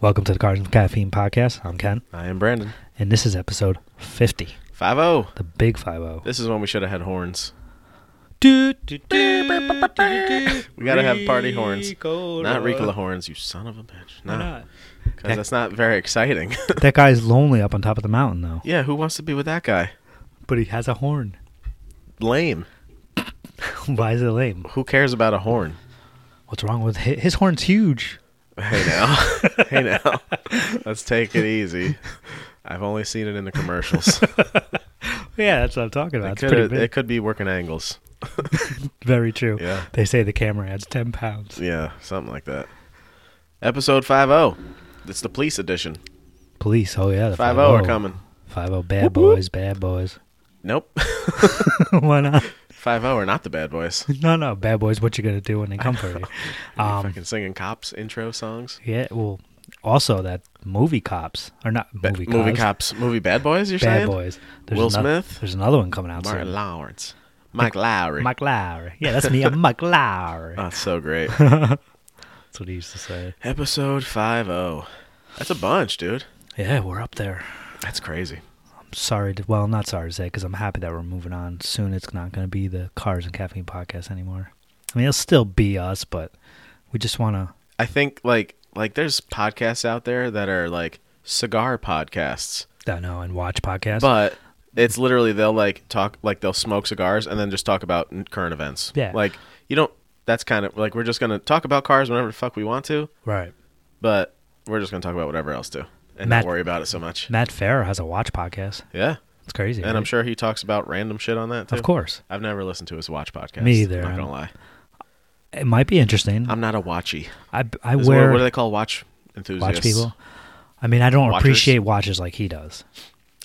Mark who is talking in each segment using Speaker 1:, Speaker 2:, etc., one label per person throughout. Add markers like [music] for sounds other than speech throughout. Speaker 1: Welcome to the Cars and Caffeine Podcast. I'm Ken,
Speaker 2: I am Brandon.
Speaker 1: and this is episode 50,
Speaker 2: Five zero.
Speaker 1: the Big 50.
Speaker 2: This is when we should have had horns.
Speaker 1: Do, do, do, do, do, do.
Speaker 2: [laughs] We gotta have party horns,
Speaker 1: Ricola.
Speaker 2: not Ricola horns. You son of a bitch.
Speaker 1: Why
Speaker 2: No,
Speaker 1: not?
Speaker 2: because that's not very exciting.
Speaker 1: [laughs]
Speaker 2: [laughs]
Speaker 1: That guy's lonely up on top of the mountain, though.
Speaker 2: yeah, who wants to be with that guy?
Speaker 1: But he has a horn. [laughs]
Speaker 2: Lame.
Speaker 1: Why is it lame?
Speaker 2: Who cares about a horn?
Speaker 1: What's wrong with his, his horn's huge?
Speaker 2: Hey now, [laughs] hey now. Let's take it easy. I've only seen it in the commercials.
Speaker 1: Yeah, [laughs] that's what I'm talking about.
Speaker 2: it,
Speaker 1: It's pretty
Speaker 2: could,
Speaker 1: big.
Speaker 2: it could be working angles.
Speaker 1: Very true.
Speaker 2: Yeah.
Speaker 1: They say the camera adds 10 pounds.
Speaker 2: Yeah, something like that. Episode five zero. It's the police edition.
Speaker 1: Police, oh yeah. the
Speaker 2: Five zero are coming.
Speaker 1: 50 bad boys, bad boys. [laughs]
Speaker 2: Nope. [laughs]
Speaker 1: Why not?
Speaker 2: Five zero are not the bad boys.
Speaker 1: No, no, bad boys, what you gonna do when they come
Speaker 2: [laughs]
Speaker 1: for you? Um,
Speaker 2: Fucking singing cops intro songs.
Speaker 1: yeah, well, also that movie cops, or not
Speaker 2: Ba-
Speaker 1: movie cops,
Speaker 2: movie cops, movie bad boys. You're
Speaker 1: bad
Speaker 2: saying
Speaker 1: boys.
Speaker 2: Will
Speaker 1: ano-
Speaker 2: Smith?
Speaker 1: There's another one coming out
Speaker 2: Martin
Speaker 1: soon.
Speaker 2: Lawrence, Mike Lowry.
Speaker 1: Mike Lowry. Yeah, that's
Speaker 2: [laughs]
Speaker 1: me. I'm Mike Lowry. [laughs]
Speaker 2: Oh, that's so great.
Speaker 1: That's what he used to say.
Speaker 2: Episode five zero. That's a bunch, dude.
Speaker 1: Yeah, we're up there.
Speaker 2: That's crazy.
Speaker 1: I'm sorry. To, well, I'm not sorry to say because I'm happy that we're moving on. Soon it's not going to be the Cars and Caffeine podcast anymore. I mean, it'll still be us, but we just want to.
Speaker 2: I think like like there's podcasts out there that are like cigar podcasts,
Speaker 1: I know and watch podcasts.
Speaker 2: but it's literally they'll like talk like they'll smoke cigars and then just talk about n- current events.
Speaker 1: Yeah.
Speaker 2: Like you don't. That's kind of like we're just gonna talk about cars whenever the fuck we want to,
Speaker 1: right.
Speaker 2: but we're just gonna talk about whatever else to and
Speaker 1: Matt-
Speaker 2: not worry about it so much.
Speaker 1: Matt Farah has a watch podcast.
Speaker 2: Yeah.
Speaker 1: It's crazy.
Speaker 2: And I'm
Speaker 1: right?
Speaker 2: sure he talks about random shit on that too.
Speaker 1: of course,
Speaker 2: I've never listened to his watch podcast.
Speaker 1: Me either.
Speaker 2: I'm not gonna lie.
Speaker 1: it might be interesting.
Speaker 2: I'm not a watchy.
Speaker 1: I I
Speaker 2: Is- what,
Speaker 1: wear
Speaker 2: what do they call watch enthusiasts?
Speaker 1: watch people. I mean, I don't
Speaker 2: Watchers.
Speaker 1: appreciate watches like he does.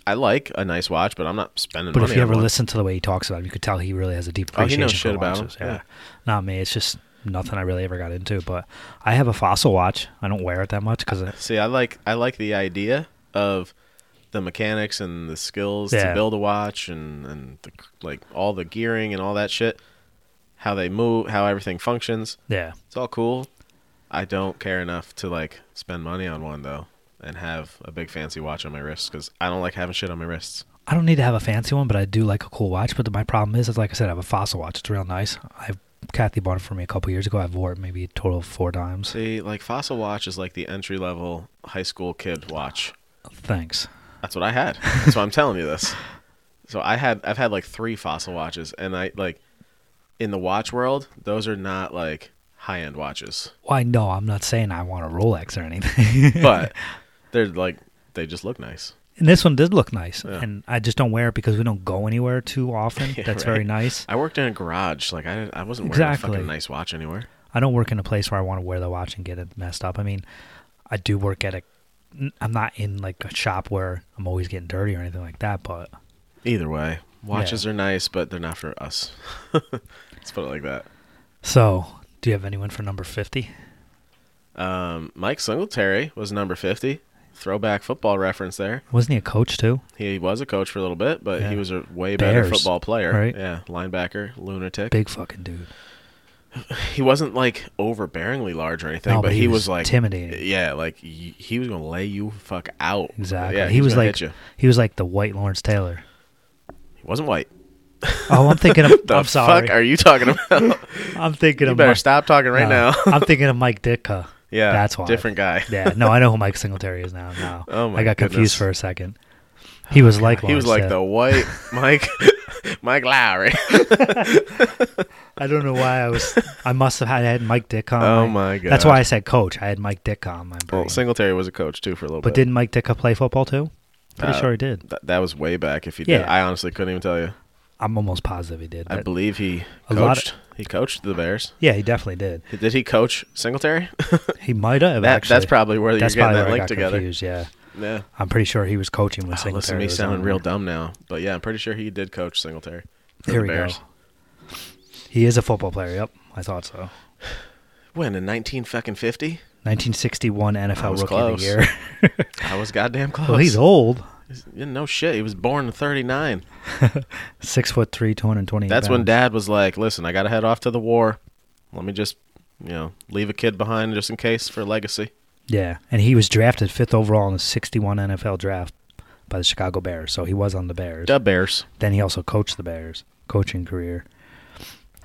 Speaker 2: I like a nice watch, but I'm not spending.
Speaker 1: But
Speaker 2: money
Speaker 1: if you
Speaker 2: on
Speaker 1: ever
Speaker 2: one.
Speaker 1: listen to the way he talks about them, you could tell he really has a deep
Speaker 2: Oh, he
Speaker 1: appreciation
Speaker 2: knows
Speaker 1: for
Speaker 2: shit about 'em,
Speaker 1: watches.
Speaker 2: yeah.
Speaker 1: Not me. It's just nothing I really ever got into. But I have a fossil watch. I don't wear it that much because
Speaker 2: see, I like I like the idea of the mechanics and the skills
Speaker 1: Yeah.
Speaker 2: to build a watch and and the, like all the gearing and all that shit. How they move, how everything functions.
Speaker 1: yeah,
Speaker 2: It's all cool. I don't care enough to like spend money on one though, and have a big fancy watch on my wrist because I don't like having shit on my wrists.
Speaker 1: I don't need to have a fancy one, but I do like a cool watch. But my problem is, is like I said, I have a fossil watch. It's real nice. I Kathy bought it for me a couple years ago. I've wore it maybe a total of four times.
Speaker 2: See, like Fossil Watch is like the entry level high school kid watch.
Speaker 1: Thanks.
Speaker 2: That's what I had. That's why I'm telling you this. So I had I've had like three Fossil watches, and I like in the watch world, those are not like high end watches,
Speaker 1: Why? no, I'm not saying I want a Rolex or anything. [laughs]
Speaker 2: but they're like they just look nice.
Speaker 1: and this one did look nice,
Speaker 2: Yeah.
Speaker 1: and I just don't wear it because we don't go anywhere too often.
Speaker 2: [laughs] Yeah,
Speaker 1: That's
Speaker 2: right.
Speaker 1: very nice.
Speaker 2: I worked in a garage, like I didn't, I wasn't wearing a
Speaker 1: Exactly.
Speaker 2: fucking nice watch anywhere.
Speaker 1: I don't work in a place where I want to wear the watch and get it messed up. I mean, I do work at a. I'm not in like a shop where I'm always getting dirty or anything like that. But
Speaker 2: Either way, watches are nice, but they're not for us. [laughs] Let's put it like that.
Speaker 1: so, do you have anyone for number fifty?
Speaker 2: Um, Mike Singletary was number fifty. Throwback football reference there.
Speaker 1: Wasn't he a coach too?
Speaker 2: He was a coach for a little bit, but
Speaker 1: Yeah.
Speaker 2: he was a way better
Speaker 1: Bears,
Speaker 2: football player.
Speaker 1: right?
Speaker 2: Yeah, linebacker, lunatic.
Speaker 1: Big fucking dude.
Speaker 2: He wasn't like overbearingly large or anything,
Speaker 1: No,
Speaker 2: but, he, was, like
Speaker 1: intimidating.
Speaker 2: Yeah, like y- he was gonna lay you fuck out.
Speaker 1: Exactly.
Speaker 2: Yeah,
Speaker 1: he was
Speaker 2: gonna
Speaker 1: like
Speaker 2: hit you.
Speaker 1: he was like the white Lawrence
Speaker 2: [laughs]
Speaker 1: Taylor.
Speaker 2: He wasn't white.
Speaker 1: Oh, I'm thinking of.
Speaker 2: The
Speaker 1: I'm sorry.
Speaker 2: fuck are you
Speaker 1: [laughs]
Speaker 2: talking about?
Speaker 1: I'm thinking
Speaker 2: you
Speaker 1: of.
Speaker 2: better
Speaker 1: Mike-
Speaker 2: stop talking right
Speaker 1: no,
Speaker 2: now.
Speaker 1: I'm thinking of Mike Ditka.
Speaker 2: [laughs] yeah,
Speaker 1: that's why.
Speaker 2: Different guy.
Speaker 1: yeah, no, I know who Mike Singletary is now. Now,
Speaker 2: [laughs] Oh my
Speaker 1: I got confused
Speaker 2: goodness. Oh
Speaker 1: for a second. He was like
Speaker 2: he was
Speaker 1: Lawrence
Speaker 2: like
Speaker 1: Taylor. [laughs]
Speaker 2: the white Mike Mike Lowry.
Speaker 1: I don't know why I
Speaker 2: [laughs]
Speaker 1: was. I must have had, I had Mike Dick on.
Speaker 2: Oh my god.
Speaker 1: That's why I said coach. I had Mike Dick on my brain.
Speaker 2: Well, Singletary was a coach too for a little
Speaker 1: but
Speaker 2: bit.
Speaker 1: didn't Mike Dick play football too? Pretty
Speaker 2: Uh,
Speaker 1: sure he did.
Speaker 2: Th- that was way back. If he did,
Speaker 1: Yeah.
Speaker 2: I honestly couldn't even tell you.
Speaker 1: I'm almost positive he did.
Speaker 2: I
Speaker 1: but-
Speaker 2: believe he
Speaker 1: a lot of-
Speaker 2: coached. he coached the Bears.
Speaker 1: yeah, he definitely
Speaker 2: [laughs]
Speaker 1: did.
Speaker 2: Did he coach Singletary?
Speaker 1: He might have.
Speaker 2: that,
Speaker 1: actually.
Speaker 2: That's probably where
Speaker 1: That's
Speaker 2: you're
Speaker 1: probably
Speaker 2: getting that
Speaker 1: where I
Speaker 2: link
Speaker 1: got
Speaker 2: together.
Speaker 1: confused. Yeah,
Speaker 2: Yeah.
Speaker 1: I'm pretty sure he was coaching when
Speaker 2: Oh,
Speaker 1: Singletary.
Speaker 2: listen to me
Speaker 1: was
Speaker 2: sounding
Speaker 1: on
Speaker 2: real
Speaker 1: there.
Speaker 2: dumb now, but yeah, I'm pretty sure he did coach Singletary. for
Speaker 1: Here we
Speaker 2: the Bears.
Speaker 1: go. He is a football player. Yep, I thought so.
Speaker 2: When in 19 fucking 50,
Speaker 1: 1961 NFL
Speaker 2: was
Speaker 1: Rookie of
Speaker 2: close. [laughs]
Speaker 1: the Year.
Speaker 2: I was goddamn
Speaker 1: [laughs]
Speaker 2: close.
Speaker 1: well, he's old.
Speaker 2: He's- yeah, no shit. He was born in 39.
Speaker 1: Six foot three, 220.
Speaker 2: That's when
Speaker 1: pounds.
Speaker 2: Dad was like, "Listen, I gotta head off to the war. Let me just, you know, leave a kid behind just in case for legacy."
Speaker 1: Yeah, and he was drafted fifth overall in the 61 NFL draft by the Chicago Bears, so he was on the Bears.
Speaker 2: Dub Bears.
Speaker 1: Then he also coached the Bears, coaching career.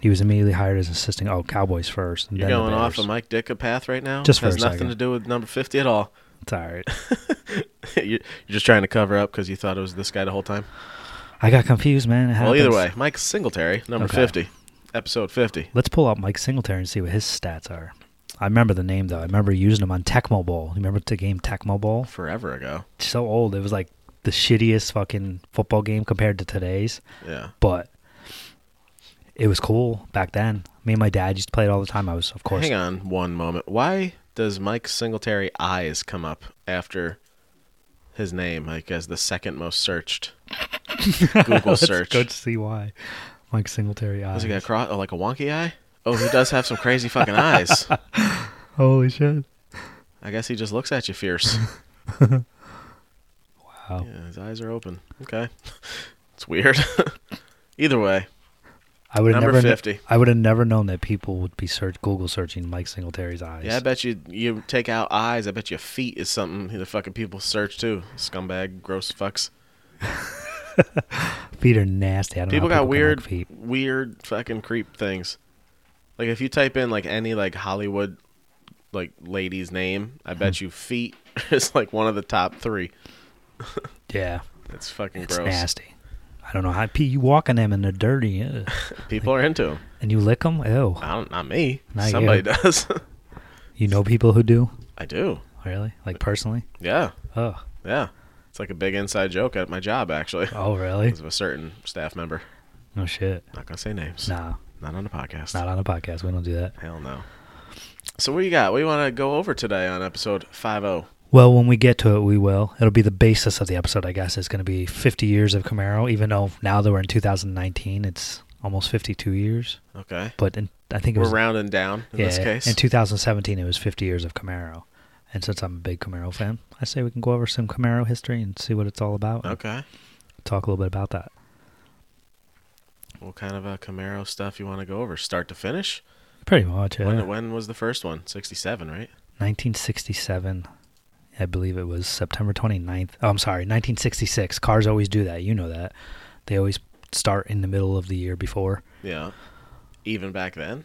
Speaker 1: He was immediately hired as assistant. Oh, Cowboys first. And
Speaker 2: You're
Speaker 1: then the
Speaker 2: going off
Speaker 1: Bears.
Speaker 2: the Mike Ditka path right now.
Speaker 1: Just for
Speaker 2: has
Speaker 1: a
Speaker 2: nothing
Speaker 1: second.
Speaker 2: to do with number fifty at all. [laughs]
Speaker 1: It's all right.
Speaker 2: You're you're just trying to cover up because you thought it was this guy the whole time.
Speaker 1: I got confused, man. It
Speaker 2: Well, either
Speaker 1: happens.
Speaker 2: way, Mike Singletary, number
Speaker 1: Okay.
Speaker 2: fifty, episode fifty.
Speaker 1: Let's pull up Mike Singletary and see what his stats are. I remember the name though. I remember using him on Tecmo Bowl. You remember the game Tecmo Bowl?
Speaker 2: Forever ago.
Speaker 1: So old. It was like the shittiest fucking football game compared to today's,
Speaker 2: Yeah.
Speaker 1: but it was cool back then. Me and my dad used to play it all the time. I was, of course,
Speaker 2: Hang on one moment. Why does Mike Singletary eyes come up after his name, like as the second
Speaker 1: [laughs]
Speaker 2: most searched Google
Speaker 1: Let's
Speaker 2: search?
Speaker 1: Go to see why Mike Singletary eyes.
Speaker 2: Does he got cross, oh, like a wonky eye? Oh, he does have some crazy fucking eyes.
Speaker 1: [laughs] Holy shit!
Speaker 2: I guess he just looks at you fierce.
Speaker 1: Wow.
Speaker 2: Yeah, his eyes are open. Okay. [laughs] It's weird. [laughs] Either way,
Speaker 1: I would have
Speaker 2: Number
Speaker 1: never. kn-
Speaker 2: 50.
Speaker 1: I would have never known that people would be search Google searching Mike Singletary's eyes.
Speaker 2: yeah, I bet you you take out eyes. I bet your feet is something the fucking people search too. Scumbag, gross fucks.
Speaker 1: feet are nasty. I don't know
Speaker 2: People
Speaker 1: how
Speaker 2: got
Speaker 1: can like
Speaker 2: weird,
Speaker 1: feet.
Speaker 2: weird fucking creep things. Like if you type in like any like Hollywood like lady's name, I
Speaker 1: Hmm.
Speaker 2: bet you feet [laughs] is like one of the top three.
Speaker 1: Yeah,
Speaker 2: It's fucking
Speaker 1: it's
Speaker 2: gross.
Speaker 1: nasty. I don't know how Pete, you walk on them and they're dirty,
Speaker 2: [laughs]
Speaker 1: ugh.
Speaker 2: People are into them.
Speaker 1: and you lick them. Ew.
Speaker 2: I don't, not me.
Speaker 1: Not
Speaker 2: Somebody [laughs]
Speaker 1: you.
Speaker 2: does.
Speaker 1: You know people who do
Speaker 2: I do.
Speaker 1: really, like personally.
Speaker 2: Yeah,
Speaker 1: Oh,
Speaker 2: yeah. It's like a big inside joke at my job actually.
Speaker 1: oh, really?
Speaker 2: Because of a certain staff member.
Speaker 1: No shit.
Speaker 2: Not gonna say names.
Speaker 1: Nah,
Speaker 2: Not on the podcast.
Speaker 1: not on a podcast. We don't do that.
Speaker 2: Hell no. So what do you got? What do you want to go over today on episode five oh? zero?
Speaker 1: Well, when we get to it, we will. It'll be the basis of the episode, I guess. It's going to be 50 years of Camaro, even though now that we're in 2019, it's almost 52 years.
Speaker 2: Okay.
Speaker 1: But in, I think it
Speaker 2: We're
Speaker 1: was
Speaker 2: rounding down in this case.
Speaker 1: in 2017, it was 50 years of Camaro. And since I'm a big Camaro fan, I say we can go over some Camaro history and see what it's all about. and
Speaker 2: okay.
Speaker 1: Talk a little bit about that.
Speaker 2: What kind of a Camaro stuff you want to go over? Start to finish.
Speaker 1: Pretty much. Yeah.
Speaker 2: When when was the first one? Sixty seven, right?
Speaker 1: 1967. I believe it was September 29th. Oh, I'm sorry, 1966. Cars always do that. You know that. They always start in the middle of the year before.
Speaker 2: Yeah. Even back then,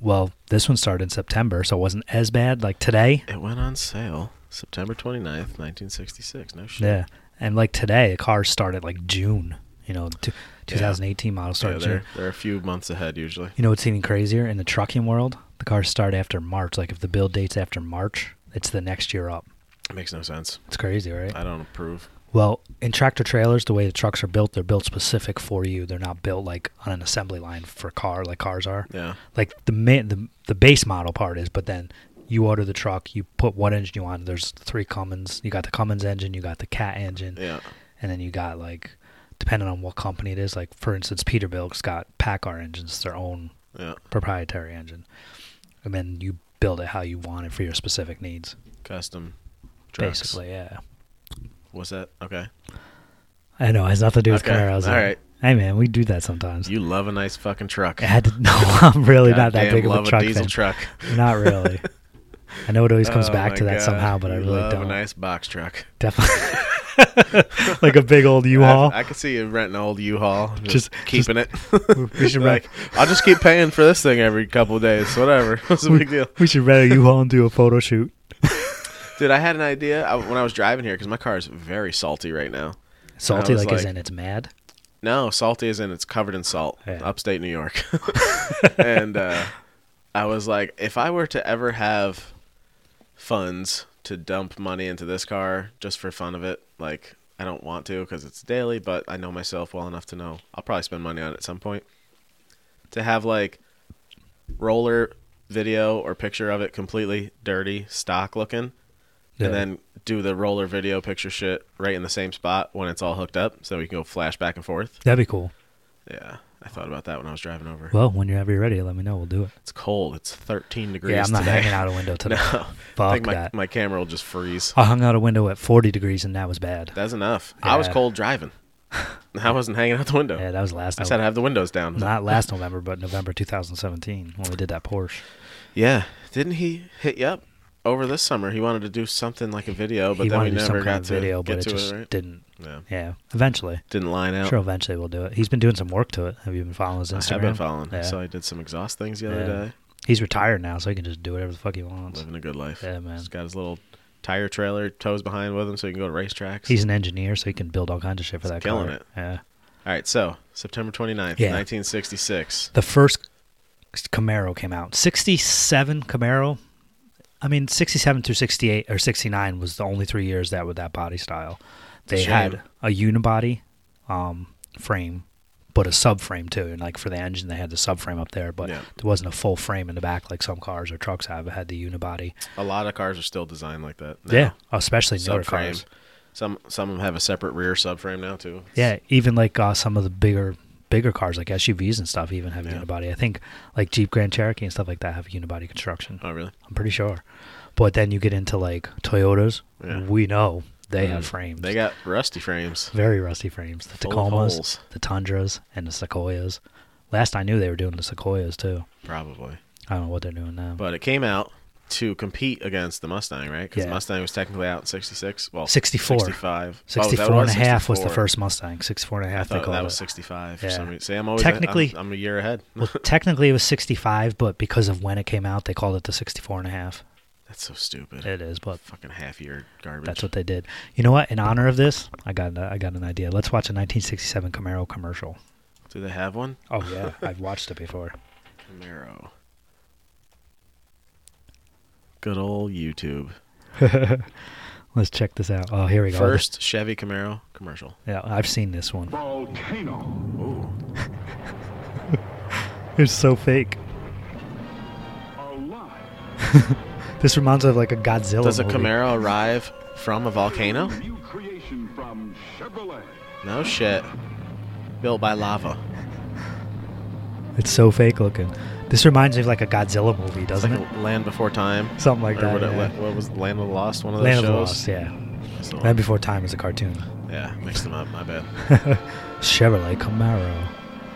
Speaker 1: Well, this one started in September, so it wasn't as bad like today.
Speaker 2: it went on sale September 29th, 1966. No shit.
Speaker 1: Yeah. And like today, the cars start at like June, you know, t- 2018 models
Speaker 2: Yeah,
Speaker 1: start June.
Speaker 2: they're, they're a few months ahead usually.
Speaker 1: You know what's even crazier? In the trucking world, the cars start after March. Like if the build date's after March, it's the next year up.
Speaker 2: Makes no sense.
Speaker 1: It's crazy, right?
Speaker 2: I don't approve.
Speaker 1: Well, in tractor trailers, the way the trucks are built, they're built specific for you. They're not built like on an assembly line for a car, like cars are.
Speaker 2: Yeah.
Speaker 1: Like the ma- the the base model part is, but then you order the truck, you put what engine you want. There's three Cummins. You got the Cummins engine, you got the Cat engine,
Speaker 2: Yeah.
Speaker 1: and then you got like, depending on what company it is. Like for instance, Peterbilt's got Packard engines, their own
Speaker 2: Yeah.
Speaker 1: proprietary engine, and then you build it how you want it for your specific needs.
Speaker 2: Custom. Trucks.
Speaker 1: Basically, yeah.
Speaker 2: What's that? Okay.
Speaker 1: I know it has nothing to do with
Speaker 2: Okay,
Speaker 1: Camaros.
Speaker 2: all
Speaker 1: though.
Speaker 2: right.
Speaker 1: Hey man, we do that sometimes.
Speaker 2: You love a nice
Speaker 1: [laughs]
Speaker 2: fucking truck.
Speaker 1: I had to. No, I'm really not that
Speaker 2: Goddamn
Speaker 1: big of a
Speaker 2: love
Speaker 1: truck
Speaker 2: diesel
Speaker 1: fan.
Speaker 2: truck.
Speaker 1: Not really. I know it always comes
Speaker 2: [laughs] Oh
Speaker 1: back
Speaker 2: my
Speaker 1: to that
Speaker 2: God.
Speaker 1: somehow, but I
Speaker 2: You
Speaker 1: really
Speaker 2: love
Speaker 1: don't.
Speaker 2: A nice box truck.
Speaker 1: Definitely, [laughs] like a big old U-Haul.
Speaker 2: I, I could see you renting an old U-Haul,
Speaker 1: Just-
Speaker 2: just,
Speaker 1: [laughs]
Speaker 2: keeping it.
Speaker 1: we should rent.
Speaker 2: like, I'll just keep paying for this thing every couple of days. Whatever. [laughs] What's the big deal?
Speaker 1: We should rent a U-Haul and do a photo shoot.
Speaker 2: Dude, I had an idea I, when I was driving here because my car is very salty right now.
Speaker 1: Salty
Speaker 2: was
Speaker 1: like, is
Speaker 2: like-
Speaker 1: in it's mad.
Speaker 2: No, salty is in it's covered in salt.
Speaker 1: Yeah.
Speaker 2: Upstate
Speaker 1: [laughs]
Speaker 2: New York. [laughs] and uh, I was like, if I were to ever have funds to dump money into this car just for fun of it, like I don't want to because it's daily, but I know myself well enough to know I'll probably spend money on it at some point. To have like roller video or picture of it completely dirty, stock looking,
Speaker 1: Yeah.
Speaker 2: and then do the roller video picture shit right in the same spot when it's all hooked up so we can go flash back and forth.
Speaker 1: That'd be cool.
Speaker 2: Yeah, I thought about that when I was driving over.
Speaker 1: Well, whenever you're ready, let me know. We'll do it.
Speaker 2: It's cold. It's 13 degrees
Speaker 1: yeah, I'm not
Speaker 2: today.
Speaker 1: hanging
Speaker 2: [laughs]
Speaker 1: out a window today.
Speaker 2: No, I
Speaker 1: Fuck
Speaker 2: think my,
Speaker 1: that.
Speaker 2: my camera will just freeze.
Speaker 1: I hung out a window at 40 degrees and that was bad.
Speaker 2: That's enough. I was
Speaker 1: Yeah. [laughs]
Speaker 2: cold driving. I wasn't hanging out the window.
Speaker 1: yeah, that was last.
Speaker 2: I
Speaker 1: November.
Speaker 2: said I have the windows down.
Speaker 1: not last
Speaker 2: Oh,
Speaker 1: November, but November 2017 when we did that Porsche.
Speaker 2: Yeah, didn't he hit you up over this summer he wanted to do something like a video, but
Speaker 1: he
Speaker 2: then
Speaker 1: wanted
Speaker 2: we
Speaker 1: to do
Speaker 2: never
Speaker 1: some kind
Speaker 2: got
Speaker 1: of
Speaker 2: to
Speaker 1: video,
Speaker 2: get
Speaker 1: but it
Speaker 2: to
Speaker 1: just
Speaker 2: it. Right?
Speaker 1: didn't.
Speaker 2: Yeah,
Speaker 1: Yeah, eventually.
Speaker 2: didn't line out.
Speaker 1: Sure, eventually we'll do it. He's been doing some work to it. Have you been following his
Speaker 2: I
Speaker 1: Instagram?
Speaker 2: have been following.
Speaker 1: Yeah.
Speaker 2: So I did some exhaust things the other
Speaker 1: Yeah.
Speaker 2: day.
Speaker 1: He's retired now, so he can just do whatever the fuck he wants.
Speaker 2: Living a good life.
Speaker 1: Yeah, man.
Speaker 2: He's got his little tire trailer, tows behind with him, so he can go to racetracks.
Speaker 1: He's an engineer, so he can build all kinds of shit for
Speaker 2: He's
Speaker 1: that
Speaker 2: killing
Speaker 1: car.
Speaker 2: it.
Speaker 1: Yeah.
Speaker 2: All right, so September 29th,
Speaker 1: Yeah.
Speaker 2: 1966.
Speaker 1: The first Camaro came out. 67 Camaro. I mean, 67 through 68 or 69 was the only three years that with that body style. They
Speaker 2: Shame.
Speaker 1: had a unibody um, frame, but a subframe too. And like for the engine, they had the subframe up there, but
Speaker 2: Yeah.
Speaker 1: there wasn't a full frame in the back like some cars or trucks have. It had the unibody.
Speaker 2: A lot of cars are still designed like that. now.
Speaker 1: Yeah, especially newer
Speaker 2: Subframe.
Speaker 1: cars.
Speaker 2: Some some of them have a separate rear subframe now too.
Speaker 1: Yeah, even like uh, some of the bigger bigger cars like SUVs and stuff even have
Speaker 2: Yeah.
Speaker 1: unibody. I think like Jeep Grand Cherokee and stuff like that have unibody construction.
Speaker 2: Oh really?
Speaker 1: I'm pretty sure. But then you get into like Toyotas.
Speaker 2: Yeah.
Speaker 1: We know they have
Speaker 2: Mm.
Speaker 1: frames.
Speaker 2: They got rusty frames.
Speaker 1: very rusty frames. The
Speaker 2: Full of
Speaker 1: Tacomas,
Speaker 2: holes,
Speaker 1: the Tundras, and the Sequoias. Last I knew, they were doing the Sequoias too.
Speaker 2: probably.
Speaker 1: I don't know what they're doing now.
Speaker 2: But it came out to compete against the Mustang, right? Because
Speaker 1: Yeah.
Speaker 2: Mustang was technically out in 66. Well,
Speaker 1: 64.
Speaker 2: 65. Oh, that
Speaker 1: 64 and a
Speaker 2: was
Speaker 1: half was the
Speaker 2: 64.
Speaker 1: first Mustang. 64 and a
Speaker 2: I
Speaker 1: half, they
Speaker 2: thought
Speaker 1: called
Speaker 2: that was
Speaker 1: it.
Speaker 2: 65 for
Speaker 1: Yeah.
Speaker 2: some reason. See, I'm always
Speaker 1: Technically-
Speaker 2: I'm, I'm a year ahead.
Speaker 1: well, technically, it was 65, but because of when it came out, they called it the 64 and a half.
Speaker 2: [laughs] That's so stupid.
Speaker 1: It is, but
Speaker 2: Fucking half year garbage.
Speaker 1: that's what they did. You know what? In honor of this, I got I got an idea. Let's watch a 1967 Camaro commercial.
Speaker 2: Do they have one?
Speaker 1: Oh yeah, I've watched it before.
Speaker 2: Camaro. Good old YouTube.
Speaker 1: Let's check this out. Oh, here we go.
Speaker 2: First Chevy Camaro commercial.
Speaker 1: Yeah, I've seen this one.
Speaker 3: Volcano.
Speaker 2: Ooh.
Speaker 1: It's so fake.
Speaker 3: Alive.
Speaker 1: This reminds me of like a Godzilla
Speaker 2: Does a
Speaker 1: movie.
Speaker 2: Camaro arrive from a volcano?
Speaker 3: New creation from Chevrolet.
Speaker 2: No shit. Built by lava.
Speaker 1: It's so fake looking. This reminds me of like a Godzilla movie,
Speaker 2: It's
Speaker 1: doesn't
Speaker 2: like
Speaker 1: it?
Speaker 2: a Land Before Time.
Speaker 1: Something like
Speaker 2: or
Speaker 1: that.
Speaker 2: What, it-
Speaker 1: yeah.
Speaker 2: what was it, Land of the Lost? One of those
Speaker 1: Land of the
Speaker 2: shows.
Speaker 1: Lost, yeah.
Speaker 2: That's the one.
Speaker 1: Land Before Time is a cartoon.
Speaker 2: Yeah, mixed them up. My bad.
Speaker 1: [laughs] Chevrolet Camaro.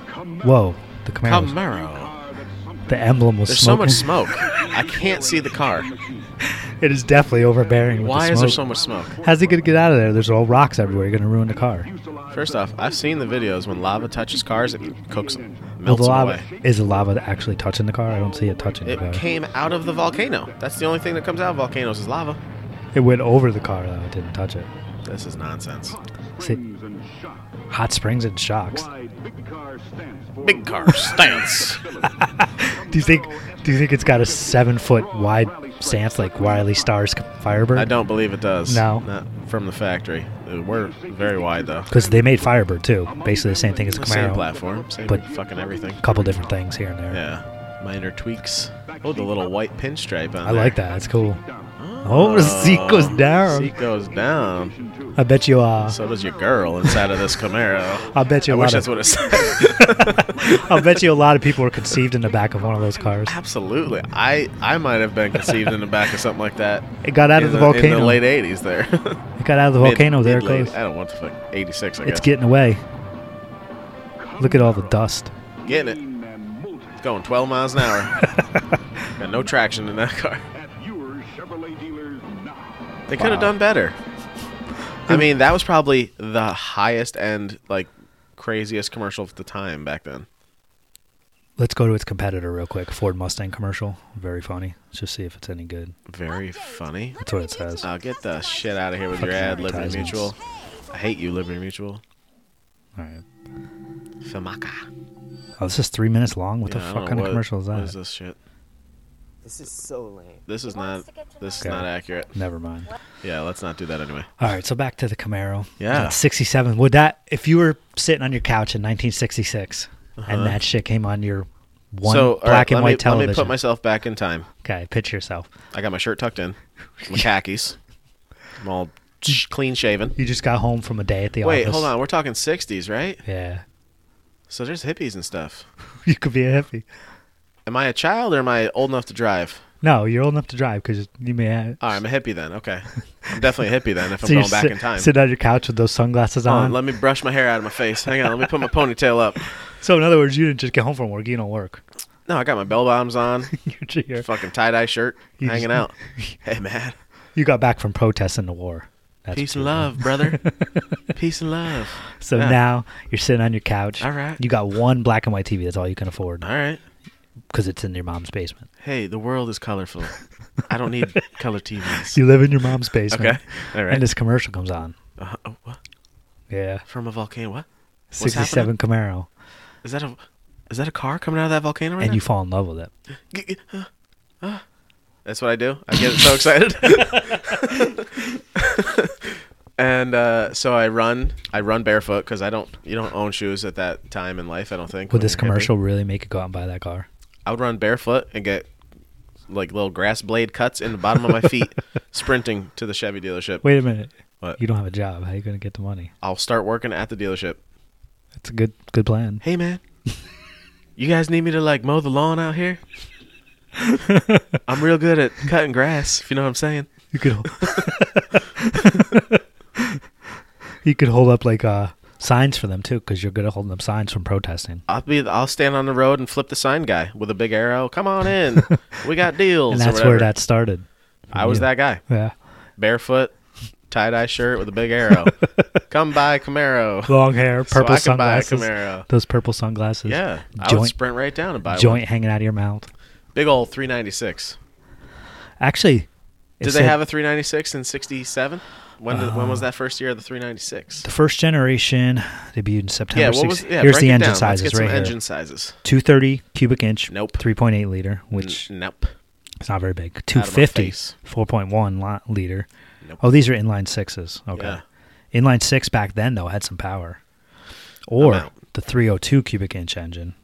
Speaker 3: Camaro.
Speaker 1: Whoa, the Camaro. was-
Speaker 2: Camaro.
Speaker 3: Car that's something
Speaker 1: the emblem was
Speaker 2: There's so
Speaker 1: smoking.
Speaker 2: much smoke. I can't see the car.
Speaker 1: [laughs] it is definitely overbearing. with
Speaker 2: Why
Speaker 1: the
Speaker 2: is there so
Speaker 1: smoke.
Speaker 2: much smoke?
Speaker 1: How's he gonna get out of there? There's all rocks everywhere. You're gonna ruin the car.
Speaker 3: fuselage
Speaker 2: First off, I've seen the videos when lava touches cars, it cooks them,
Speaker 1: Well,
Speaker 2: melts
Speaker 1: the
Speaker 2: them
Speaker 1: lava
Speaker 2: away.
Speaker 1: is the lava actually touching the car? I don't see it touching
Speaker 2: It
Speaker 1: the car.
Speaker 2: came out of the volcano. That's the only thing that comes out of volcanoes is lava.
Speaker 1: It went over the car though. It didn't touch it.
Speaker 2: This is nonsense.
Speaker 3: hot
Speaker 1: See-
Speaker 3: springs and shocks.
Speaker 1: Hot springs and shocks.
Speaker 3: Wide big car stands for
Speaker 2: Big car stance.
Speaker 1: Do you think? Do you think it's got a seven foot wide stance like Wiley Star's Firebird?
Speaker 2: I don't believe it does.
Speaker 1: No.
Speaker 2: Not from the factory. We're very wide though.
Speaker 1: Because they made Firebird too. Basically the same thing as a
Speaker 2: The Same
Speaker 1: Camaro.
Speaker 2: platform, same
Speaker 1: But-
Speaker 2: fucking everything.
Speaker 1: A couple different things here and there.
Speaker 2: Yeah. Minor tweaks. Oh, the little white pinstripe on
Speaker 1: I
Speaker 2: there.
Speaker 1: like that. It's cool.
Speaker 3: down.
Speaker 1: Oh, the [laughs] seat goes down.
Speaker 2: Seat goes down.
Speaker 3: Station two.
Speaker 1: I bet you. Uh,
Speaker 2: So does your girl inside of this Camaro.
Speaker 1: [laughs] I bet
Speaker 2: I
Speaker 1: you a
Speaker 2: wish
Speaker 1: lot
Speaker 2: that's
Speaker 1: of.
Speaker 2: what it
Speaker 1: [laughs]
Speaker 2: said. [laughs]
Speaker 1: I bet you a lot of people were conceived in the back of one of those cars.
Speaker 2: Absolutely. I, I might have been conceived in the back of something like that.
Speaker 1: It got out of
Speaker 2: in
Speaker 1: the,
Speaker 2: In the
Speaker 1: volcano.
Speaker 2: late 80s there. [laughs]
Speaker 1: it got out of the volcano. there it
Speaker 2: Mid-late.
Speaker 1: goes.
Speaker 2: I don't want the fuck. 86, I guess.
Speaker 1: It's getting away. Look at all the dust.
Speaker 2: Getting it.
Speaker 3: Lean and molten
Speaker 2: It's going 12 miles
Speaker 1: [laughs]
Speaker 2: an hour. Got no traction in that car.
Speaker 3: At your Chevrolet dealers now.
Speaker 2: They could have
Speaker 1: Wow.
Speaker 2: done better. I mean, that was probably the highest end, like craziest commercial of the time back then.
Speaker 1: Let's go to its competitor real quick. Ford Mustang commercial. Very funny. Let's just see if it's any good.
Speaker 2: Very funny.
Speaker 1: That's what it says.
Speaker 2: Oh, get the shit out of here with your
Speaker 1: Fucking
Speaker 2: ad, Liberty
Speaker 1: advertisements.
Speaker 2: Mutual. I hate you, Liberty Mutual.
Speaker 1: All right.
Speaker 2: Famaka.
Speaker 1: Oh, this is three minutes long. What
Speaker 2: Yeah, I
Speaker 1: the
Speaker 2: don't
Speaker 1: fuck
Speaker 2: know
Speaker 1: kind of
Speaker 2: what-
Speaker 1: commercial is
Speaker 2: What
Speaker 1: that?
Speaker 2: is this shit?
Speaker 4: This is so lame.
Speaker 2: This is not. This is
Speaker 1: Okay.
Speaker 2: not accurate.
Speaker 1: Never mind.
Speaker 2: Yeah, let's not do that anyway.
Speaker 1: All right, so back to the Camaro.
Speaker 2: Yeah.
Speaker 1: At 67. Would that if you were sitting on your couch in 1966 and that shit came on your one
Speaker 2: Uh-huh. so, all right,
Speaker 1: black and
Speaker 2: let
Speaker 1: white
Speaker 2: me,
Speaker 1: television?
Speaker 2: Let me put myself back in time.
Speaker 1: okay, picture yourself.
Speaker 2: I got my shirt
Speaker 1: [laughs]
Speaker 2: tucked in, my khakis. I'm all sh- clean shaven.
Speaker 1: You just got home from a day at the
Speaker 2: Wait,
Speaker 1: office.
Speaker 2: hold on. We're talking 60s, right?
Speaker 1: Yeah. [laughs]
Speaker 2: So there's hippies and stuff.
Speaker 1: You could be a hippie.
Speaker 2: Am I a child or am I old enough to drive?
Speaker 1: No, you're old enough to drive because you may have.
Speaker 2: All right, I'm a hippie then. Okay. I'm definitely a hippie
Speaker 1: [laughs]
Speaker 2: then if I'm
Speaker 1: so you're
Speaker 2: going back
Speaker 1: sit-
Speaker 2: in time.
Speaker 1: sitting on your couch with those sunglasses
Speaker 2: Hold on,
Speaker 1: on.
Speaker 2: let me
Speaker 1: [laughs]
Speaker 2: brush my hair out of my face. Hang on. Let me put my ponytail up.
Speaker 1: so in other words, you didn't just get home from work. [laughs] You don't work.
Speaker 2: No, I got my bell bottoms on,
Speaker 1: You're- you're-
Speaker 2: fucking tie dye shirt,
Speaker 1: You just- [laughs]
Speaker 2: hanging out. Hey man,
Speaker 1: you got back from protests and the war. That's
Speaker 2: peace
Speaker 1: what
Speaker 2: and
Speaker 1: you [laughs]
Speaker 2: love, brother. peace and love.
Speaker 1: want. So
Speaker 2: yeah.
Speaker 1: now you're sitting on your couch.
Speaker 2: All right.
Speaker 1: You got one black and white TV. That's all you can afford
Speaker 2: All right.
Speaker 1: because it's in your mom's basement.
Speaker 2: Hey, the world is colorful. I
Speaker 1: [laughs]
Speaker 2: don't need color TVs.
Speaker 1: You live in your mom's basement.
Speaker 2: okay. All right.
Speaker 1: And this commercial comes on.
Speaker 2: uh, oh, what?
Speaker 1: Yeah.
Speaker 2: From a volcano? What? What's happening?
Speaker 1: 67 Camaro.
Speaker 2: Is that a is that a car coming out of that volcano right
Speaker 1: And you fall in love with it.
Speaker 2: now? G- uh, uh. That's what I do. I get so excited. [laughs] and uh, so I run. I run barefoot because I don't. You don't own shoes at that time in life. I don't think.
Speaker 1: Would
Speaker 2: when
Speaker 1: this
Speaker 2: you're hippie.
Speaker 1: commercial really make you go out and buy that car?
Speaker 2: I would run barefoot and get like little grass blade cuts in the bottom of my feet, [laughs] sprinting to the Chevy dealership.
Speaker 1: Wait a minute.
Speaker 2: What?
Speaker 1: You don't have a job. How are you going to get the money?
Speaker 2: I'll start working at the dealership.
Speaker 1: That's a good good plan.
Speaker 2: Hey man, you guys need me to like mow the lawn out here? I'm real good at cutting grass, if you know what I'm saying.
Speaker 1: You could hol- [laughs] You could hold up like uh signs for them too cuz you're good at holding up signs from protesting.
Speaker 2: I'll be I'll stand on the road and flip the sign guy with a big arrow. Come on in,
Speaker 1: [laughs]
Speaker 2: we got deals.
Speaker 1: And
Speaker 2: or
Speaker 1: that's where
Speaker 2: whatever.
Speaker 1: that started.
Speaker 2: I was
Speaker 1: Yeah.
Speaker 2: that guy,
Speaker 1: Yeah.
Speaker 2: barefoot, tie dye shirt with a big
Speaker 1: [laughs]
Speaker 2: arrow. Come buy Camaro.
Speaker 1: Long hair,
Speaker 2: So I
Speaker 1: purple
Speaker 2: can buy a
Speaker 1: sunglasses.
Speaker 2: Camaro.
Speaker 1: Those purple sunglasses.
Speaker 2: Yeah, I would
Speaker 1: Joint
Speaker 2: sprint right down and buy
Speaker 1: joint hanging out of your mouth.
Speaker 2: one. Big old 396.
Speaker 1: Actually, it
Speaker 2: Did they
Speaker 1: said Uh,
Speaker 2: have a 396 in '67? When did, when was that first year of the 396?
Speaker 1: the first generation debuted in September.
Speaker 2: Yeah, what
Speaker 1: 6
Speaker 2: was? Yeah,
Speaker 1: Here's
Speaker 2: break
Speaker 1: the
Speaker 2: it
Speaker 1: engine
Speaker 2: down.
Speaker 1: sizes
Speaker 2: Let's get
Speaker 1: right
Speaker 2: some
Speaker 1: here.
Speaker 2: engine sizes.
Speaker 1: 230 cubic inch,
Speaker 2: Nope.
Speaker 1: 3.8 liter,
Speaker 2: N-
Speaker 1: which
Speaker 2: nope.
Speaker 1: it's not very big.
Speaker 2: my
Speaker 1: 250,
Speaker 2: face.
Speaker 1: 4.1 lot liter.
Speaker 2: Nope.
Speaker 1: Oh, these are inline sixes. Okay.
Speaker 2: Yeah.
Speaker 1: Inline six back then, though, had some power.
Speaker 2: I'm
Speaker 1: Or
Speaker 2: out.
Speaker 1: the 302 cubic inch engine,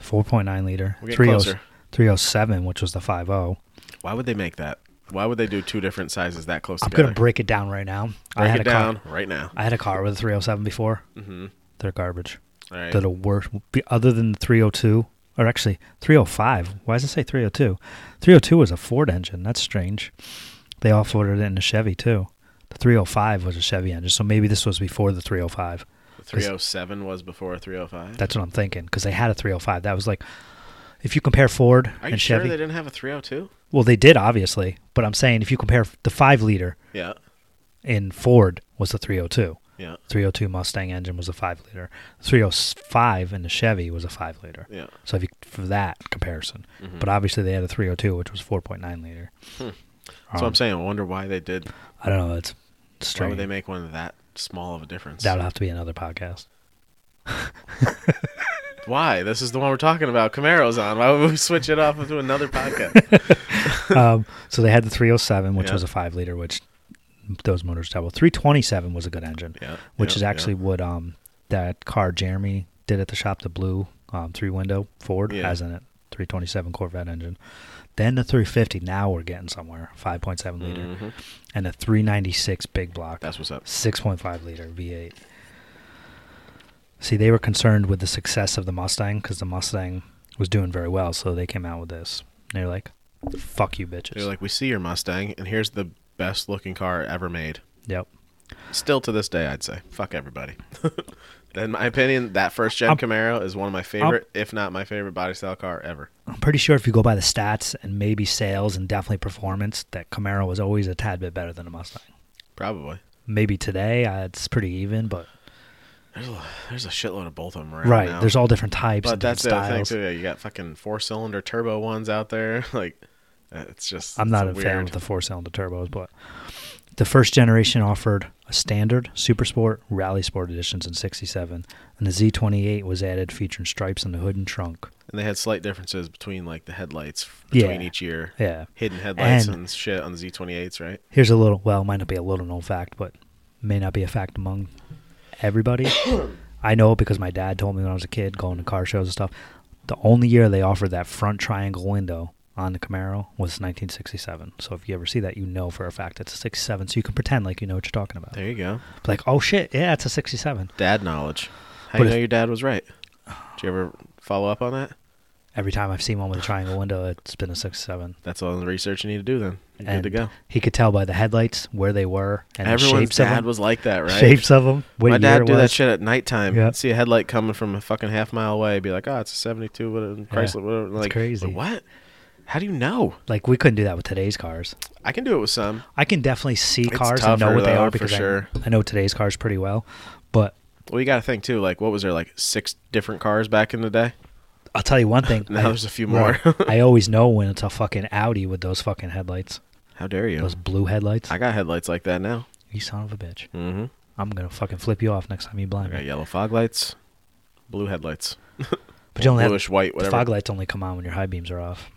Speaker 1: 4.9 liter,
Speaker 2: We're getting
Speaker 1: 30
Speaker 2: Hmm. closer.
Speaker 1: 307, which was the oh. 50.
Speaker 2: Why would they make that? Why would they do two different sizes that close
Speaker 1: I'm
Speaker 2: together?
Speaker 1: going to break it down right now. I
Speaker 2: Break
Speaker 1: had
Speaker 2: it
Speaker 1: a
Speaker 2: down
Speaker 1: car.
Speaker 2: right now.
Speaker 1: I had a car with a 307 before.
Speaker 2: Mm-hmm.
Speaker 1: They're garbage.
Speaker 2: All right.
Speaker 1: They're the worst. be- Other than the 302, or actually 305. Why does it say 302? 302 was a Ford engine. That's strange. They off-ordered it in a Chevy too. The 305 was a Chevy engine, so maybe this was before the 305.
Speaker 2: The 307 was before 305.
Speaker 1: That's what I'm thinking because they had a 305. That was like, if you compare Ford
Speaker 2: Are you
Speaker 1: and
Speaker 2: sure
Speaker 1: Chevy,
Speaker 2: they didn't have a 302?
Speaker 1: well, they did obviously. But I'm saying if you compare the five liter
Speaker 2: Yeah.
Speaker 1: in Ford was oh the 302.
Speaker 2: Yeah.
Speaker 1: 302 Mustang engine was a five liter. 305 in the Chevy was a five liter.
Speaker 2: Yeah. Mm-hmm.
Speaker 1: So if you, for that comparison, but obviously they had a 302, which was 4.9 liter. Um,
Speaker 2: That's what Hmm. I'm saying. I wonder why they did.
Speaker 1: I don't know. It's
Speaker 2: Why
Speaker 1: strange.
Speaker 2: would they make one that small of a difference?
Speaker 1: That'll have to be another podcast.
Speaker 2: [laughs] Why? This is the one we're talking about. Camaro's on. Why would we switch it off into
Speaker 1: [laughs]
Speaker 2: another podcast?
Speaker 1: um, so they had the 307, which
Speaker 2: Yeah.
Speaker 1: was a five liter, which those motors double. 327 was a good engine,
Speaker 2: Yeah,
Speaker 1: which
Speaker 2: yeah,
Speaker 1: is
Speaker 2: yeah.
Speaker 1: actually what um, that car Jeremy did at the shop, the blue um, three window Ford
Speaker 2: Yeah.
Speaker 1: has in it. 327 Corvette engine. Then the 350. Now we're getting somewhere. 5.7 liter, and the 396 big block.
Speaker 2: Mm-hmm. That's what's up.
Speaker 1: 6.5 liter V8. See, they were concerned with the success of the Mustang because the Mustang was doing very well, so they came out with this. And they're like, "Fuck you, bitches."
Speaker 2: They're like, we see your Mustang, and here's the best looking car ever made.
Speaker 1: "Yep."
Speaker 2: Still to this day, I'd say, fuck everybody. [laughs] in my opinion, that first gen
Speaker 1: I'm-
Speaker 2: Camaro is one of my favorite, if not my favorite body style car ever.
Speaker 1: I'm pretty sure if you go by the stats and maybe sales and definitely performance, that Camaro was always a tad bit better than a Mustang.
Speaker 2: Probably.
Speaker 1: Maybe today uh, it's pretty even, but
Speaker 2: There's a shitload of both of them around.
Speaker 1: right,
Speaker 2: now.
Speaker 1: there's all different types
Speaker 2: But
Speaker 1: and
Speaker 2: that's
Speaker 1: different
Speaker 2: the other thing,
Speaker 1: styles.
Speaker 2: too. Yeah, you got fucking four cylinder turbo ones out there. [laughs] Like, uh, it's just.
Speaker 1: I'm not a
Speaker 2: it's
Speaker 1: fan of the four cylinder turbos, but the first generation offered a standard, super sport, rally sport editions in 67, and the Z28 was added featuring stripes on the hood and trunk.
Speaker 2: And they had slight differences between, like, the headlights f-
Speaker 1: Yeah.
Speaker 2: between each year.
Speaker 1: Yeah.
Speaker 2: Hidden headlights
Speaker 1: And-
Speaker 2: and, shit on the Z28s, right?
Speaker 1: Here's a little, well, it might not be a little known fact, but may not be a fact among everybody. I know it because my dad told me when I was a kid going to car shows and stuff. The only year they offered that front triangle window on the Camaro was 1967. So if you ever see that, you know for a fact it's a 67. So you can pretend like you know what you're talking about.
Speaker 2: There you go.
Speaker 1: like, oh shit, yeah, it's a 67.
Speaker 2: Dad knowledge. How
Speaker 1: But
Speaker 2: you
Speaker 1: if-
Speaker 2: know your dad was right? Did you ever follow up on that?
Speaker 1: every time I've seen one with a triangle window, it's been a six seven.
Speaker 2: That's all the research you need to do then. You're good to go.
Speaker 1: He could tell by the headlights where they were and the
Speaker 2: Everyone's
Speaker 1: shapes of
Speaker 2: dad
Speaker 1: them.
Speaker 2: was like that, right?
Speaker 1: Shapes of them. What
Speaker 2: My
Speaker 1: year
Speaker 2: dad
Speaker 1: it
Speaker 2: do that
Speaker 1: was.
Speaker 2: shit at nighttime.
Speaker 1: Yeah.
Speaker 2: See a headlight coming from a fucking half mile away, be like, "Oh, it's a '72 whatever, Chrysler, whatever." Like,
Speaker 1: crazy.
Speaker 2: What? How do you know?
Speaker 1: Like we couldn't do that with today's cars.
Speaker 2: I can do it with some.
Speaker 1: I can definitely see cars and know
Speaker 2: tougher,
Speaker 1: what they
Speaker 2: though,
Speaker 1: are
Speaker 2: for
Speaker 1: because I-
Speaker 2: sure.
Speaker 1: I, know today's cars pretty well. But
Speaker 2: Well, you got to think too. Like, what was there? Like six different cars back in the day.
Speaker 1: I'll tell you one thing.
Speaker 2: [laughs] Now
Speaker 1: I-
Speaker 2: there's a few more. [laughs]
Speaker 1: right, I always know when it's a fucking Audi with those fucking headlights,
Speaker 2: How dare you?
Speaker 1: those blue headlights.
Speaker 2: I got headlights like that now.
Speaker 1: you son of a bitch!
Speaker 2: Mm-hmm.
Speaker 1: I'm gonna fucking flip you off next time you
Speaker 2: I
Speaker 1: blind
Speaker 2: got
Speaker 1: me.
Speaker 2: yellow fog lights, blue headlights,
Speaker 1: But you only have
Speaker 2: bluish white,
Speaker 1: the
Speaker 2: whatever.
Speaker 1: fog lights only come on when your high beams are off.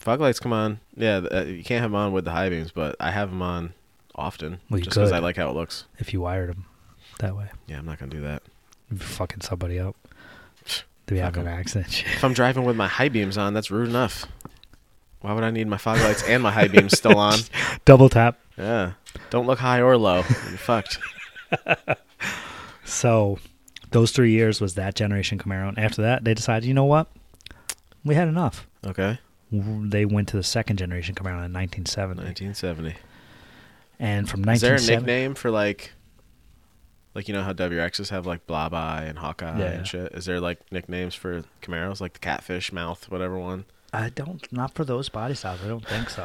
Speaker 2: Fog lights come on. Yeah, th- uh, you can't have them on with the high beams, but I have them on often
Speaker 1: Well, you
Speaker 2: just because
Speaker 1: could.
Speaker 2: I like how it looks.
Speaker 1: If you wired them that way,
Speaker 2: Yeah, I'm not gonna do that.
Speaker 1: you'd be fucking somebody up. They'd be having an accident. [laughs] Shit.
Speaker 2: If I'm driving with my high beams on, that's rude enough. Why would I need my fog lights and my high beams
Speaker 1: [laughs]
Speaker 2: still on?
Speaker 1: Double tap.
Speaker 2: Yeah, don't look high or low. You're fucked.
Speaker 1: So those three years was that generation Camaro, and after that they decided, you know what, we had enough.
Speaker 2: Okay,
Speaker 1: They went to the second generation Camaro in 1970,
Speaker 2: 1970.
Speaker 1: and from
Speaker 2: Is there a
Speaker 1: 1970,
Speaker 2: nickname for like, like you know how WRXs have like Blah Bye and Hawkeye
Speaker 1: Yeah.
Speaker 2: and shit? Is there like nicknames for Camaros like the Catfish Mouth, whatever one?
Speaker 1: I don't, not for those body styles. I don't think so.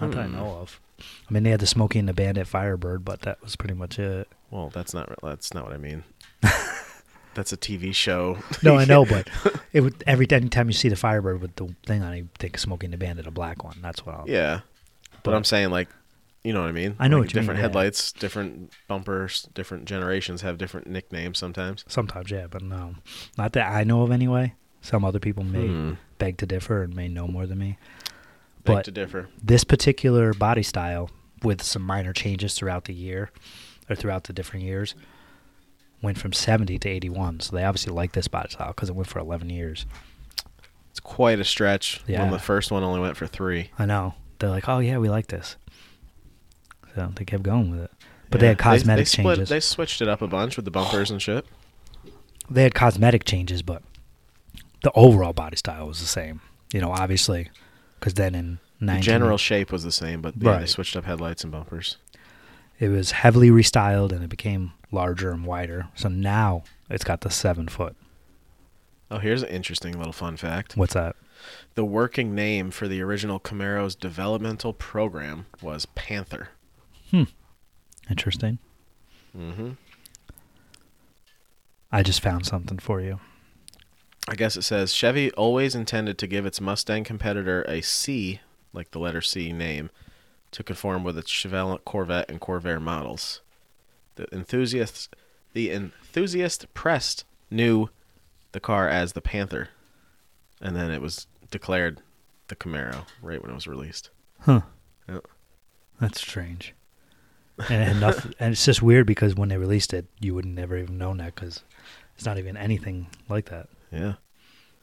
Speaker 1: Not
Speaker 2: Hmm.
Speaker 1: that I know of. I mean, they had the Smokey and the Bandit Firebird, but that was pretty much
Speaker 2: [laughs]
Speaker 1: it.
Speaker 2: Well, that's not re- that's not what
Speaker 1: [laughs]
Speaker 2: I mean. that's a TV show.
Speaker 1: No, I know, but it would every any time you see the Firebird with the thing on, it, you think Smokey and the Bandit, a black one. That's what I'll.
Speaker 2: [laughs] Yeah, but, I'm saying like, you know what I mean.
Speaker 1: I know
Speaker 2: Like,
Speaker 1: what you mean,
Speaker 2: different
Speaker 1: yeah.
Speaker 2: headlights, different bumpers, different generations have different nicknames sometimes.
Speaker 1: Sometimes, yeah, but no, not that I know of anyway. Some other people may
Speaker 2: Hmm.
Speaker 1: beg to differ and may know more than me.
Speaker 2: Beg
Speaker 1: But-
Speaker 2: to differ.
Speaker 1: This particular body style, with some minor changes throughout the year or throughout the different years, went from 70 to 81. So they obviously like this body style because it went for 11 years.
Speaker 2: It's quite a stretch.
Speaker 1: Yeah.
Speaker 2: When the first one only went for three.
Speaker 1: I know. They're like, oh, yeah, we like this. So they kept going with it. But they
Speaker 2: Yeah.
Speaker 1: had cosmetic
Speaker 2: they split-
Speaker 1: changes.
Speaker 2: They switched it up a bunch with the bumpers and shit.
Speaker 1: they had cosmetic changes, but the overall body style was the same. You know, obviously, because then in
Speaker 2: The
Speaker 1: 19,
Speaker 2: general shape was the same, but yeah, they
Speaker 1: Right.
Speaker 2: switched up headlights and bumpers.
Speaker 1: it was heavily restyled and it became larger and wider. So now it's got the seven foot.
Speaker 2: Oh, here's an interesting little fun fact.
Speaker 1: What's that?
Speaker 2: The working name for the original Camaro's developmental program was Panther.
Speaker 1: Interesting.
Speaker 2: Mm-hmm.
Speaker 1: I just found something for you.
Speaker 2: I guess it says Chevy always intended to give its Mustang competitor a C, like the letter C name, to conform with its Chevelle Corvette and Corvair models. The enthusiasts, the enthusiast pressed knew the car as the Panther, and then it was declared the Camaro right when it was released.
Speaker 1: Huh.
Speaker 2: Yep.
Speaker 1: That's strange. And, it had
Speaker 2: [laughs]
Speaker 1: noth- and it's just weird because when they released it, you would never even known that because it's not even anything like that.
Speaker 2: Yeah.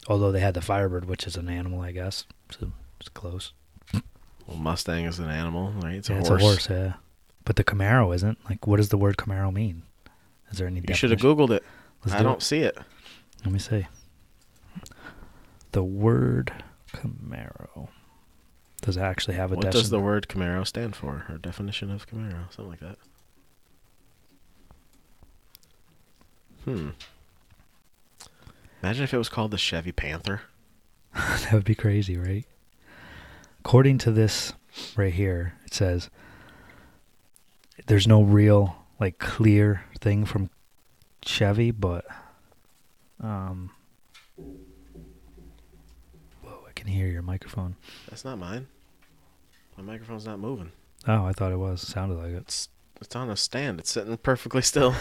Speaker 1: Although they had the Firebird, which is an animal, I guess. So it's close.
Speaker 2: Well, Mustang is an animal, right? It's,
Speaker 1: yeah,
Speaker 2: a,
Speaker 1: it's
Speaker 2: horse.
Speaker 1: a horse, yeah. But the Camaro isn't. Like, what does the word Camaro mean? Is there any
Speaker 2: You should have
Speaker 1: definition?
Speaker 2: Googled it.
Speaker 1: Let's
Speaker 2: I
Speaker 1: do
Speaker 2: don't
Speaker 1: it.
Speaker 2: see it.
Speaker 1: Let me see. The word Camaro. Does it actually have a
Speaker 2: What does
Speaker 1: definition? [laughs]
Speaker 2: the word Camaro stand for? Or definition of Camaro? Something like that. Hmm. Imagine if it was called the Chevy Panther.
Speaker 1: that would be crazy, right? According to this right here, it says there's no real like clear thing from Chevy, but um Whoa, I can hear your microphone.
Speaker 2: That's not mine. My microphone's not moving.
Speaker 1: Oh, I thought it was. Sounded like it.
Speaker 2: It's it's on a stand. It's sitting perfectly still.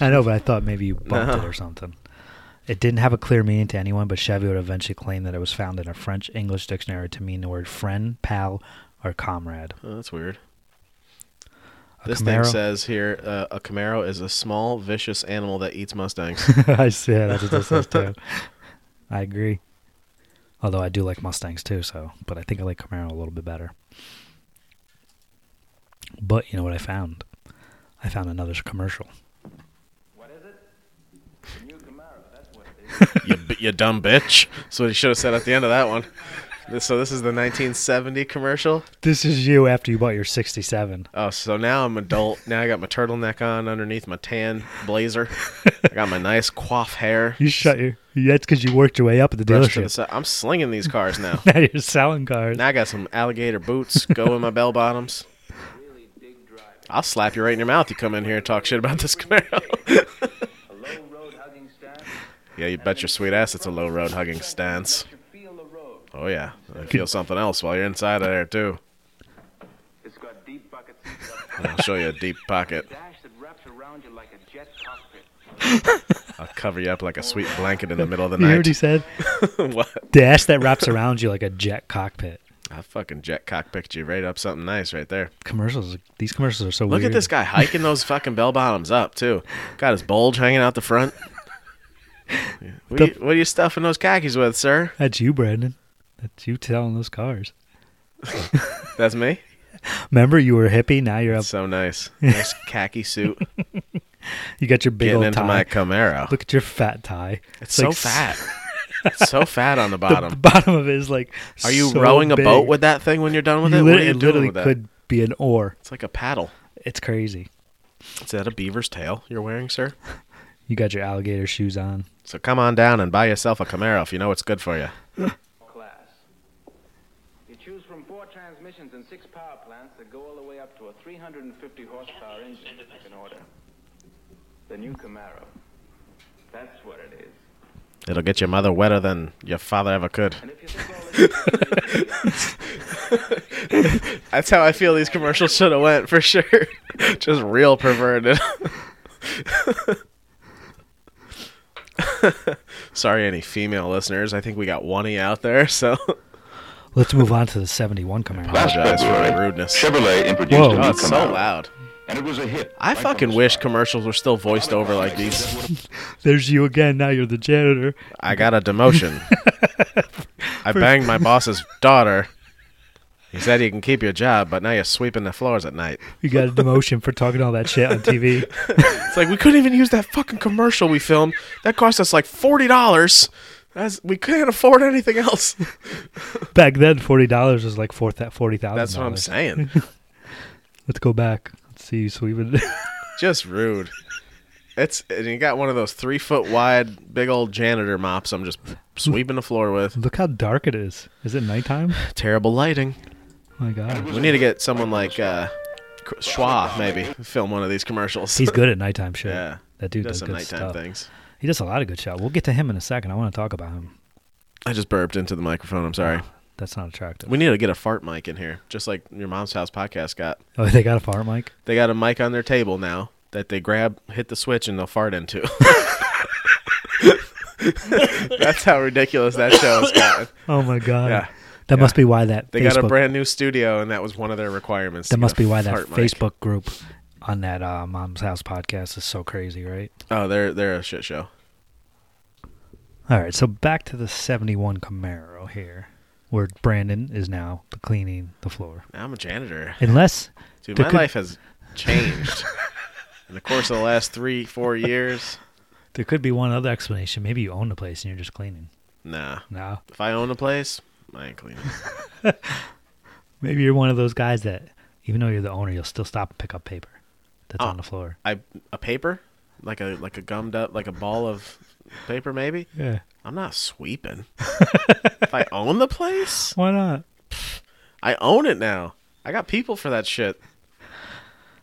Speaker 1: I know, but I thought maybe
Speaker 2: [laughs]
Speaker 1: you bumped it
Speaker 2: No.
Speaker 1: or something. It didn't have a clear meaning to anyone, but Chevy would eventually claim that it was found in a French English dictionary to mean the word friend, pal, or comrade.
Speaker 2: oh, that's weird.
Speaker 1: A
Speaker 2: this thing says here uh, a Camaro is a small, vicious animal that eats Mustangs.
Speaker 1: [laughs] [laughs] I see. Yeah, that's what this says
Speaker 2: [laughs]
Speaker 1: too. I agree. Although I do like Mustangs too, so but I think I like Camaro a little bit better. But you know what I found? I found another commercial.
Speaker 5: What is it? The new Camaro, that's what it is.
Speaker 2: you it, you dumb bitch. That's what he should have said at the end of that one. This- So this is the 1970 commercial.
Speaker 1: This is you after you bought your 67.
Speaker 2: Oh, so now I'm adult. Now I got my turtleneck on underneath my tan blazer. I got my nice coif hair.
Speaker 1: You shut your. That's because you worked your way up at the
Speaker 2: brushed to the
Speaker 1: dealership.
Speaker 2: side. I'm slinging these
Speaker 1: [laughs]
Speaker 2: cars now.
Speaker 1: Now you're selling cars.
Speaker 2: Now I got some alligator boots. Go in my bell bottoms. I'll slap you right in your mouth. You come in here and talk shit about this Camaro. [laughs] yeah, you bet your sweet ass it's a low road hugging stance. Oh yeah, I feel something else while you're inside of there too.
Speaker 5: It's got [laughs] deep buckets
Speaker 2: And I'll show you a deep pocket.
Speaker 5: dash that wraps around you like a jet cockpit.
Speaker 2: I'll cover you up like a sweet blanket in the middle of the
Speaker 1: you heard
Speaker 2: night.
Speaker 1: what he said?
Speaker 2: [laughs] what?
Speaker 1: Dash that wraps around you like a jet cockpit.
Speaker 2: I fucking jet cockpicked you right up something nice right there.
Speaker 1: Commercials. These commercials are so
Speaker 2: Look
Speaker 1: weird.
Speaker 2: at this guy hiking those fucking bell bottoms up too. Got his bulge hanging out the front. [laughs] What,
Speaker 1: The-
Speaker 2: you, what are you stuffing those khakis with, sir?
Speaker 1: That's you, Brandon. That's you selling those cars.
Speaker 2: That's me.
Speaker 1: Remember, you were a hippie. Now you're up.
Speaker 2: So nice, nice khaki [laughs] suit.
Speaker 1: You got your big
Speaker 2: Getting
Speaker 1: old
Speaker 2: into
Speaker 1: tie.
Speaker 2: my
Speaker 1: [laughs]
Speaker 2: Camaro.
Speaker 1: Look at your fat tie.
Speaker 2: it's so
Speaker 1: like s-
Speaker 2: fat.
Speaker 1: [laughs]
Speaker 2: It's so fat on the
Speaker 1: The, the [laughs]
Speaker 2: bottom.
Speaker 1: bottom of it is like.
Speaker 2: are you
Speaker 1: so
Speaker 2: rowing a
Speaker 1: big.
Speaker 2: boat with that thing when you're done with
Speaker 1: You
Speaker 2: it?
Speaker 1: lit-
Speaker 2: what are you
Speaker 1: it
Speaker 2: doing
Speaker 1: literally
Speaker 2: with that?
Speaker 1: could be an oar.
Speaker 2: It's like a paddle.
Speaker 1: It's crazy.
Speaker 2: Is that a beaver's tail you're wearing, sir?
Speaker 1: You got your alligator shoes on.
Speaker 2: So come on down and buy yourself a Camaro if you know it's good for you.
Speaker 5: Class. You choose from four transmissions and six power plants that go all the way up to a 350 horsepower engine that you can order. The new Camaro. That's what it is.
Speaker 2: It'll get your mother wetter than your father ever could.
Speaker 5: And if you think
Speaker 1: [laughs]
Speaker 5: all this
Speaker 2: That's how I feel these commercials should have went for sure. Just real perverted. Sorry, any female listeners. I think we got one of you out there, so
Speaker 1: Let's move on to the 71 Camaro.
Speaker 2: apologize for my rudeness. Oh,
Speaker 6: Chevrolet introduced
Speaker 1: Whoa.
Speaker 6: a new
Speaker 1: Oh,
Speaker 2: it's so
Speaker 6: Camaro,
Speaker 2: loud.
Speaker 6: and it was a hit.
Speaker 2: I
Speaker 6: right from
Speaker 2: fucking
Speaker 6: the
Speaker 2: wish
Speaker 6: start.
Speaker 2: commercials were still voiced over like these.
Speaker 1: There's you again. Now you're the janitor.
Speaker 2: I got a demotion. I banged my boss's daughter. He said you can keep your job, but now you're sweeping the floors at night.
Speaker 1: You got a demotion for talking all that shit on
Speaker 2: [laughs]
Speaker 1: TV.
Speaker 2: It's like we couldn't even use that fucking commercial we filmed. That cost us like forty dollars. That's we couldn't afford anything else. [laughs]
Speaker 1: Back then, forty dollars was like four forty thousand.
Speaker 2: That's what
Speaker 1: [laughs]
Speaker 2: I'm saying.
Speaker 1: Let's go back. Let's see. So we would.
Speaker 2: Just rude. It's and you got one of those three foot wide big old janitor mops. I'm just sweeping the floor
Speaker 1: [laughs]
Speaker 2: with
Speaker 1: Look how dark it is. Is it nighttime?
Speaker 2: terrible lighting.
Speaker 1: my God.
Speaker 2: We need to get someone like uh, Qu- Schwa maybe film one of these commercials. [laughs]
Speaker 1: He's good at nighttime shit.
Speaker 2: Yeah.
Speaker 1: That dude
Speaker 2: He
Speaker 1: does,
Speaker 2: does some
Speaker 1: good
Speaker 2: nighttime
Speaker 1: stuff.
Speaker 2: things.
Speaker 1: He does a lot of good shit. We'll get to him in a second. I want to talk about him.
Speaker 2: I just burped into the microphone. I'm sorry.
Speaker 1: That's not attractive.
Speaker 2: We need to get a fart mic in here, just like your mom's house podcast got.
Speaker 1: oh, they got a fart mic.
Speaker 2: They got a mic on their table now that they grab, hit the switch, and they'll fart into. [laughs] That's how ridiculous that show has gotten.
Speaker 1: Oh
Speaker 2: [laughs]
Speaker 1: my God.
Speaker 2: Yeah.
Speaker 1: That must be why that
Speaker 2: They
Speaker 1: Facebook.
Speaker 2: got a brand new studio, and that was one of their requirements. to
Speaker 1: that
Speaker 2: get
Speaker 1: must
Speaker 2: a
Speaker 1: be why that
Speaker 2: fart mic.
Speaker 1: Facebook group on that uh, Mom's House podcast is so crazy, right?
Speaker 2: Oh, they're they're a shit show.
Speaker 1: All right, so back to the 71 Camaro here, where Brandon is now cleaning the floor.
Speaker 2: Now I'm a janitor.
Speaker 1: Unless
Speaker 2: Dude,
Speaker 1: there
Speaker 2: my
Speaker 1: could-
Speaker 2: life has changed in the course of the last three, four years.
Speaker 1: [laughs] there could be one other explanation. Maybe you own the place and you're just cleaning.
Speaker 2: Nah,
Speaker 1: No,
Speaker 2: if I own a place, I ain't cleaning.
Speaker 1: maybe you're one of those guys that, even though you're the owner, you'll still stop and pick up paper that's
Speaker 2: Oh.
Speaker 1: on the floor.
Speaker 2: I a paper, like a like a gummed up, like a ball of paper, maybe.
Speaker 1: Yeah,
Speaker 2: I'm
Speaker 1: [laughs]
Speaker 2: not sweeping. if I own the place,
Speaker 1: why not?
Speaker 2: I own it now. I got people for that shit.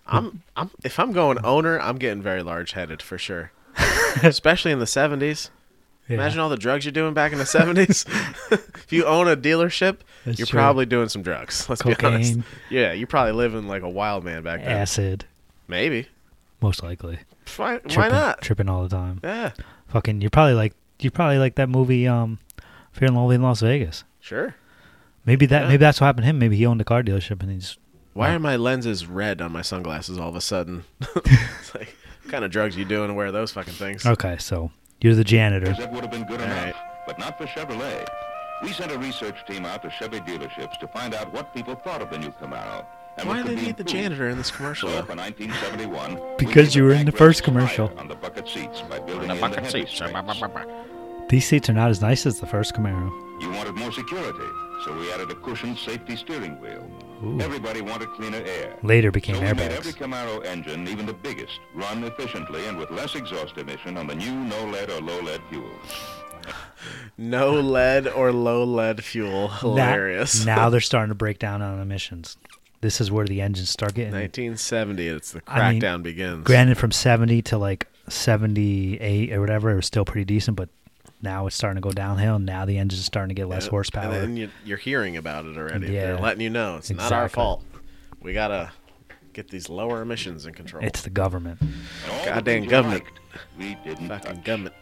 Speaker 2: I'm I'm if I'm going owner, I'm getting very large headed
Speaker 1: [laughs]
Speaker 2: for sure. Especially in the 70s.
Speaker 1: Yeah.
Speaker 2: Imagine all the drugs you're doing back in
Speaker 1: [laughs]
Speaker 2: the 70s. if you own a dealership,
Speaker 1: That's
Speaker 2: you're
Speaker 1: true.
Speaker 2: probably doing some drugs. Let's be honest.
Speaker 1: Cocaine.
Speaker 2: Yeah, you're probably living like a wild man back then.
Speaker 1: acid,
Speaker 2: Maybe.
Speaker 1: most likely.
Speaker 2: Why, why
Speaker 1: Tripping-
Speaker 2: not?
Speaker 1: tripping all the time?
Speaker 2: Yeah,
Speaker 1: Fucking, you're probably like you're probably like that movie, um, Fear and Loathing in Las Vegas.
Speaker 2: sure.
Speaker 1: Maybe that
Speaker 2: Yeah.
Speaker 1: maybe that's what happened to him. Maybe he owned a car dealership and he just
Speaker 2: Why are my lenses red on my sunglasses all of a sudden? [laughs] it's like, what kind of drugs you doing to wear those fucking things?
Speaker 1: okay. So you're the janitor.
Speaker 6: That would have been good
Speaker 2: right.
Speaker 6: enough, but not for Chevrolet. We sent a research team out to Chevy dealerships to find out what people thought of the new Camaro. And
Speaker 2: Why
Speaker 6: what
Speaker 2: do they
Speaker 6: could be
Speaker 2: need the
Speaker 6: improved.
Speaker 2: janitor in this commercial?
Speaker 6: So
Speaker 2: though?
Speaker 6: [laughs] for 1971, we
Speaker 1: Because
Speaker 6: gave
Speaker 1: you
Speaker 6: a
Speaker 1: were in the
Speaker 6: bankrupt
Speaker 1: first
Speaker 6: supplier
Speaker 1: commercial.
Speaker 6: On the bucket seats by building
Speaker 7: the
Speaker 6: in
Speaker 7: bucket
Speaker 6: heavy
Speaker 7: seats.
Speaker 6: springs.
Speaker 1: These seats are not as nice as the first Camaro.
Speaker 6: You wanted more security, so we added a cushioned safety steering wheel.
Speaker 1: Ooh.
Speaker 6: Everybody wanted cleaner air.
Speaker 1: Later became
Speaker 6: so we made every
Speaker 1: airbags.
Speaker 6: Camaro engine, even the biggest, run efficiently and with less exhaust emission on the new no lead or low lead fuel.
Speaker 2: No lead or low lead fuel.
Speaker 1: Na- [laughs]
Speaker 2: Hilarious. [laughs]
Speaker 1: Now, they're starting to break down on emissions. This is where the engines start getting
Speaker 2: 1970. It's the
Speaker 1: I mean,
Speaker 2: crackdown begins.
Speaker 1: granted from 70 to like 78 or whatever it was still pretty decent but now it's starting to go downhill and now the engine's starting to get less horsepower
Speaker 2: And then you, you're hearing about it already.
Speaker 1: Yeah.
Speaker 2: They're letting you know it's not our
Speaker 1: Exactly.
Speaker 2: fault. We gotta get these lower emissions in control.
Speaker 1: it's the government
Speaker 6: And all the
Speaker 2: Goddamn
Speaker 6: things you
Speaker 2: government.
Speaker 6: liked, we
Speaker 2: fucking
Speaker 6: didn't touch.
Speaker 2: government.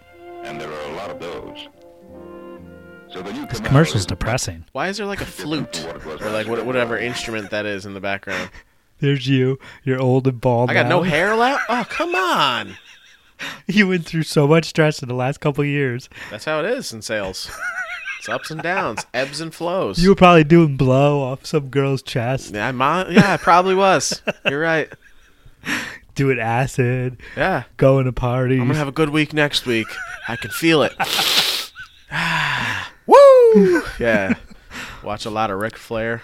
Speaker 6: And there are a lot of those. So the new
Speaker 1: this
Speaker 6: Camaro
Speaker 1: commercial's
Speaker 6: is
Speaker 1: depressing
Speaker 2: Why is there like a flute
Speaker 6: Different from what it was
Speaker 2: or like
Speaker 6: last
Speaker 2: what,
Speaker 6: year.
Speaker 2: whatever instrument that is in the background?
Speaker 1: [laughs] there's you you're old and bald
Speaker 2: I got no
Speaker 1: now.
Speaker 2: hair left.
Speaker 1: [laughs]
Speaker 2: Oh come on!
Speaker 1: you went through so much stress in the last couple of years
Speaker 2: That's how it is in sales. It's ups
Speaker 1: [laughs]
Speaker 2: and downs, ebbs and flows.
Speaker 1: you were probably doing blow off some girl's chest
Speaker 2: yeah, I, mi- yeah, I probably was. You're right.
Speaker 1: [laughs] doing acid
Speaker 2: Yeah.
Speaker 1: going to parties
Speaker 2: I'm gonna have a good week next week. I can
Speaker 1: [laughs]
Speaker 2: feel it. [sighs] Woo! Yeah. Watch a lot of Ric Flair.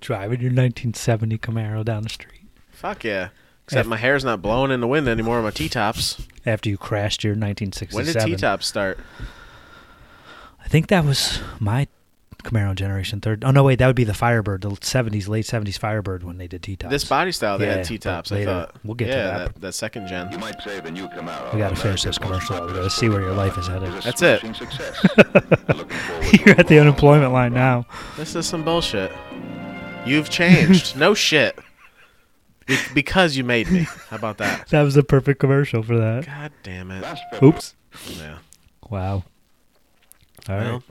Speaker 1: driving your 1970 camaro down the street
Speaker 2: Fuck yeah. Except my hair's not blowing in the wind anymore on my T tops.
Speaker 1: after you crashed your
Speaker 2: When
Speaker 1: 1967
Speaker 2: did T tops start?
Speaker 1: I think that was my Camaro generation third. Oh no, wait, that would be the Firebird, the seventies, late seventies Firebird when they did T tops.
Speaker 2: This body style, they
Speaker 1: Yeah,
Speaker 2: had T tops,
Speaker 1: but
Speaker 2: I
Speaker 1: later.
Speaker 2: thought.
Speaker 1: We'll get to
Speaker 2: yeah,
Speaker 1: that.
Speaker 2: that. second
Speaker 6: You
Speaker 2: gen.
Speaker 6: might say the new Camaro.
Speaker 1: we gotta finish this commercial. out. We gotta see where your life is headed.
Speaker 6: is a
Speaker 2: That's it.
Speaker 6: smashing Success. [laughs] And looking forward to
Speaker 1: [laughs] You're
Speaker 6: a
Speaker 1: at the
Speaker 6: long,
Speaker 1: unemployment line now.
Speaker 2: This is some bullshit. You've changed. no shit. Be- because you made me. How about that?
Speaker 1: That was the perfect commercial for that.
Speaker 2: God damn [laughs] it.
Speaker 6: Last February,
Speaker 1: Oops.
Speaker 2: Yeah.
Speaker 1: Wow. All right.
Speaker 2: Well,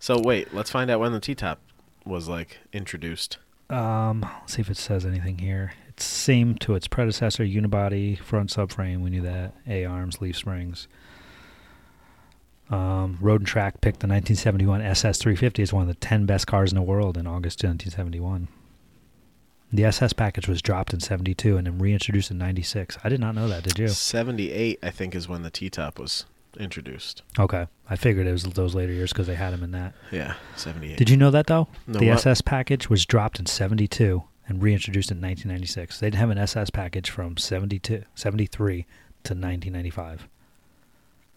Speaker 2: so wait, let's find out when the T top was like introduced.
Speaker 1: Um, let's see if it says anything here. It's same to its predecessor, unibody, front subframe. We knew that. A arms, leaf springs. Um, Road and Track picked the 1971 SS350 as one of the 10 best cars in the world in August 1971. The SS package was dropped in 72 and then reintroduced in 96. I did not know that, did you?
Speaker 2: 78, I think, is when the T top was introduced.
Speaker 1: Okay. I figured it was those later years because they had them in that.
Speaker 2: Yeah, 78.
Speaker 1: Did you know that though?
Speaker 2: No,
Speaker 1: the
Speaker 2: what?
Speaker 1: SS package was dropped in 72 and reintroduced in 1996. They didn't have an SS package from 72, 73 to 1995.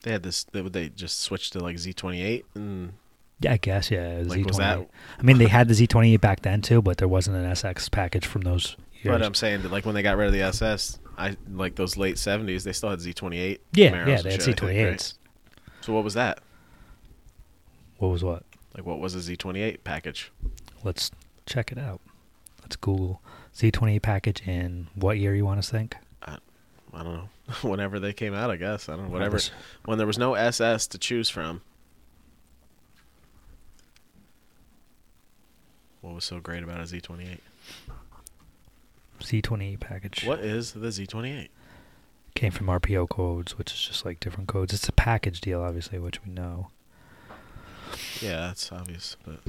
Speaker 2: they had this, they, would they just switch to like Z28? And
Speaker 1: Yeah, I guess yeah.
Speaker 2: Like,
Speaker 1: Z28.
Speaker 2: was that-
Speaker 1: I mean, they had the Z28 back then too, but there wasn't an SX package from those years.
Speaker 2: But um, I'm saying that like when they got rid of the SS, I like those late 70s, they still had Z28.
Speaker 1: yeah,
Speaker 2: Camaros
Speaker 1: yeah,
Speaker 2: and
Speaker 1: they had
Speaker 2: shit, I think,
Speaker 1: Z28s.
Speaker 2: right? So what was that?
Speaker 1: What was what?
Speaker 2: Like what was a Z28 package?
Speaker 1: Let's check it out. Let's Google Z28 package in what year you want us to think.
Speaker 2: I don't know. [laughs] Whenever they came out, I guess. I don't know. Whatever.
Speaker 1: was-
Speaker 2: When there was no SS to choose from. What was so great about a Z28?
Speaker 1: Z28 package.
Speaker 2: What is the Z28?
Speaker 1: came from RPO codes, which is just like different codes. It's a package deal, obviously, which we know.
Speaker 2: Yeah, that's obvious, but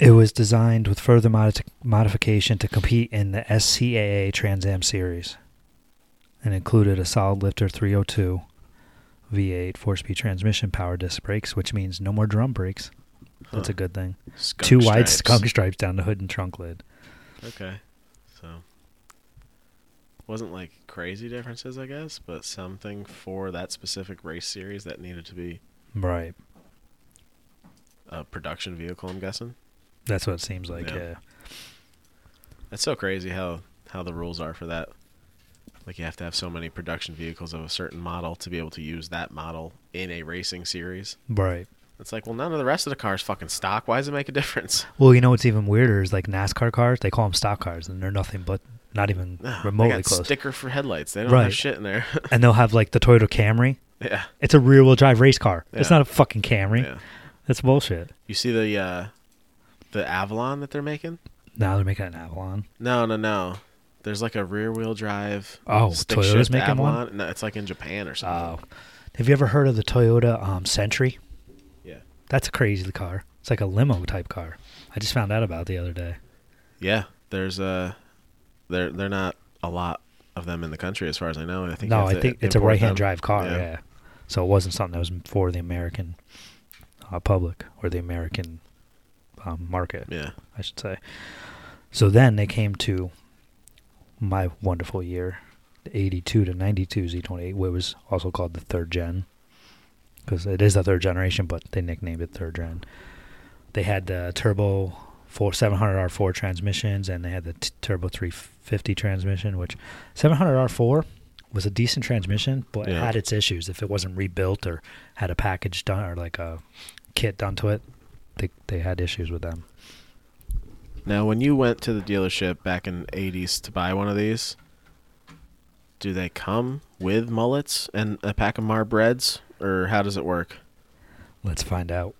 Speaker 1: It was designed with further modi- modification to compete in the SCAA Trans Am series and included a solid lifter 302 V8 four speed transmission power disc brakes, which means no more drum brakes. That's
Speaker 2: Huh.
Speaker 1: a good thing.
Speaker 2: skunk
Speaker 1: Two wide [laughs]
Speaker 2: stripes.
Speaker 1: skunk stripes down the hood and trunk lid.
Speaker 2: Okay. So wasn't like crazy differences, I guess, but something for that specific race series that needed to be
Speaker 1: Right.
Speaker 2: a production vehicle, I'm guessing.
Speaker 1: That's what it seems like.
Speaker 2: Yeah.
Speaker 1: Yeah.
Speaker 2: That's so crazy how how the rules are for that. Like you have to have so many production vehicles of a certain model to be able to use that model in a racing series.
Speaker 1: Right.
Speaker 2: It's like, well, none of the rest of the cars fucking stock. Why does it make a difference? [laughs]
Speaker 1: Well, you know what's even weirder is like NASCAR cars, they call them stock cars, and they're nothing but not even
Speaker 2: Nah, Ah, they
Speaker 1: remotely
Speaker 2: got
Speaker 1: close.
Speaker 2: sticker for headlights. They don't
Speaker 1: Right.
Speaker 2: have shit in there. [laughs]
Speaker 1: and they'll have like the Toyota Camry.
Speaker 2: yeah,
Speaker 1: It's a rear wheel drive race car. It's
Speaker 2: Yeah.
Speaker 1: not a fucking Camry.
Speaker 2: yeah.
Speaker 1: That's bullshit.
Speaker 2: You see the uh, the Avalon that they're making?
Speaker 1: Now they're making an Avalon.
Speaker 2: No, no, no. There's like a rear wheel drive.
Speaker 1: Oh,
Speaker 2: stick
Speaker 1: Toyota's
Speaker 2: shift
Speaker 1: making one? Oh.
Speaker 2: Avalon. No, it's like in Japan or something.
Speaker 1: Have you ever heard of the Toyota um, Sentry?
Speaker 2: Yeah.
Speaker 1: That's a crazy car. It's like a limo type car. I just found out about it the other day.
Speaker 2: Yeah, there's a there they're not a lot of them in the country as far as I know. I think you
Speaker 1: no,
Speaker 2: have
Speaker 1: I
Speaker 2: to
Speaker 1: think it's a
Speaker 2: import
Speaker 1: right hand
Speaker 2: them.
Speaker 1: drive car. Yeah.
Speaker 2: Yeah.
Speaker 1: So it wasn't something that was for the American uh, public or the American um, market,
Speaker 2: Yeah.
Speaker 1: I should say. So then they came to my wonderful year, the 82 to 92 Z28, which was also called the third gen because it is the third generation, but they nicknamed it third gen. They had the turbo four 700R4 transmissions and they had the t- turbo 350 transmission, which 700R4 was a decent transmission, but it
Speaker 2: Yeah.
Speaker 1: had its issues. If it wasn't rebuilt or had a package done or like a kit done to it, they, they had issues with them.
Speaker 2: Now, when you went to the dealership back in the 80s to buy one of these, do they come with mullets and a pack of Mar breads, or how does it work?
Speaker 1: Let's find out.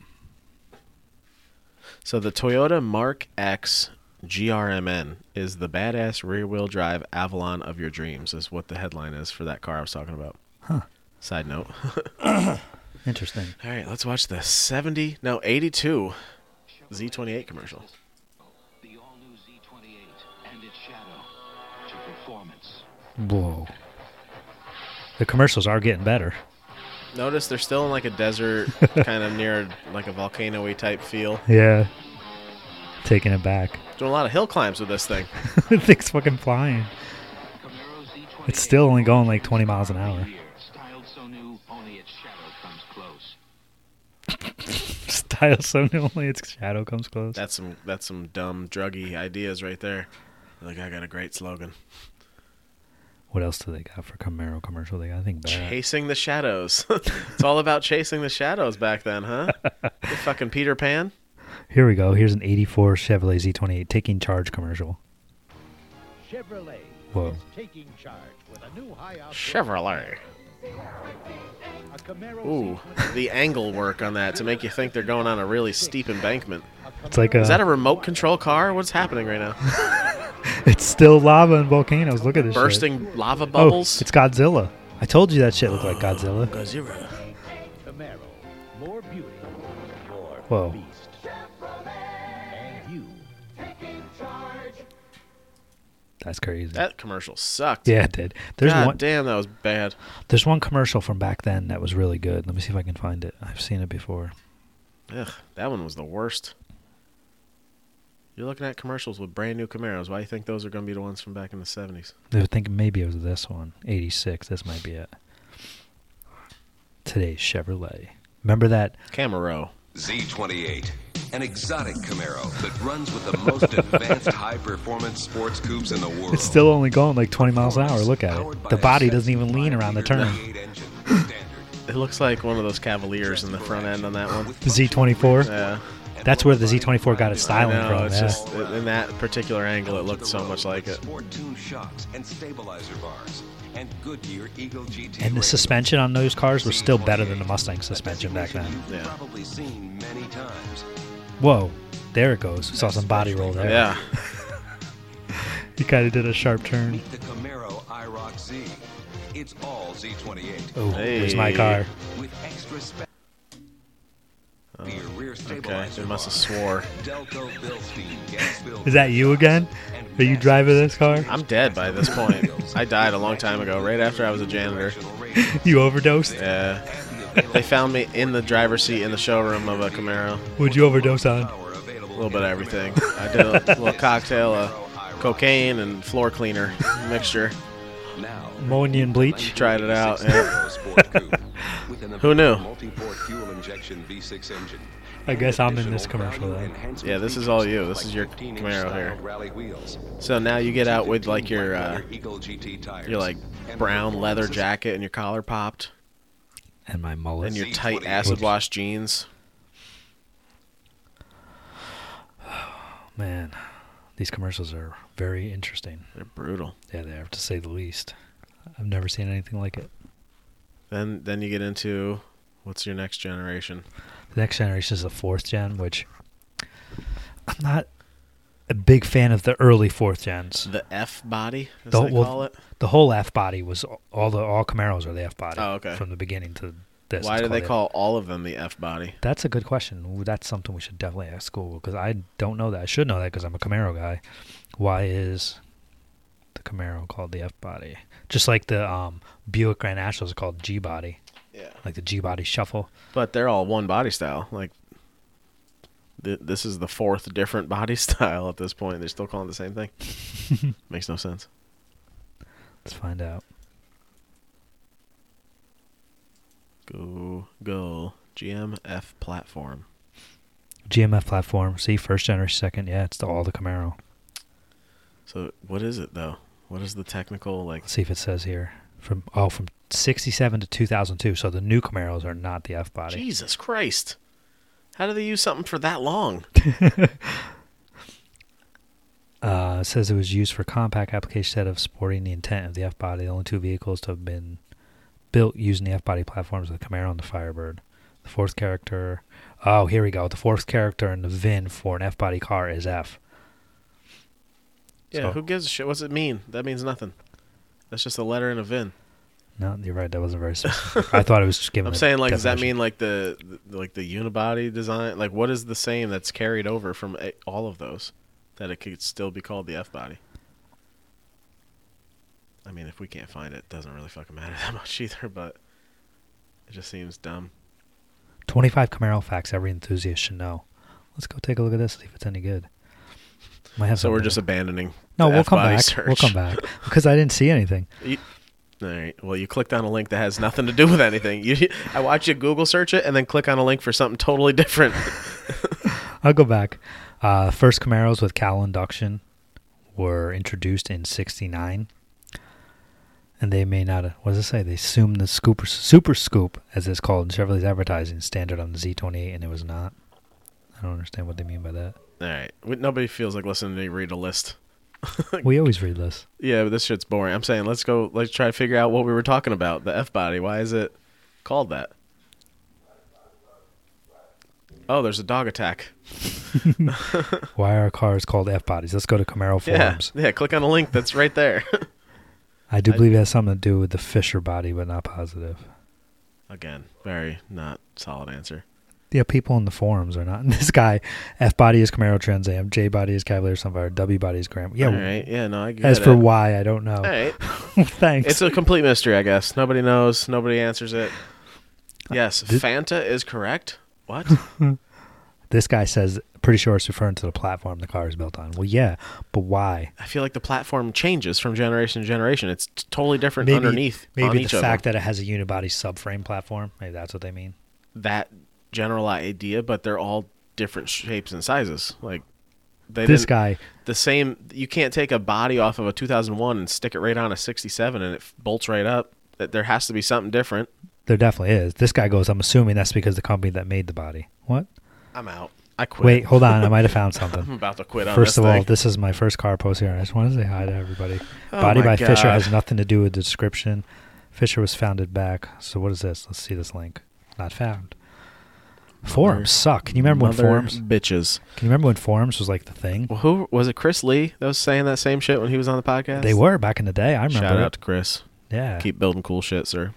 Speaker 2: So the Toyota Mark X GRMN is the badass rear-wheel drive Avalon of your dreams, is what the headline is for that car I was talking about.
Speaker 1: Huh.
Speaker 2: Side note. [laughs]
Speaker 1: Interesting.
Speaker 2: All right, let's watch the 70, no, 82 Z28 commercial.
Speaker 7: The all-new Z28 and its shadow to performance.
Speaker 1: Whoa. The commercials are getting better.
Speaker 2: Notice they're still in like a desert, kind of near like a volcano-y type feel.
Speaker 1: Yeah. Taking it back. [laughs]
Speaker 2: Doing a lot of hill climbs with this thing.
Speaker 1: Thing's fucking flying.
Speaker 7: Camaro Z28
Speaker 1: It's still only going like 20 miles an hour.
Speaker 7: year, styled so new, only its shadow comes close.
Speaker 1: Style so new, only its shadow comes close.
Speaker 2: That's some that's some dumb druggy ideas right there. Like I got a great slogan.
Speaker 1: What else do they got for Camaro commercial? They got, I think, bad.
Speaker 2: Chasing the shadows. [laughs] it's all about chasing the shadows back then,
Speaker 1: [laughs]
Speaker 2: huh? You fucking Peter Pan.
Speaker 1: Here we go. Here's an 84 Chevrolet Z28 taking charge commercial.
Speaker 8: Chevrolet
Speaker 1: Whoa.
Speaker 8: is taking charge with a new high output,
Speaker 2: Chevrolet.
Speaker 8: a Camaro
Speaker 2: Ooh, the angle work on that to make you think they're going on a really steep embankment.
Speaker 1: It's like a,
Speaker 2: Is that a remote control car? What's happening right now?
Speaker 1: [laughs] It's still lava and volcanoes. Look at this shit.
Speaker 2: Bursting lava
Speaker 1: Oh,
Speaker 2: bubbles. Oh,
Speaker 1: it's Godzilla. I told you that shit looked like Godzilla.
Speaker 2: Godzilla.
Speaker 8: Camaro. More beauty, more
Speaker 1: Whoa.
Speaker 8: beast. And you.
Speaker 1: That's crazy.
Speaker 2: That commercial sucked.
Speaker 1: yeah, it did. There's
Speaker 2: God
Speaker 1: one.
Speaker 2: damn, that was bad.
Speaker 1: There's one commercial from back then that was really good. Let me see if I can find it. I've seen it before.
Speaker 2: Ugh, that one was the worst. You're looking at commercials with brand new Camaros. Why do you think those are going to be the ones from back in the 70s?
Speaker 1: They were thinking maybe it was this one, 86. This might be it. Today's Chevrolet. Remember that?
Speaker 2: Camaro.
Speaker 9: Z28, an exotic Camaro that runs with the most advanced high-performance sports coupes in the world.
Speaker 1: It's still only going like 20 miles an hour. Look at
Speaker 9: Powered
Speaker 1: it.
Speaker 9: by
Speaker 1: The
Speaker 9: a
Speaker 1: body doesn't even
Speaker 9: 7.5
Speaker 1: lean around the
Speaker 9: liter
Speaker 1: turn.
Speaker 9: V8 engine, standard,
Speaker 2: It looks like one of those Cavaliers in the front end on that one.
Speaker 9: with
Speaker 1: The Z24.
Speaker 2: Yeah.
Speaker 1: That's where the Z24 got its
Speaker 2: I
Speaker 1: styling
Speaker 2: know.
Speaker 1: from.
Speaker 2: It's
Speaker 1: yeah.
Speaker 2: just in that particular angle, it looked
Speaker 9: the
Speaker 2: so
Speaker 9: road
Speaker 2: much like
Speaker 9: with
Speaker 2: it.
Speaker 9: Sport-tuned shocks and stabilizer bars, and Goodyear Eagle GT.
Speaker 1: and the
Speaker 9: radios.
Speaker 1: suspension on those cars was still better than the
Speaker 9: Z28,
Speaker 1: Mustang
Speaker 9: a
Speaker 1: suspension back
Speaker 9: designation
Speaker 1: then.
Speaker 9: you've
Speaker 2: Yeah.
Speaker 9: Probably seen many times.
Speaker 1: Whoa. There it goes. Saw some body roll there.
Speaker 2: Yeah.
Speaker 1: He kind of did a sharp turn.
Speaker 9: Meet the Camaro IROC Z. It's all Z28.
Speaker 1: Oh, there's my
Speaker 2: Hey.
Speaker 1: car.
Speaker 9: with extra spec.
Speaker 1: Oh,
Speaker 9: Your rear
Speaker 2: Okay.
Speaker 9: stabilizer
Speaker 2: They must have swore.
Speaker 9: bar, Delco Bilstein gas filled
Speaker 1: Is that you again? Are you driving this car?
Speaker 2: I'm dead by this point. I died a long time ago, right after I was a janitor.
Speaker 9: directional radius
Speaker 1: You overdosed?
Speaker 2: Yeah.
Speaker 9: and the
Speaker 1: [laughs]
Speaker 9: available
Speaker 2: They found me in the driver's seat in the showroom of a Camaro.
Speaker 1: Would you overdose on?
Speaker 9: power
Speaker 2: A
Speaker 9: available
Speaker 2: little bit of everything. I did a little cocktail of cocaine and floor cleaner mixture.
Speaker 9: now.
Speaker 1: Ammonia and bleach?
Speaker 2: Tried it out, yeah.
Speaker 9: Sport coupe with an
Speaker 2: [laughs] Who knew?
Speaker 9: available Multi-port fuel injection V6 engine.
Speaker 1: I guess I'm in this
Speaker 9: Additional
Speaker 1: commercial
Speaker 9: value
Speaker 1: then.
Speaker 9: enhancement
Speaker 2: Yeah, this is all
Speaker 9: features
Speaker 2: you. This is your
Speaker 9: 15-inch
Speaker 2: Camaro here.
Speaker 9: styled Rally wheels.
Speaker 2: So now you get out with like your uh,
Speaker 9: Eagle GT tires.
Speaker 2: your like brown leather jacket and your collar popped
Speaker 1: And my
Speaker 2: and
Speaker 1: mullet.
Speaker 2: your tight acid wash jeans.
Speaker 1: Man, these commercials are very interesting.
Speaker 2: They're brutal.
Speaker 1: Yeah, they are, to say the least. I've never seen anything like it.
Speaker 2: Then then you get into what's your next generation?
Speaker 1: The next generation is the fourth gen, which I'm not a big fan of the early fourth gens.
Speaker 2: The F body, as
Speaker 1: The,
Speaker 2: they
Speaker 1: well,
Speaker 2: call it.
Speaker 1: the whole F body was all the all Camaros are the F body.
Speaker 2: Oh, okay.
Speaker 1: From the beginning to this.
Speaker 2: Why
Speaker 1: it's
Speaker 2: do they
Speaker 1: called the-
Speaker 2: call all of them the F body?
Speaker 1: That's a good question. Ooh, That's something we should definitely ask Google because I don't know that. I should know that because I'm a Camaro guy. Why is the Camaro called the F body? Just like the um, Buick Grand Nationals are called G body.
Speaker 2: Yeah.
Speaker 1: like the G body shuffle.
Speaker 2: But they're all one body style. Like th- this is the fourth different body [laughs] style at this point. They're still calling it the same thing.
Speaker 1: [laughs]
Speaker 2: Makes no sense.
Speaker 1: Let's find out.
Speaker 2: Go go GMF platform.
Speaker 1: GMF platform. See, first generation, second. Yeah, it's the, all the Camaro.
Speaker 2: So what is it though? What is the technical like?
Speaker 1: Let's see if it says here from oh from '67 to 2002. So the new Camaros are not the F body.
Speaker 2: Jesus Christ! How do they use something for that long?
Speaker 1: Uh, it says it was used for compact application instead of sporting the intent of the F body. The only two vehicles to have been built using the F body platforms are the Camaro and the Firebird. The fourth character, oh, here we go. The fourth character in the VIN for an F body car is F.
Speaker 2: Yeah,
Speaker 1: So-
Speaker 2: who gives a shit? What's it mean? That means nothing. That's just a letter and a VIN.
Speaker 1: No, you're right. That wasn't very specific. I thought it was
Speaker 2: [laughs]
Speaker 1: just giving.
Speaker 2: I'm
Speaker 1: a
Speaker 2: saying like, does that
Speaker 1: definition.
Speaker 2: mean like the the- like the unibody design? Like, what is the same that's carried over from a- all of those that it could still be called the F body? I mean, if we can't find it, it doesn't really fucking matter [laughs] that much either. But it just seems dumb.
Speaker 1: 25 Camaro facts every enthusiast should know? Let's go take a look at this. See if it's any good. Might have
Speaker 2: So we're
Speaker 1: something.
Speaker 2: just abandoning.
Speaker 1: no.
Speaker 2: the
Speaker 1: We'll
Speaker 2: F
Speaker 1: come
Speaker 2: body
Speaker 1: back. We'll
Speaker 2: search.
Speaker 1: come back [laughs] because I didn't see anything.
Speaker 2: You- [laughs] all right. Well, you clicked on a link that has nothing to do with anything. You, I watch you Google search it and then click on a link for something totally different.
Speaker 1: I'll go back. Uh, first Camaros with cowl induction were introduced in '69, and they may not. What does it say? They assumed the scooper, super scoop, as it's called in Chevrolet's advertising standard on the Z28, and it was not. I don't understand what they mean by that.
Speaker 2: All right. We- Nobody feels like listening to me read a list.
Speaker 1: We always read this.
Speaker 2: Yeah, but this shit's boring. I'm saying let's go. Let's try to figure out what we were talking about. The F body. Why is it called that? Oh, there's a dog attack.
Speaker 1: Why are cars called F bodies? Let's go to Camaro
Speaker 2: Yeah,
Speaker 1: forums.
Speaker 2: yeah. Click on a link that's right there. [laughs]
Speaker 1: I do believe it has something to do with the Fisher body, but not positive.
Speaker 2: Again, very not solid answer.
Speaker 1: Yeah, people in the forums are not. [laughs] this guy, F body is Camaro Trans Am, J body is Cavalier Sunfire, W body is Grand. Yeah.
Speaker 2: All right. Yeah. No, I get
Speaker 1: As
Speaker 2: it.
Speaker 1: for why, I don't know.
Speaker 2: All right.
Speaker 1: [laughs] Thanks.
Speaker 2: It's a complete mystery, I guess. Nobody knows. Nobody
Speaker 1: [laughs]
Speaker 2: answers it. Yes, Fanta is correct. What?
Speaker 1: this guy says, pretty sure it's referring to the platform the car is built on. Well, yeah, but why?
Speaker 2: I feel like the platform changes from generation to generation. It's t- totally different underneath. on
Speaker 1: Maybe
Speaker 2: each
Speaker 1: the
Speaker 2: of them.
Speaker 1: fact that it has a unibody subframe platform. Maybe that's what they mean.
Speaker 2: that general idea, but they're all different shapes and sizes. Like they
Speaker 1: This
Speaker 2: didn't-
Speaker 1: guy,
Speaker 2: the same. You can't take a body off of a 2001 and stick it right on a 67 and it f- bolts right up. That There has to be something different.
Speaker 1: there definitely is. This guy goes, I'm assuming that's because the company that made the body. What?
Speaker 2: I'm out. I quit.
Speaker 1: Wait, hold on.
Speaker 2: [laughs]
Speaker 1: I might have found
Speaker 2: I'm
Speaker 1: something.
Speaker 2: about to quit on
Speaker 1: First
Speaker 2: this
Speaker 1: of all,
Speaker 2: thing.
Speaker 1: this is my first car post here. I just want to say hi to everybody. Body
Speaker 2: Oh
Speaker 1: by
Speaker 2: my
Speaker 1: Fisher
Speaker 2: God.
Speaker 1: has nothing to do with the description. Fisher was founded back. So what is this? Let's see this link. Not found. Forums suck. Can you remember when
Speaker 2: Mother
Speaker 1: forums?
Speaker 2: bitches.
Speaker 1: Can you remember when forums was like the thing?
Speaker 2: Well, who was it? Chris Lee that was saying that same shit when he was on the podcast.
Speaker 1: They were back in the day. I remember.
Speaker 2: Shout
Speaker 1: it.
Speaker 2: out to Chris.
Speaker 1: Yeah.
Speaker 2: Keep building cool shit, sir.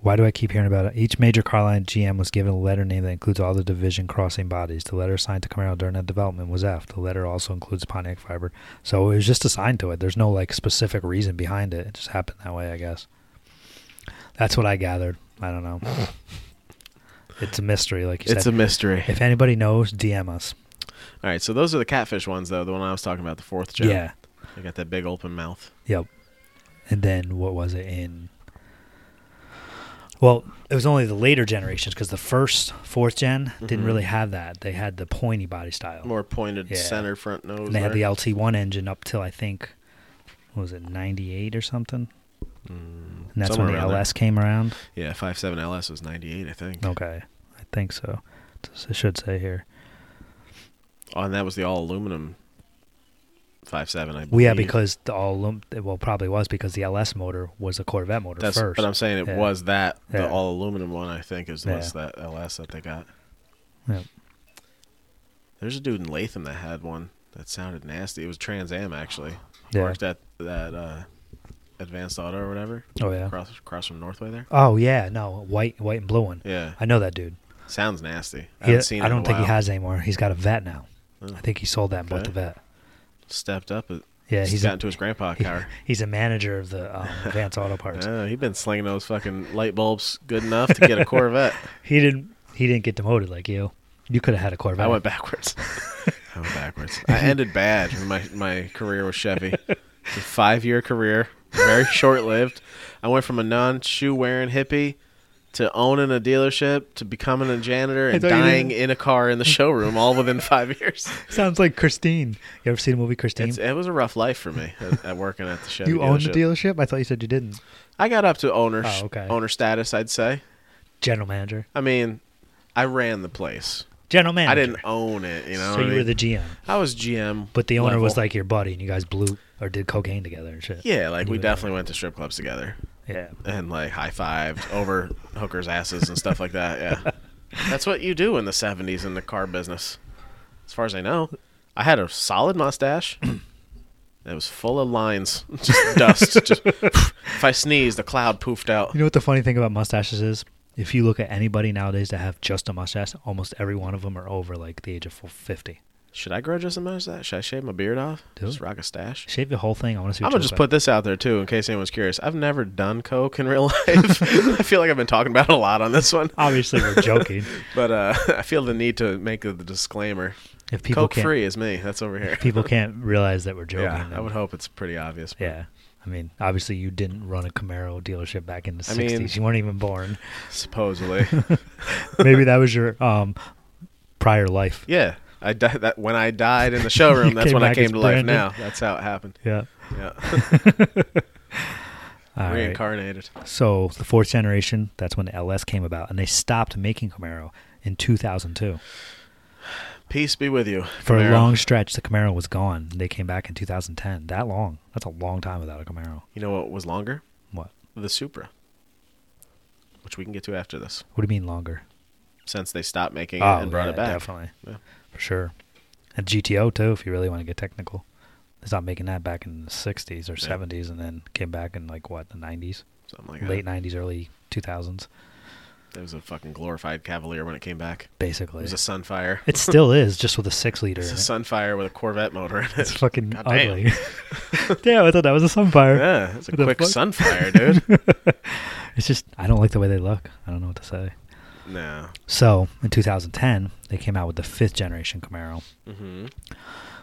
Speaker 1: Why do I keep hearing about it? Each major car line GM was given a letter name that includes all the division crossing bodies. The letter assigned to Camaro during that development was F. The letter also includes Pontiac Firebird. So it was just assigned to it. There's no like specific reason behind it. It just happened that way, I guess. That's what I gathered. I don't
Speaker 2: [laughs]
Speaker 1: know. it's a mystery, like you
Speaker 2: It's a
Speaker 1: said.
Speaker 2: mystery.
Speaker 1: if anybody knows, DM us.
Speaker 2: All right, so those are the catfish ones, though. The one I was talking about, the fourth gen.
Speaker 1: Yeah.
Speaker 2: They got that big open mouth.
Speaker 1: Yep. And then what was it in? Well, it was only the later generations because the first fourth general did didn't really have that. They had the pointy body style,
Speaker 2: Mm-hmm. more pointed
Speaker 1: Oh. Yeah.
Speaker 2: center front nose.
Speaker 1: and they had
Speaker 2: there.
Speaker 1: the LT1 engine up till I think what was it ninety eight or something. and that's when
Speaker 2: Mm, somewhere
Speaker 1: the
Speaker 2: around there.
Speaker 1: LS came around.
Speaker 2: yeah, five seven LS was ninety eight, I think.
Speaker 1: Okay, I think so. It's- It should say here.
Speaker 2: Oh, and that was the all aluminum five seven. I
Speaker 1: Well, yeah,
Speaker 2: believe.
Speaker 1: because the all alum- well probably was because the LS motor was a Corvette motor
Speaker 2: that's.
Speaker 1: first.
Speaker 2: But I'm saying it
Speaker 1: Yeah.
Speaker 2: was that the
Speaker 1: Yeah.
Speaker 2: all aluminum one. I think is
Speaker 1: Yeah.
Speaker 2: was that LS that they got.
Speaker 1: Yep.
Speaker 2: There's a dude in Latham that had one that sounded nasty. It was Trans Am actually.
Speaker 1: Yeah.
Speaker 2: Worked at that uh, Advanced Auto or whatever.
Speaker 1: Oh, yeah.
Speaker 2: Across across from Northway there.
Speaker 1: Oh yeah, no white white and blue one.
Speaker 2: Yeah.
Speaker 1: I know that dude.
Speaker 2: Sounds nasty. I
Speaker 1: He-
Speaker 2: haven't seen. it
Speaker 1: I
Speaker 2: in a
Speaker 1: don't think he
Speaker 2: while. Oh.
Speaker 1: has anymore. He's got a vet now. I think he sold that and bought
Speaker 2: Okay.
Speaker 1: the vet.
Speaker 2: stepped up. It
Speaker 1: Yeah,
Speaker 2: He's
Speaker 1: he's
Speaker 2: gotten
Speaker 1: a,
Speaker 2: to
Speaker 1: [laughs]
Speaker 2: his grandpa
Speaker 1: he-
Speaker 2: car.
Speaker 1: he's a manager of the
Speaker 2: [laughs]
Speaker 1: um, Advance Auto Parts.
Speaker 2: Oh, he's been slinging those fucking light bulbs good enough to get
Speaker 1: [laughs]
Speaker 2: a Corvette.
Speaker 1: He didn't he didn't get demoted like you. You could have had a Corvette.
Speaker 2: I
Speaker 1: [laughs]
Speaker 2: went backwards. I went backwards. I ended bad in my, my career with Chevy. It's a five year career, very short lived. I went from a non shoe wearing hippie to owning a dealership to becoming a janitor and
Speaker 1: thought you didn't-
Speaker 2: dying in a car in the showroom all within five
Speaker 1: [laughs]
Speaker 2: years.
Speaker 1: Sounds like Christine. You ever seen the movie Christine?
Speaker 2: It's, it was a rough life for me at, at working at the Chevy.
Speaker 1: you own the dealership? I thought you said you didn't.
Speaker 2: I got up to owner
Speaker 1: Oh, okay.
Speaker 2: owner status, I'd say.
Speaker 1: General manager.
Speaker 2: I mean, I ran the place.
Speaker 1: General manager.
Speaker 2: I didn't own it, you know.
Speaker 1: so
Speaker 2: what I
Speaker 1: you were
Speaker 2: mean?
Speaker 1: the GM,
Speaker 2: I was GM,
Speaker 1: but the owner was
Speaker 2: level.
Speaker 1: like your buddy, and you guys blew or did cocaine together and shit.
Speaker 2: Yeah, like
Speaker 1: You
Speaker 2: we
Speaker 1: were-
Speaker 2: definitely went to strip clubs together
Speaker 1: Yeah.
Speaker 2: and like high fived over hookers' asses and stuff like that.
Speaker 1: [laughs]
Speaker 2: Yeah, that's what you do in the '70s in the car business. As far as I know, I had a
Speaker 1: [clears throat]
Speaker 2: solid mustache. It was full of lines, [laughs] just dust. Just [laughs] if I sneezed, the cloud poofed out.
Speaker 1: You know what the funny thing about mustaches is? If you look at anybody nowadays that have just a mustache, almost every one of them are over like the age of fifty.
Speaker 2: Should I grow just a mustache? Should I shave my beard off?
Speaker 1: Do
Speaker 2: just
Speaker 1: it.
Speaker 2: rock a stash.
Speaker 1: Shave the whole thing. I want to see.
Speaker 2: I'm
Speaker 1: what
Speaker 2: gonna
Speaker 1: you
Speaker 2: just
Speaker 1: look
Speaker 2: put this out there too, in case anyone's curious. I've never done coke in real [laughs] life. I feel like I've been talking about it a lot on this one.
Speaker 1: like. Obviously,
Speaker 2: [laughs]
Speaker 1: we're joking.
Speaker 2: But uh, [laughs] I feel the need to make the disclaimer.
Speaker 1: If people
Speaker 2: Coke
Speaker 1: can't,
Speaker 2: free is me. That's over here.
Speaker 1: if people can't realize that we're joking.
Speaker 2: yeah, I
Speaker 1: then-
Speaker 2: would hope it's pretty obvious. but
Speaker 1: Yeah. I mean, obviously, you didn't run a Camaro dealership back in the
Speaker 2: I mean-
Speaker 1: 60s. you weren't even born. [laughs]
Speaker 2: Supposedly,
Speaker 1: Maybe that was your um, prior life.
Speaker 2: yeah. I di- that when I died in
Speaker 1: [laughs]
Speaker 2: the showroom, that's
Speaker 1: Came
Speaker 2: when I
Speaker 1: back
Speaker 2: came
Speaker 1: as
Speaker 2: to life.
Speaker 1: Brandon.
Speaker 2: Now that's how it happened.
Speaker 1: Yeah.
Speaker 2: Yeah,
Speaker 1: [laughs]
Speaker 2: [laughs]
Speaker 1: All right.
Speaker 2: reincarnated.
Speaker 1: So, the fourth generation, that's when the LS came about, and they stopped making Camaro in 2002.
Speaker 2: Peace be with you.
Speaker 1: For
Speaker 2: Camaro.
Speaker 1: a long stretch, the Camaro was gone. They came back in 2010. That long. That's a long time without a Camaro.
Speaker 2: you know what was longer?
Speaker 1: What?
Speaker 2: The Supra, which we can get to after this,
Speaker 1: What do you mean longer?
Speaker 2: since they stopped making it
Speaker 1: Oh,
Speaker 2: and brought
Speaker 1: yeah,
Speaker 2: it back.
Speaker 1: Definitely.
Speaker 2: Yeah.
Speaker 1: For sure. And GTO too, if you really want to get technical. They stopped making that back in the sixties or seventies and then came back in like what, the nineties?
Speaker 2: Something like
Speaker 1: Late
Speaker 2: that.
Speaker 1: nineties, early two thousands,
Speaker 2: It was a fucking glorified Cavalier when it came back. It
Speaker 1: basically.
Speaker 2: was
Speaker 1: [laughs]
Speaker 2: a Sunfire.
Speaker 1: it still is, just with a six liter.
Speaker 2: It's
Speaker 1: in
Speaker 2: a
Speaker 1: it.
Speaker 2: Sunfire with a Corvette motor
Speaker 1: [laughs]
Speaker 2: in
Speaker 1: It's
Speaker 2: it.
Speaker 1: fucking
Speaker 2: God damn. [laughs]
Speaker 1: ugly. [laughs] damn, I thought that was a sunfire.
Speaker 2: Yeah, it's a
Speaker 1: What the
Speaker 2: quick
Speaker 1: fuck?
Speaker 2: Sunfire, dude.
Speaker 1: [laughs] It's just I don't like the way they look. I don't know what to say.
Speaker 2: No.
Speaker 1: So in 2010, they came out with the fifth generation Camaro,
Speaker 2: Mm-hmm.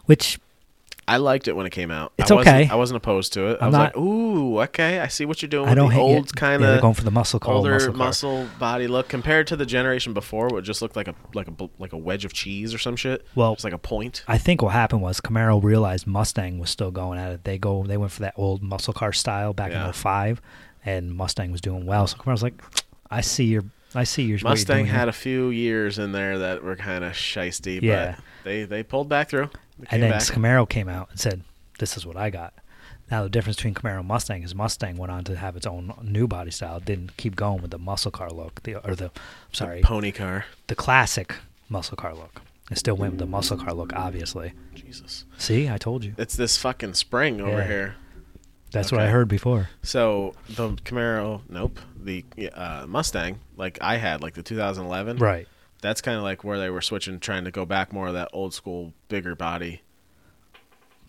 Speaker 1: which
Speaker 2: I liked it when it came out.
Speaker 1: It's
Speaker 2: I wasn't,
Speaker 1: okay.
Speaker 2: I wasn't opposed to it. i
Speaker 1: I'm
Speaker 2: was like,
Speaker 1: not-
Speaker 2: ooh, okay, I see what you're doing
Speaker 1: I
Speaker 2: with
Speaker 1: don't
Speaker 2: the
Speaker 1: hate yeah,
Speaker 2: old kind
Speaker 1: yeah, they're going
Speaker 2: of
Speaker 1: for the muscle car,
Speaker 2: older
Speaker 1: muscle,
Speaker 2: muscle,
Speaker 1: car.
Speaker 2: body look compared to the generation before, what just looked like a like a bl- like a wedge of cheese or some shit.
Speaker 1: Well-
Speaker 2: it's like a point.
Speaker 1: I think what happened was Camaro realized Mustang was still going at it. They go they went for that old muscle car style back
Speaker 2: Yeah.
Speaker 1: in 05 and Mustang was doing well. So Camaro's like, I see your I see your what you're
Speaker 2: Mustang
Speaker 1: doing here."
Speaker 2: had a few years in there that were kind of shisty,
Speaker 1: Yeah.
Speaker 2: but they they pulled back through. They
Speaker 1: and
Speaker 2: came
Speaker 1: then
Speaker 2: back.
Speaker 1: Camaro came out and said, This is what I got. Now the difference between Camaro and Mustang is Mustang went on to have its own new body style, didn't keep going with the muscle car look, the or the sorry,
Speaker 2: pony car.
Speaker 1: the classic muscle car look. It still went with the muscle car look, obviously.
Speaker 2: Jesus,
Speaker 1: See, I told you.
Speaker 2: it's this fucking spring over
Speaker 1: Yeah.
Speaker 2: here.
Speaker 1: That's what
Speaker 2: Okay.
Speaker 1: I heard before.
Speaker 2: So the Camaro, nope, the uh, Mustang, like I had, like the 2011,
Speaker 1: Right.
Speaker 2: That's kind of like where they were switching, trying to go back more of that old school, bigger body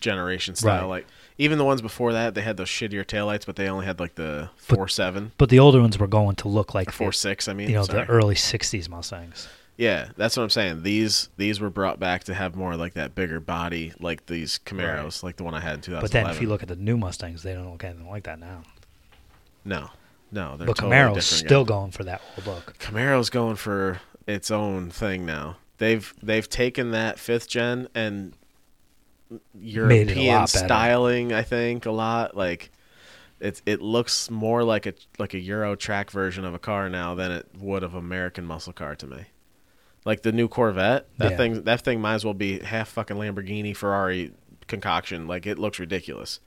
Speaker 2: generation style.
Speaker 1: Right.
Speaker 2: Like even the ones before that, they had those shittier taillights, but they only had like the
Speaker 1: But-
Speaker 2: four seven,
Speaker 1: But the older ones were going to look like
Speaker 2: four
Speaker 1: the-
Speaker 2: six. I mean,
Speaker 1: you know
Speaker 2: sorry.
Speaker 1: the early '60s Mustangs.
Speaker 2: yeah, that's what I'm saying. These these were brought back to have more like that bigger body, like these Camaros, like the one I had in 2011.
Speaker 1: But then if you look at the new Mustangs, they don't look anything like that now.
Speaker 2: no, no, they're
Speaker 1: But
Speaker 2: totally
Speaker 1: Camaro's
Speaker 2: different, guys.
Speaker 1: still going for that old look.
Speaker 2: Camaro's going for its own thing now. They've they've taken that fifth gen and
Speaker 1: Made it a lot
Speaker 2: European
Speaker 1: better.
Speaker 2: styling, I think, a lot. Like it it looks more like a like a Euro track version of a car now than it would of American muscle car to me. Like the new Corvette, that
Speaker 1: Yeah.
Speaker 2: thing that thing might as well be half fucking Lamborghini Ferrari concoction. Like it looks ridiculous.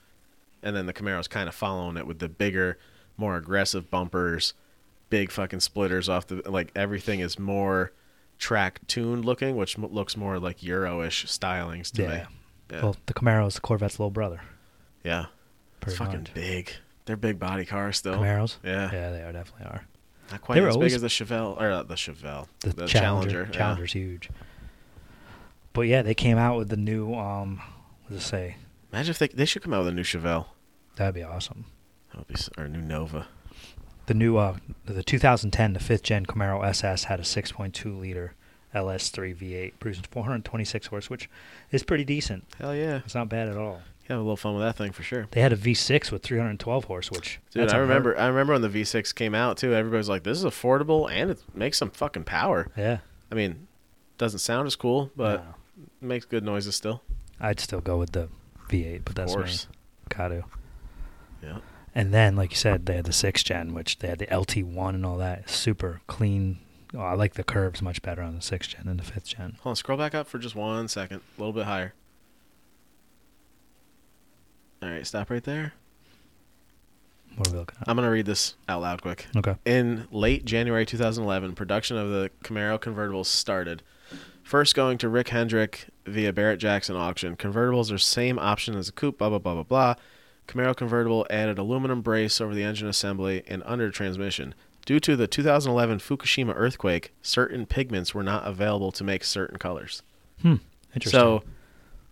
Speaker 2: And then the Camaro's kind of following it with the bigger, more aggressive bumpers, big fucking splitters off the like everything is more track tuned looking, which m- looks more like Euro-ish stylings to me.
Speaker 1: Yeah.
Speaker 2: Yeah.
Speaker 1: Well, the Camaro is the Corvette's little brother.
Speaker 2: yeah. It's
Speaker 1: Pretty
Speaker 2: fucking
Speaker 1: much.
Speaker 2: big. They're big body cars still.
Speaker 1: Camaros.
Speaker 2: Oh, Yeah.
Speaker 1: Yeah, they are definitely are.
Speaker 2: Not quite
Speaker 1: They were
Speaker 2: as big
Speaker 1: always-
Speaker 2: as the Chevelle or not the Chevelle.
Speaker 1: The, Challenger. Challenger's huge. But yeah, they came out with the new. um What does it say?
Speaker 2: Imagine if they they should come out with a new Chevelle.
Speaker 1: That'd be awesome.
Speaker 2: That would be s- or a new Nova.
Speaker 1: The new uh, the 2010 the fifth gen Camaro SS had a 6.2 liter LS3 V8 producing 426 horse, which is pretty decent.
Speaker 2: Hell yeah,
Speaker 1: It's not bad at all.
Speaker 2: you have a little fun with that thing for sure.
Speaker 1: They had a V6 with 312 horse, which
Speaker 2: Dude,
Speaker 1: that's
Speaker 2: I
Speaker 1: unheard-
Speaker 2: remember. I remember when the V6 came out too. Everybody was like, "This is affordable and it makes some fucking power."
Speaker 1: Yeah,
Speaker 2: I mean, doesn't sound as cool, but
Speaker 1: No.
Speaker 2: makes good noises still.
Speaker 1: I'd still go with the V8, but that's
Speaker 2: course.
Speaker 1: me. Got to.
Speaker 2: Yeah.
Speaker 1: And then, like you said, they had the sixth gen, which they had the LT1 and all that. Super clean. Oh, I like the curves much better on the sixth gen than the fifth gen.
Speaker 2: Hold on, scroll back up for just one second. A little bit higher. All right, stop right there.
Speaker 1: What are we looking at?
Speaker 2: I'm going to read this out loud quick.
Speaker 1: Okay.
Speaker 2: In late January 2011, production of the Camaro convertibles started. First going to Rick Hendrick via Barrett Jackson auction. Convertibles are same option as a coupe, blah, blah, blah, blah, blah. Camaro convertible added aluminum brace over the engine assembly and under transmission. Due to the 2011 Fukushima earthquake, certain pigments were not available to make certain colors.
Speaker 1: Interesting.
Speaker 2: So,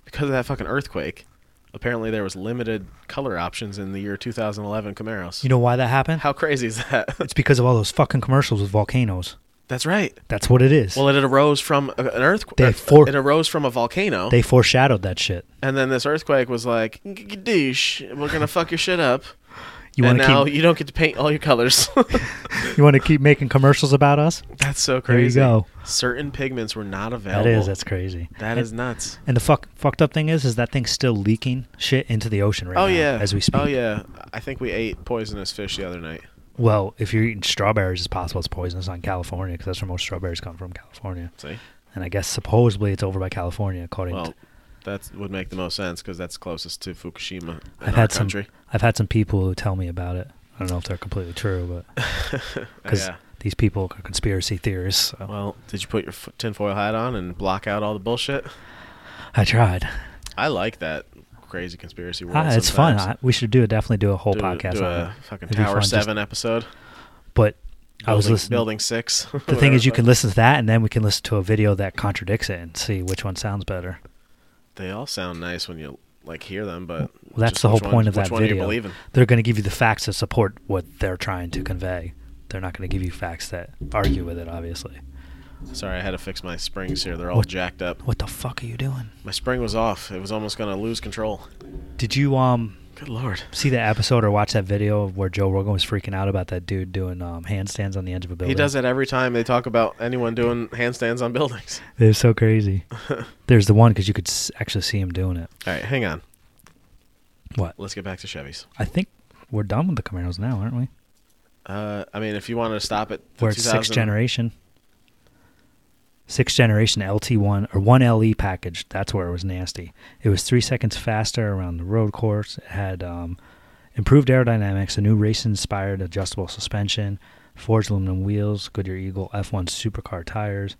Speaker 2: because of that fucking earthquake, apparently there was limited color options in the year 2011 Camaros.
Speaker 1: you know why that happened?
Speaker 2: how crazy is that?
Speaker 1: it's because of all those fucking commercials with volcanoes.
Speaker 2: [laughs] That's right.
Speaker 1: That's what it is.
Speaker 2: Well, it had arose from a- an
Speaker 1: They
Speaker 2: earthquake.
Speaker 1: for-
Speaker 2: it arose from a volcano,
Speaker 1: they foreshadowed that shit.
Speaker 2: and then this earthquake was like, douche, we're gonna fuck your shit up.
Speaker 1: You
Speaker 2: and
Speaker 1: want
Speaker 2: now
Speaker 1: to keep
Speaker 2: you don't get to paint all your
Speaker 1: [laughs]
Speaker 2: colors. [laughs]
Speaker 1: you want to keep making commercials about us?
Speaker 2: That's so
Speaker 1: There you
Speaker 2: crazy.
Speaker 1: go.
Speaker 2: Certain pigments were not available.
Speaker 1: That is that's crazy.
Speaker 2: That is nuts.
Speaker 1: And the fuck fucked up thing is is that thing's still leaking shit into the ocean right
Speaker 2: Oh
Speaker 1: now
Speaker 2: yeah.
Speaker 1: as we speak.
Speaker 2: Oh yeah. I think we ate poisonous fish the other night.
Speaker 1: Well, if you're eating strawberries, it's possible it's poisonous on California because that's where most strawberries come from, California.
Speaker 2: See?
Speaker 1: And I guess supposedly it's over by California, according
Speaker 2: Well,
Speaker 1: to.
Speaker 2: that would make the most sense because that's closest to Fukushima in
Speaker 1: I've
Speaker 2: our
Speaker 1: had
Speaker 2: country. [laughs]
Speaker 1: some. I've had some people who tell me about it. I don't know if they're completely true, but
Speaker 2: [laughs]
Speaker 1: because
Speaker 2: yeah.
Speaker 1: these people are conspiracy theorists. So
Speaker 2: Well, did you put your f- tinfoil hat on and block out all the bullshit?
Speaker 1: I tried.
Speaker 2: I like that crazy conspiracy world.
Speaker 1: Ah, it's fun.
Speaker 2: sometimes.
Speaker 1: I, we should do definitely do a whole
Speaker 2: Do a-
Speaker 1: podcast
Speaker 2: do
Speaker 1: on
Speaker 2: a
Speaker 1: it.
Speaker 2: fucking
Speaker 1: It'd be
Speaker 2: Tower
Speaker 1: fun just-
Speaker 2: Seven episode.
Speaker 1: But I was
Speaker 2: Building-
Speaker 1: listening.
Speaker 2: Building Six.
Speaker 1: [laughs] the thing is, you can listen to that, and then we can listen to a video that contradicts it and see which one sounds better.
Speaker 2: They all sound nice when you like hear them, but
Speaker 1: Well, that's
Speaker 2: just
Speaker 1: the whole
Speaker 2: which one-
Speaker 1: point of that
Speaker 2: which one
Speaker 1: video.
Speaker 2: Do you believe in?
Speaker 1: They're going to give you the facts that support what they're trying to convey. They're not going to give you facts that argue with it, obviously.
Speaker 2: Sorry, I had to fix my springs here. They're all
Speaker 1: What-
Speaker 2: jacked up.
Speaker 1: What the fuck are you doing?
Speaker 2: My spring was off. It was almost gonna lose control.
Speaker 1: Did you um
Speaker 2: Good lord.
Speaker 1: see that episode or watch that video of where Joe Rogan was freaking out about that dude doing um, handstands on the edge of a building?
Speaker 2: He does it every time they talk about anyone doing handstands on buildings. [laughs]
Speaker 1: It was so crazy. There's the one because you could s- actually see him doing it.
Speaker 2: All right, hang on.
Speaker 1: What?
Speaker 2: Let's get back to Chevys.
Speaker 1: I think we're done with the Camaros now, aren't we?
Speaker 2: Uh, I mean, if you wanted to stop at the
Speaker 1: We're at sixth
Speaker 2: 2000
Speaker 1: generation. Sixth generation LT1 or 1LE package. That's where it was nasty. It was three seconds faster around the road course. It had um, improved aerodynamics, a new race inspired adjustable suspension, forged aluminum wheels, Goodyear Eagle F1 supercar tires,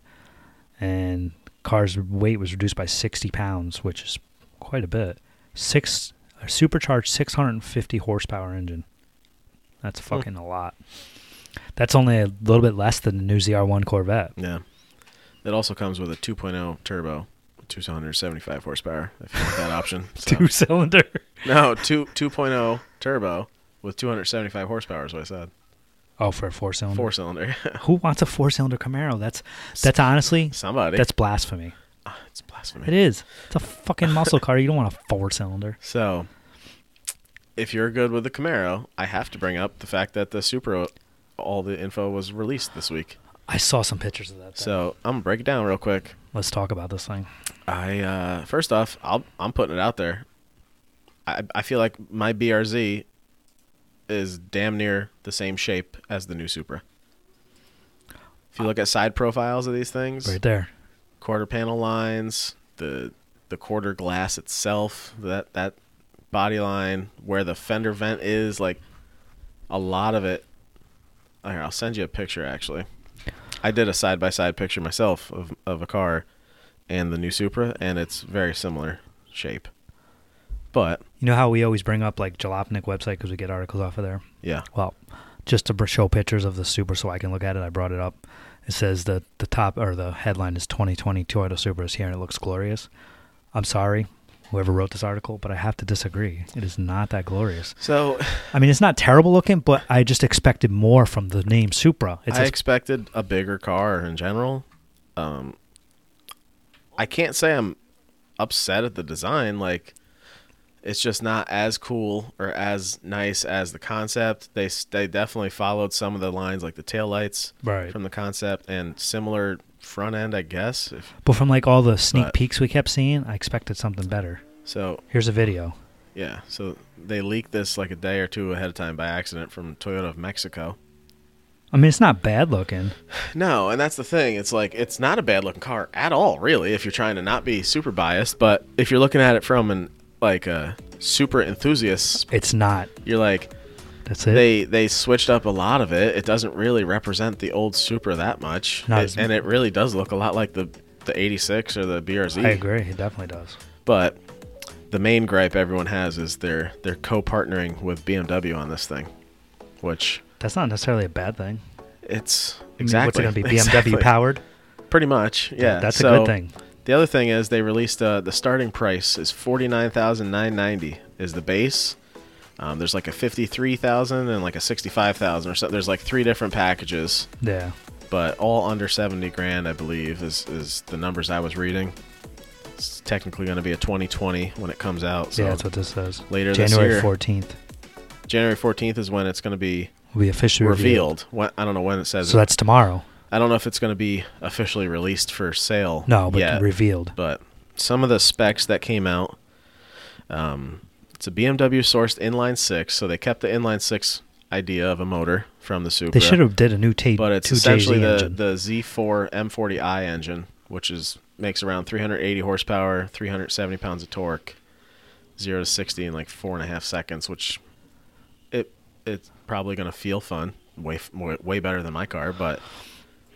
Speaker 1: and car's weight was reduced by 60 pounds, which is quite a bit. Six a supercharged 650 horsepower engine. That's fucking a lot. That's only a little bit less than the new ZR1 Corvette.
Speaker 2: Yeah. It also comes with a 2.0 turbo, 275 horsepower, if you want
Speaker 1: [laughs]
Speaker 2: that option. So-
Speaker 1: Two cylinder.
Speaker 2: no, two, 2.0 turbo with 275 horsepower is what I said.
Speaker 1: Oh, for a four cylinder.
Speaker 2: Four cylinder. [laughs]
Speaker 1: Who wants a four cylinder Camaro? That's that's honestly
Speaker 2: Somebody.
Speaker 1: that's blasphemy.
Speaker 2: it's blasphemy.
Speaker 1: It is. It's a fucking muscle car. You don't want a four cylinder.
Speaker 2: So, if you're good with the Camaro, I have to bring up the fact that the Supra, all the info was released this week.
Speaker 1: I saw some pictures of that. Thing.
Speaker 2: So, I'm going to break it down real quick.
Speaker 1: Let's talk about this thing.
Speaker 2: I uh, first off, I'll, I'm putting it out there. I I feel like my BRZ is damn near the same shape as the new Supra. If you look at side profiles of these things,
Speaker 1: Right there.
Speaker 2: quarter panel lines, the the quarter glass itself, that that body line, where the fender vent is, like a lot of it. Here, I'll send you a picture actually. I did a side by side picture myself of of a car and the new Supra, and it's very similar shape. But
Speaker 1: You know how we always bring up like Jalopnik website because we get articles off of there?
Speaker 2: yeah,
Speaker 1: Well, just to br- show pictures of the Super so I can look at it, I brought it up. It says that the top or the headline is 2020 Toyota Supra is here and it looks glorious. I'm sorry. whoever wrote this article, but I have to disagree. It is not that glorious.
Speaker 2: So
Speaker 1: I mean, it's not terrible looking, but I just expected more from the name Supra. It's
Speaker 2: I
Speaker 1: as-
Speaker 2: expected a bigger car in general. Um, I can't say I'm upset at the design. Like, it's just not as cool or as nice as the concept. They s- they definitely followed some of the lines, like the taillights
Speaker 1: Right.
Speaker 2: from the concept, and similar front end, I guess. If,
Speaker 1: but from like all the sneak
Speaker 2: But-
Speaker 1: peeks we kept seeing, I expected something better.
Speaker 2: so
Speaker 1: Here's a video.
Speaker 2: Yeah, so they leaked this like a day or two ahead of time by accident from Toyota of Mexico.
Speaker 1: I mean, it's not bad looking.
Speaker 2: No, and that's the thing. It's like it's not a bad looking car at all, really, if you're trying to not be super biased, but if you're looking at it from an like a super enthusiast,
Speaker 1: It's not.
Speaker 2: you're like
Speaker 1: That's it.
Speaker 2: they they switched up a lot of it. It doesn't really represent the old Supra that much.
Speaker 1: Not
Speaker 2: It-
Speaker 1: as-
Speaker 2: and it really does look a lot like the the 86 or the BRZ.
Speaker 1: I agree. It definitely does.
Speaker 2: But the main gripe everyone has is they're they're co-partnering with BMW on this thing, which
Speaker 1: That's not necessarily a bad thing.
Speaker 2: It's
Speaker 1: I mean,
Speaker 2: exactly
Speaker 1: What's it going to be? BMW
Speaker 2: exactly. [laughs]
Speaker 1: powered?
Speaker 2: Pretty much, yeah.
Speaker 1: that's a
Speaker 2: So,
Speaker 1: good thing.
Speaker 2: The other thing is they released uh, the starting price is forty nine thousand nine ninety is the base. Um, there's like a fifty three thousand and like a sixty five thousand or so. There's like three different packages,
Speaker 1: Yeah.
Speaker 2: but all under seventy grand, I believe, is is the numbers I was reading. It's technically going to be a twenty twenty when it comes out. So
Speaker 1: yeah, that's what this says.
Speaker 2: later this
Speaker 1: January
Speaker 2: year.
Speaker 1: 14th
Speaker 2: January fourteenth is when it's going to be
Speaker 1: will be officially revealed.
Speaker 2: revealed. When, I don't know when it says.
Speaker 1: So that's tomorrow.
Speaker 2: I don't know if it's going to be officially released for sale.
Speaker 1: No, but
Speaker 2: yet.
Speaker 1: revealed.
Speaker 2: but some of the specs that came out, um, it's a BMW sourced inline six, so they kept the inline six idea of a motor from the Supra.
Speaker 1: They should have did a new tape.
Speaker 2: but it's
Speaker 1: 2JZ
Speaker 2: essentially the
Speaker 1: engine.
Speaker 2: the Z4 M40i engine, which is makes around 380 horsepower, 370 pounds of torque, zero to 60 in like four and a half seconds, which it it's probably gonna feel fun, way f- way, way better than my car, but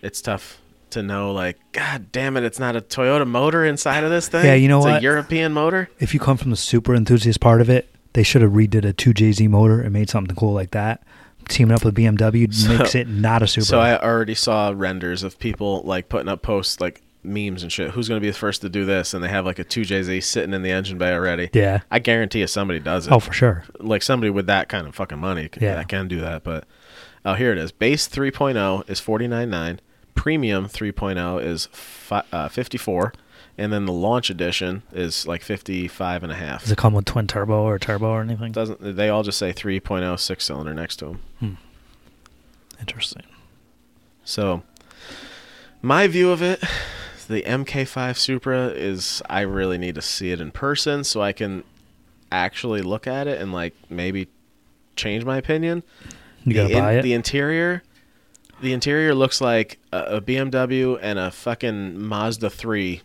Speaker 2: it's tough to know like god damn it it's not a toyota motor inside of this thing
Speaker 1: Yeah, you know
Speaker 2: it's
Speaker 1: what?
Speaker 2: a european motor
Speaker 1: if you come from the super enthusiast part of it, they should have redid a 2JZ motor and made something cool like that. Teaming up with
Speaker 2: [laughs]
Speaker 1: BMW makes it not a super.
Speaker 2: So I already saw renders of people like putting up posts like memes and shit. Who's gonna be the first to do this? And they have like a two JZ sitting in the engine bay already.
Speaker 1: Yeah.
Speaker 2: I guarantee if somebody does it,
Speaker 1: oh, for sure.
Speaker 2: like somebody with that kind of fucking money, c-
Speaker 1: Yeah.
Speaker 2: that can do that. But oh, here it is. Base 3.0 is 49.9. Premium 3.0 is fi- uh, 54. And then the launch edition is like 55 and a half.
Speaker 1: Does it come with twin turbo or turbo or anything?
Speaker 2: Doesn't they all just say 3.0 six cylinder next to them?
Speaker 1: Interesting.
Speaker 2: So, my view of it, the MK5 Supra is I really need to see it in person so I can actually look at it and like maybe change my opinion.
Speaker 1: You gotta
Speaker 2: the, in-
Speaker 1: buy it.
Speaker 2: The interior, the interior looks like a, a BMW and a fucking Mazda 3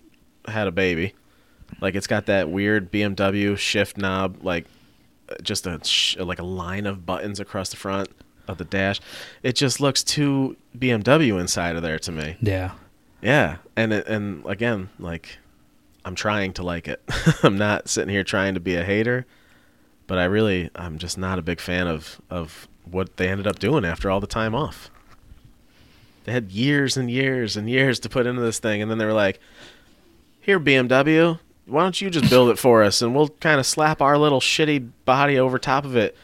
Speaker 2: had a baby. Like it's got that weird BMW shift knob, like uh, just a sh- like a line of buttons across the front of the dash. It just looks too BMW inside of there to me.
Speaker 1: yeah.
Speaker 2: Yeah, and it, and again, like I'm trying to like it. [laughs] I'm not sitting here trying to be a hater, but I really I'm just not a big fan of of what they ended up doing after all the time off. They had years and years and years to put into this thing, and then they were like, "Here, BMW, why don't you just build it for us, and we'll kind of slap our little shitty body over top of it."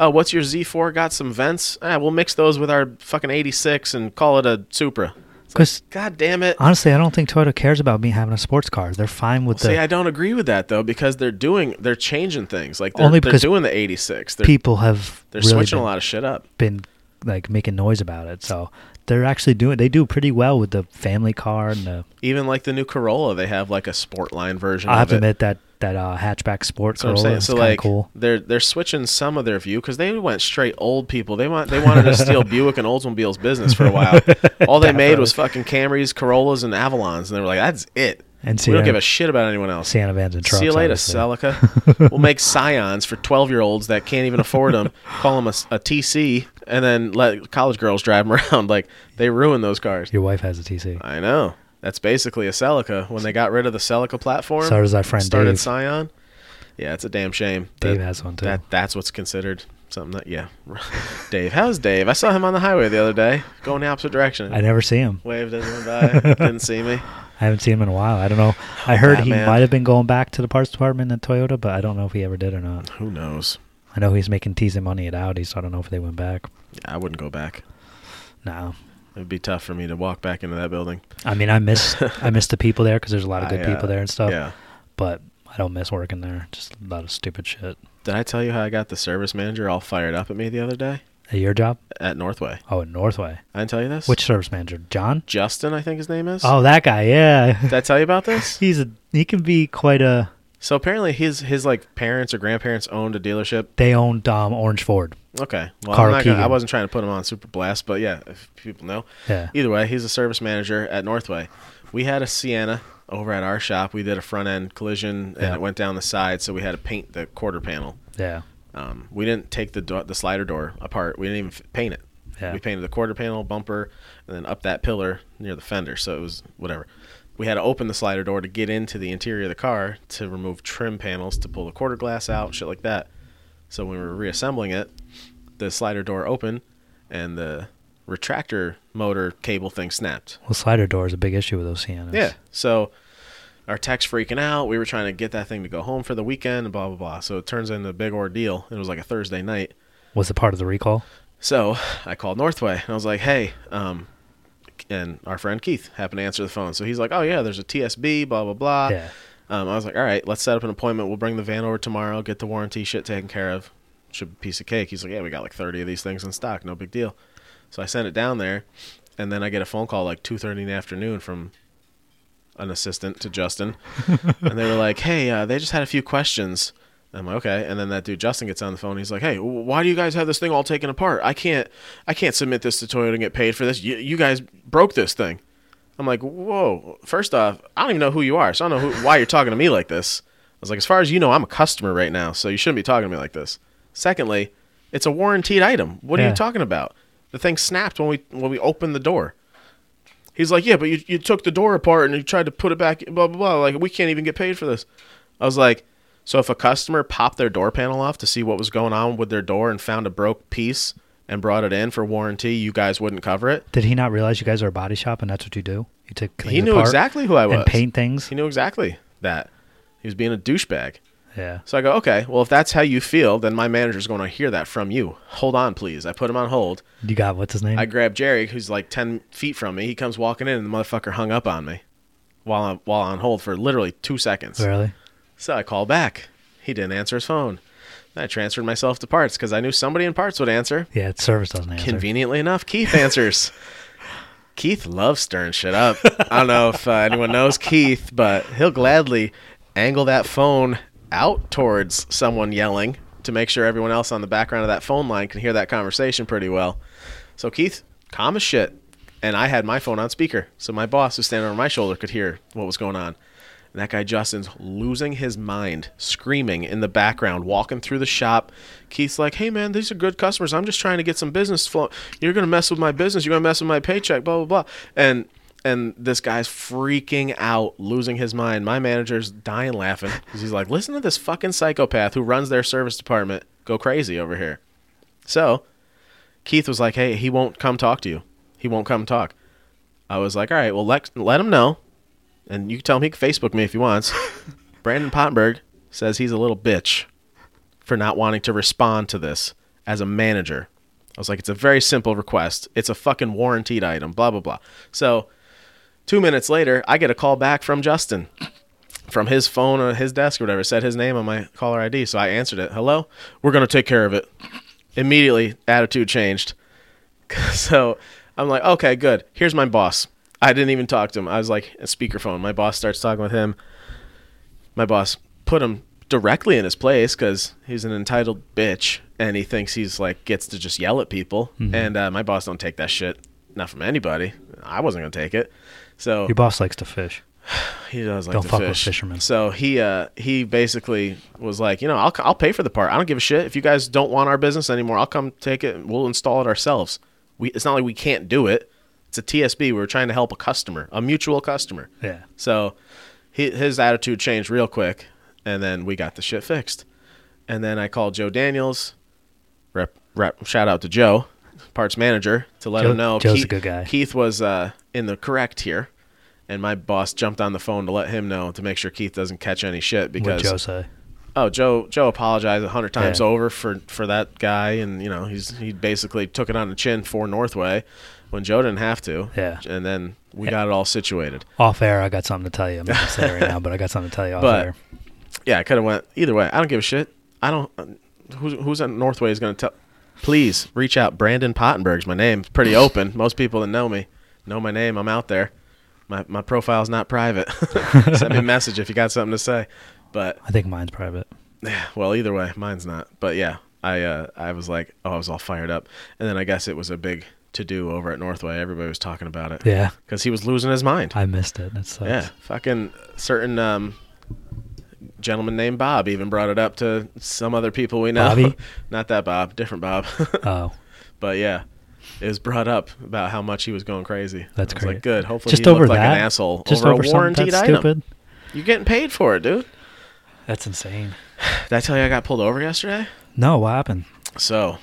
Speaker 2: Oh, what's your Z4 got some vents? Ah, we'll mix those with our fucking 86 and call it a Supra.
Speaker 1: Because
Speaker 2: God damn it.
Speaker 1: honestly, I don't think Toyota cares about me having a sports car. They're fine with
Speaker 2: See,
Speaker 1: the
Speaker 2: I don't agree with that though because they're doing they're changing things. Like they're,
Speaker 1: Only
Speaker 2: they're
Speaker 1: because
Speaker 2: doing the 86. They're,
Speaker 1: people have
Speaker 2: they're
Speaker 1: really
Speaker 2: switching
Speaker 1: been,
Speaker 2: a lot of shit up.
Speaker 1: been like making noise about it. So they're actually doing. They do pretty well with the family car and the.
Speaker 2: Even like the new Corolla, they have like a Sportline version
Speaker 1: I
Speaker 2: of
Speaker 1: have to
Speaker 2: it.
Speaker 1: admit that that uh, hatchback sport
Speaker 2: That's what I'm
Speaker 1: Corolla
Speaker 2: saying.
Speaker 1: is
Speaker 2: So
Speaker 1: kind of
Speaker 2: like
Speaker 1: cool.
Speaker 2: they're they're switching some of their view because they went straight old people. They want they wanted to
Speaker 1: [laughs]
Speaker 2: steal Buick and Oldsmobile's business for a while. All they made was fucking Camrys, Corollas, and Avalons, and they were like, "That's it.
Speaker 1: And
Speaker 2: we don't
Speaker 1: Sienna-
Speaker 2: give a shit about anyone else."
Speaker 1: Santa vans and trucks.
Speaker 2: See you later,
Speaker 1: obviously. [laughs]
Speaker 2: Celica. we'll make Scions for 12 year olds that can't even afford them, call them a, s- a TC, and then let college girls drive them [laughs] around. Like, they ruin those cars.
Speaker 1: Your wife has a TC.
Speaker 2: I know. That's basically a Celica. When they got rid of the Celica platform,
Speaker 1: So does our friend
Speaker 2: started
Speaker 1: Dave.
Speaker 2: Scion. Yeah, it's a damn shame.
Speaker 1: Dave has one, too.
Speaker 2: That, that's what's considered something that, yeah. [laughs] Dave, how's Dave? I saw him on the highway the other day going the opposite direction.
Speaker 1: I never see him. [laughs]
Speaker 2: Waved at him by, didn't see me.
Speaker 1: I haven't seen him in a while. I don't know.
Speaker 2: Oh,
Speaker 1: I heard he
Speaker 2: Batman.
Speaker 1: might have been going back to the parts department at Toyota, but I don't know if he ever did or not.
Speaker 2: Who knows?
Speaker 1: I know he's making teasing money at Audi, so I don't know if they went back.
Speaker 2: Yeah, I wouldn't go back.
Speaker 1: No,
Speaker 2: It'd be tough for me to walk back into that building.
Speaker 1: I mean I miss I miss the people there because there's a
Speaker 2: [laughs]
Speaker 1: lot of good
Speaker 2: I, uh,
Speaker 1: people there and stuff.
Speaker 2: Yeah.
Speaker 1: But I don't miss working there. Just a lot of stupid shit.
Speaker 2: Did I tell you how I got the service manager all fired up at me the other day
Speaker 1: At your job?
Speaker 2: at Northway?
Speaker 1: Oh, in Northway.
Speaker 2: I didn't tell you this.
Speaker 1: Which service manager? John?
Speaker 2: Justin, I think his name is.
Speaker 1: Oh, that guy. Yeah.
Speaker 2: [laughs] Did I tell you about
Speaker 1: [laughs]
Speaker 2: this?
Speaker 1: He's a he can be quite a.
Speaker 2: So apparently his his like parents or grandparents owned a dealership.
Speaker 1: They owned um, Orange Ford.
Speaker 2: Okay. Well,
Speaker 1: Carl
Speaker 2: I'm not gonna, I
Speaker 1: Keegan.
Speaker 2: wasn't trying to put him on super blast, but yeah, if people know.
Speaker 1: Yeah.
Speaker 2: Either way, he's a service manager at Northway. We had a Sienna over at our shop. We did a front end collision and
Speaker 1: Yeah.
Speaker 2: it went down the side, so we had to paint the quarter panel.
Speaker 1: Yeah.
Speaker 2: Um, we didn't take the door, the slider door apart. We didn't even f- paint it.
Speaker 1: Yeah.
Speaker 2: We painted the quarter panel, bumper, and then up that pillar near the fender. So it was whatever. We had to open the slider door to get into the interior of the car to remove trim panels to pull the quarter glass out, shit like that. So when we were reassembling it, the slider door opened and the retractor motor cable thing snapped.
Speaker 1: Well, slider door is a big issue with those Siennas.
Speaker 2: Yeah. So our tech's freaking out. We were trying to get that thing to go home for the weekend and blah blah blah. So it turns into a big ordeal. It was like a Thursday night.
Speaker 1: Was it part of the recall?
Speaker 2: So I called Northway and I was like, hey, um, and our friend Keith happened to answer the phone. So he's like, oh, yeah, there's a TSB, blah, blah, blah.
Speaker 1: Yeah.
Speaker 2: Um, I was like, all right, let's set up an appointment. We'll bring the van over tomorrow, get the warranty shit taken care of. Should be a piece of cake. He's like, yeah, we got like 30 of these things in stock. No big deal. So I sent it down there. And then I get a phone call like 2.30 in the afternoon from an assistant to Justin. and they were like, hey, uh, they just had a few questions. I'm like, okay. And then that dude Justin gets on the phone. He's like, hey, wh- why do you guys have this thing all taken apart? I can't, I can't submit this to Toyota and get paid for this. You, you guys broke this thing. I'm like, whoa. First off, I don't even know who you are, so I don't know who, why you're talking to me like this. I was like, as far as you know, I'm a customer right now, so you shouldn't be talking to me like this. Secondly, it's a warranted item. What are
Speaker 1: Yeah.
Speaker 2: you talking about? The thing snapped when we when we opened the door. He's like, yeah, but you, you took the door apart and you tried to put it back, blah, blah, blah. Like, we can't even get paid for this. I was like, so if a customer popped their door panel off to see what was going on with their door and found a broke piece and brought it in for warranty, you guys wouldn't cover it?
Speaker 1: Did he not realize you guys are a body shop and that's what you do? You take things
Speaker 2: He knew
Speaker 1: apart
Speaker 2: exactly who I was.
Speaker 1: and paint things.
Speaker 2: He knew exactly that. He was being a douchebag.
Speaker 1: yeah.
Speaker 2: So I go, okay, well, if that's how you feel, then my manager's going to hear that from you. Hold on, please. I put him on hold.
Speaker 1: You got what's his name?
Speaker 2: I grab Jerry, who's like 10 feet from me. He comes walking in, and the motherfucker hung up on me while, I'm, while on hold for literally two seconds.
Speaker 1: really?
Speaker 2: So I call back. He didn't answer his phone. I transferred myself to parts because I knew somebody in parts would answer.
Speaker 1: Yeah, it's service doesn't answer.
Speaker 2: Conveniently enough, Keith answers. [laughs] Keith loves stirring shit up. I don't know if uh, anyone knows Keith, but he'll gladly angle that phone out towards someone yelling to make sure everyone else on the background of that phone line can hear that conversation pretty well. So Keith, calm as shit, and I had my phone on speaker, so my boss who's standing over my shoulder could hear what was going on. And that guy Justin's losing his mind, screaming in the background, walking through the shop. Keith's like, "Hey man, these are good customers. I'm just trying to get some business flow. You're gonna mess with my business. You're gonna mess with my paycheck. Blah blah blah." And and this guy's freaking out, losing his mind. My manager's dying laughing 'cause he's like, "Listen to this fucking psychopath who runs their service department go crazy over here." So Keith was like, "Hey, he won't come talk to you. He won't come talk." I was like, "All right, well let let him know, and you can tell him he can Facebook me if he wants." Brandon Pottenberg says he's a little bitch for not wanting to respond to this as a manager. I was like, "It's a very simple request. It's a fucking warranted item. Blah blah blah." So two minutes later, I get a call back from Justin. From his phone or his desk or whatever, It said his name on my caller ID. So I answered it. Hello, we're gonna take care of it immediately attitude changed. [laughs] so I'm like, okay, good. Here's my boss. I didn't even talk to him. I was like, speakerphone. My boss starts talking with him. My boss put him directly in his place because he's an entitled bitch and he thinks he's like gets to just yell at people. And uh, my boss don't take that shit. Not from anybody. I wasn't gonna take it. So
Speaker 1: Your boss likes to fish.
Speaker 2: he does like
Speaker 1: Don't
Speaker 2: to
Speaker 1: fuck with
Speaker 2: fish.
Speaker 1: fishermen.
Speaker 2: So he uh, he basically was like, you know, I'll I'll pay for the part. I don't give a shit if you guys don't want our business anymore. I'll come take it. and We'll install it ourselves. We it's not like we can't do it. It's a TSB. We were trying to help a customer, a mutual customer.
Speaker 1: Yeah.
Speaker 2: So he, his attitude changed real quick, and then we got the shit fixed. And then I called Joe Daniels. Rep, rep, shout out to Joe, parts manager, to let
Speaker 1: Joe-
Speaker 2: him know
Speaker 1: Joe's a
Speaker 2: Keith,
Speaker 1: good guy.
Speaker 2: Keith was uh, in the correct here, and my boss jumped on the phone to let him know to make sure Keith doesn't catch any shit because
Speaker 1: What Joe say?
Speaker 2: oh Joe Joe apologized a hundred times
Speaker 1: Yeah.
Speaker 2: over for for that guy and you know he's he basically took it on the chin for Northway when Joe didn't have to
Speaker 1: Yeah.
Speaker 2: and then we got it all situated
Speaker 1: Off air, I got something to tell you. I'm not gonna say it
Speaker 2: [laughs]
Speaker 1: right now, but I got something to tell you off
Speaker 2: But-
Speaker 1: air.
Speaker 2: yeah I could have went either way I don't give a shit I don't uh, who's who's on Northway is gonna tell please reach out Brandon Pottenberg's my name It's pretty open most people that know me know my name I'm out there my my profile's not private [laughs] send me a message if you got something to say but
Speaker 1: I think mine's private.
Speaker 2: Yeah, well, either way, mine's not. But yeah, I uh, I was like, oh, I was all fired up, and then I guess it was a big to do over at Northway. Everybody was talking about it.
Speaker 1: Yeah.
Speaker 2: because he was losing his mind.
Speaker 1: I missed it. That sucks.
Speaker 2: yeah, fucking certain um, gentleman named Bob even brought it up to some other people we know.
Speaker 1: Bobby?
Speaker 2: [laughs] not that Bob, different Bob. [laughs]
Speaker 1: Oh,
Speaker 2: but yeah. It was brought up about how much he was going crazy.
Speaker 1: that's
Speaker 2: I was
Speaker 1: great.
Speaker 2: Like, good. Hopefully,
Speaker 1: just
Speaker 2: he
Speaker 1: over
Speaker 2: looked
Speaker 1: that,
Speaker 2: like an asshole
Speaker 1: Just
Speaker 2: over,
Speaker 1: over,
Speaker 2: a
Speaker 1: something
Speaker 2: warranted
Speaker 1: that's
Speaker 2: item.
Speaker 1: stupid.
Speaker 2: You're getting paid for it, dude.
Speaker 1: That's insane.
Speaker 2: Did I tell you I got pulled over yesterday?
Speaker 1: No, what happened?
Speaker 2: So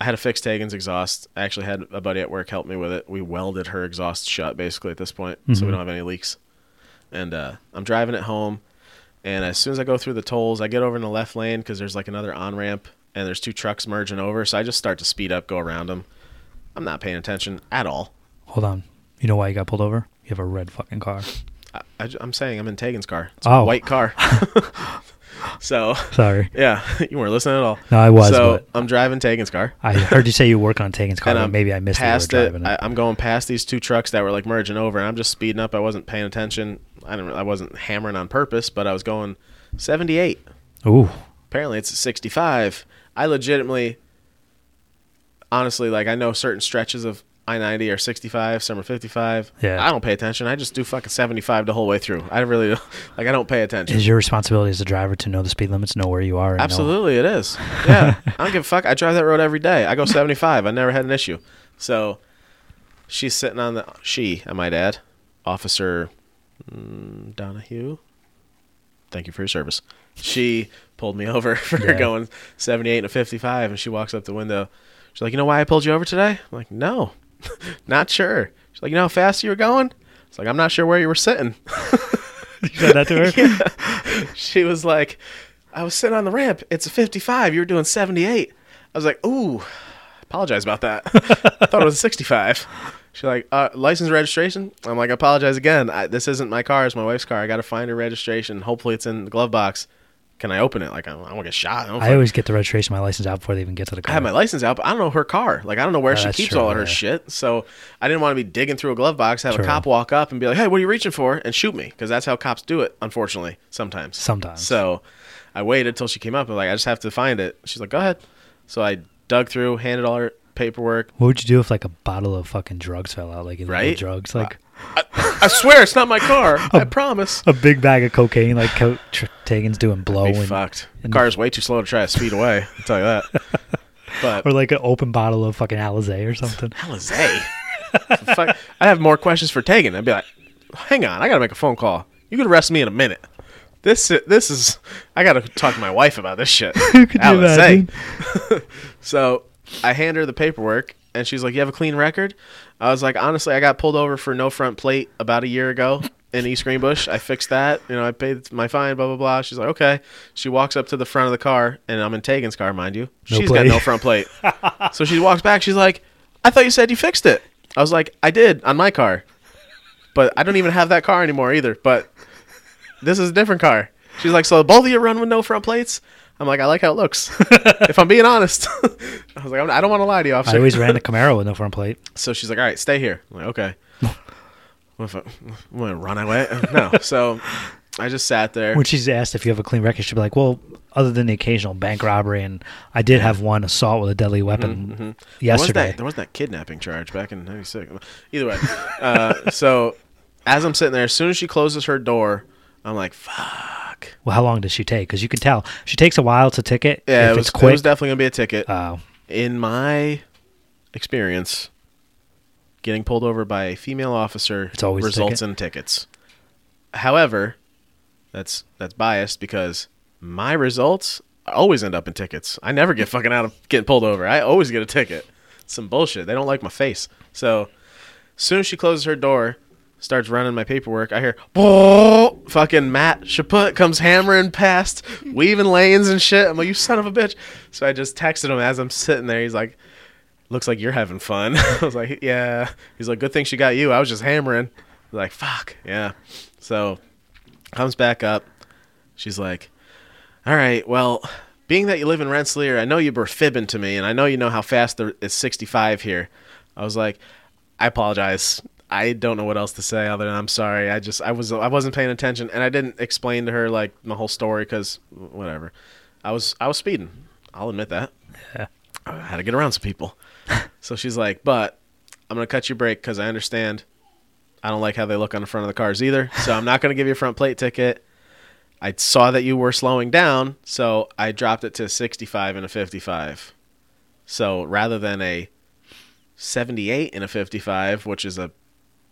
Speaker 2: I had to fix Tegan's exhaust. I actually had a buddy at work help me with it. We welded her exhaust shut basically at this point, so
Speaker 1: Mm-hmm.
Speaker 2: we don't have any leaks. And uh, I'm driving it home, and as soon as I go through the tolls, I get over in the left lane because there's like another on ramp, and there's two trucks merging over. So I just start to speed up, go around them. I'm not paying attention at all.
Speaker 1: Hold on. You know why you got pulled over? You have a red fucking car.
Speaker 2: I, am saying I'm in Tegan's car. It's a
Speaker 1: Oh.
Speaker 2: white
Speaker 1: [laughs]
Speaker 2: car. [laughs] so
Speaker 1: Sorry.
Speaker 2: yeah, [laughs] you weren't listening at all.
Speaker 1: No, I was,
Speaker 2: So
Speaker 1: but-
Speaker 2: I'm driving Tegan's car.
Speaker 1: I heard you say you work on Tegan's car,
Speaker 2: and um,
Speaker 1: but
Speaker 2: I'm
Speaker 1: maybe I missed
Speaker 2: past
Speaker 1: that you were driving
Speaker 2: I,
Speaker 1: it.
Speaker 2: I'm going past these two trucks that were like merging over, and I'm just speeding up. I wasn't paying attention. I didn't. I wasn't hammering on purpose, but I was going 78.
Speaker 1: Ooh,
Speaker 2: Apparently, it's 65. I legitimately, honestly, like I know certain stretches of I-90 are 65, some are 55.
Speaker 1: Yeah.
Speaker 2: I don't pay attention. I just do fucking 75 the whole way through. I really [laughs] don't- like. I don't pay attention.
Speaker 1: is your responsibility as a driver to know the speed limits, know where you are? and know-
Speaker 2: Absolutely, it is.
Speaker 1: [laughs]
Speaker 2: Yeah, I don't give a fuck. I drive that road every day. I go 75. I never had an issue. So she's sitting on the she, I might add, Officer mm, Donahue. Thank you for your service. She pulled me [laughs] over for
Speaker 1: Yeah.
Speaker 2: going 78 and a 55, and she walks up the window. She's like, "You know why I pulled you over today?" I'm like, "No, not sure." She's like, "You know how fast you were going?" It's like, "I'm not sure where you were sitting."
Speaker 1: [laughs] You said that
Speaker 2: [laughs]
Speaker 1: to her?
Speaker 2: she was like, I was sitting on the ramp. It's a 55. You were doing 78. I was like, ooh, apologize about that. [laughs] I thought it was a 65. She's like, uh, license and registration? I'm like, I apologize again. I, this isn't my car. It's my wife's car. I got to find her registration. Hopefully it's in the glove box. Can I open it? Like, I don't, I don't wanna get shot. I, don't
Speaker 1: I
Speaker 2: fuck-
Speaker 1: always get the registration of my license out before they even get to the
Speaker 2: I
Speaker 1: car.
Speaker 2: have my license out, but I don't know her car. Like, I don't know where
Speaker 1: Oh,
Speaker 2: she
Speaker 1: that's
Speaker 2: keeps
Speaker 1: true,
Speaker 2: all of her
Speaker 1: yeah.
Speaker 2: shit. So I didn't want to be digging through a glove box, have
Speaker 1: True.
Speaker 2: a cop walk up and be like, hey, what are you reaching for? And shoot me. Because that's how cops do it, unfortunately, sometimes.
Speaker 1: Sometimes.
Speaker 2: So I waited till she came up. I'm like, I just have to find it. She's like, go ahead. So I dug through, handed all her paperwork.
Speaker 1: What would you do if like a bottle of fucking drugs fell out, like illegal
Speaker 2: Right? Uh,
Speaker 1: drugs, like
Speaker 2: I swear it's not my car.
Speaker 1: [laughs]
Speaker 2: I promise.
Speaker 1: a big bag of cocaine, like Co- Tr- Tegan's doing blow,
Speaker 2: Be
Speaker 1: and,
Speaker 2: fucked.
Speaker 1: and-
Speaker 2: Car's way too slow to try to speed away. I'll tell
Speaker 1: [laughs]
Speaker 2: you that. But
Speaker 1: or like an open bottle of fucking Alizé or
Speaker 2: [laughs]
Speaker 1: something.
Speaker 2: Alizé. Fuck. I have more questions for Tegan. I'd be like, hang on, I gotta make a phone call. You could arrest me in a minute. This this is I gotta talk to my wife about this shit.
Speaker 1: Could you imagine?
Speaker 2: Alizé. So I hand her the paperwork, and she's like, "You have a clean record." I was like, "Honestly, I got pulled over for no front plate about a year ago in East Greenbush. I fixed that. You know, I paid my fine. Blah blah blah." She's like, "Okay." She walks up to the front of the car, and I'm in Tegan's car, mind you.
Speaker 1: No
Speaker 2: She's
Speaker 1: plate.
Speaker 2: got no
Speaker 1: [laughs]
Speaker 2: front plate, so she walks back. She's like, "I thought you said you fixed it." I was like, "I did on my car, but I don't even have that car anymore either." But this is a different car. She's like, so both of you run with no front plates? I'm like, I like how it
Speaker 1: [laughs]
Speaker 2: looks. if I'm being honest, [laughs] I was like, I'm, I don't want to lie to you,
Speaker 1: I
Speaker 2: officer.
Speaker 1: always ran the Camaro with no front plate.
Speaker 2: so she's like, all right, stay here. I'm like,
Speaker 1: [laughs]
Speaker 2: okay. what if I, what, run away? [laughs] No. So I just sat there.
Speaker 1: When she's asked if you have a clean record, she'd be like, "Well, other than the occasional bank robbery, and I did
Speaker 2: Mm-hmm.
Speaker 1: have one assault with a deadly weapon
Speaker 2: There Mm-hmm, was that-
Speaker 1: yesterday."
Speaker 2: There was that kidnapping charge back in '96. Either way, uh, so as I'm sitting there, as soon as she closes her door, I'm like, fuck.
Speaker 1: Well, how long does she take? Because you can tell she takes a while to ticket. if
Speaker 2: Yeah, it was,
Speaker 1: it's
Speaker 2: it
Speaker 1: quick.
Speaker 2: was definitely gonna be a ticket.
Speaker 1: oh,
Speaker 2: in my experience, getting pulled over by a female officer
Speaker 1: It's always a
Speaker 2: results
Speaker 1: ticket.
Speaker 2: in tickets. However, that's that's biased because my results always end up in tickets. I never get fucking out of getting pulled over. I always get a ticket. It's some bullshit. They don't like my face. So, as soon as she closes her door, starts running my paperwork. I hear, "Boom!" fucking Matt Chaput comes hammering past, weaving lanes and shit. I'm like, you son of a bitch. So I just texted him as I'm sitting there. He's like, looks like you're having fun. [laughs] I was like, yeah. He's like, good thing she got you. I was just hammering. I was like, fuck, yeah. So comes back up. She's like, all right, well, being that you live in Rensselaer, I know you were fibbing to me, and I know you know how fast the, it's 65 here. I was like, I apologize. I don't know what else to say other than I'm sorry. I just I was I wasn't paying attention, and I didn't explain to her like my whole story because whatever. I was I was speeding. I'll admit that. I had to get around
Speaker 1: [laughs]
Speaker 2: some people. so she's like, but I'm gonna cut your break because I understand. I don't like how they look on the front of the cars either. So I'm not gonna give you a front plate ticket. I saw that you were slowing down, so I dropped it to 65 and a 55. So rather than a 78 and a 55, which is a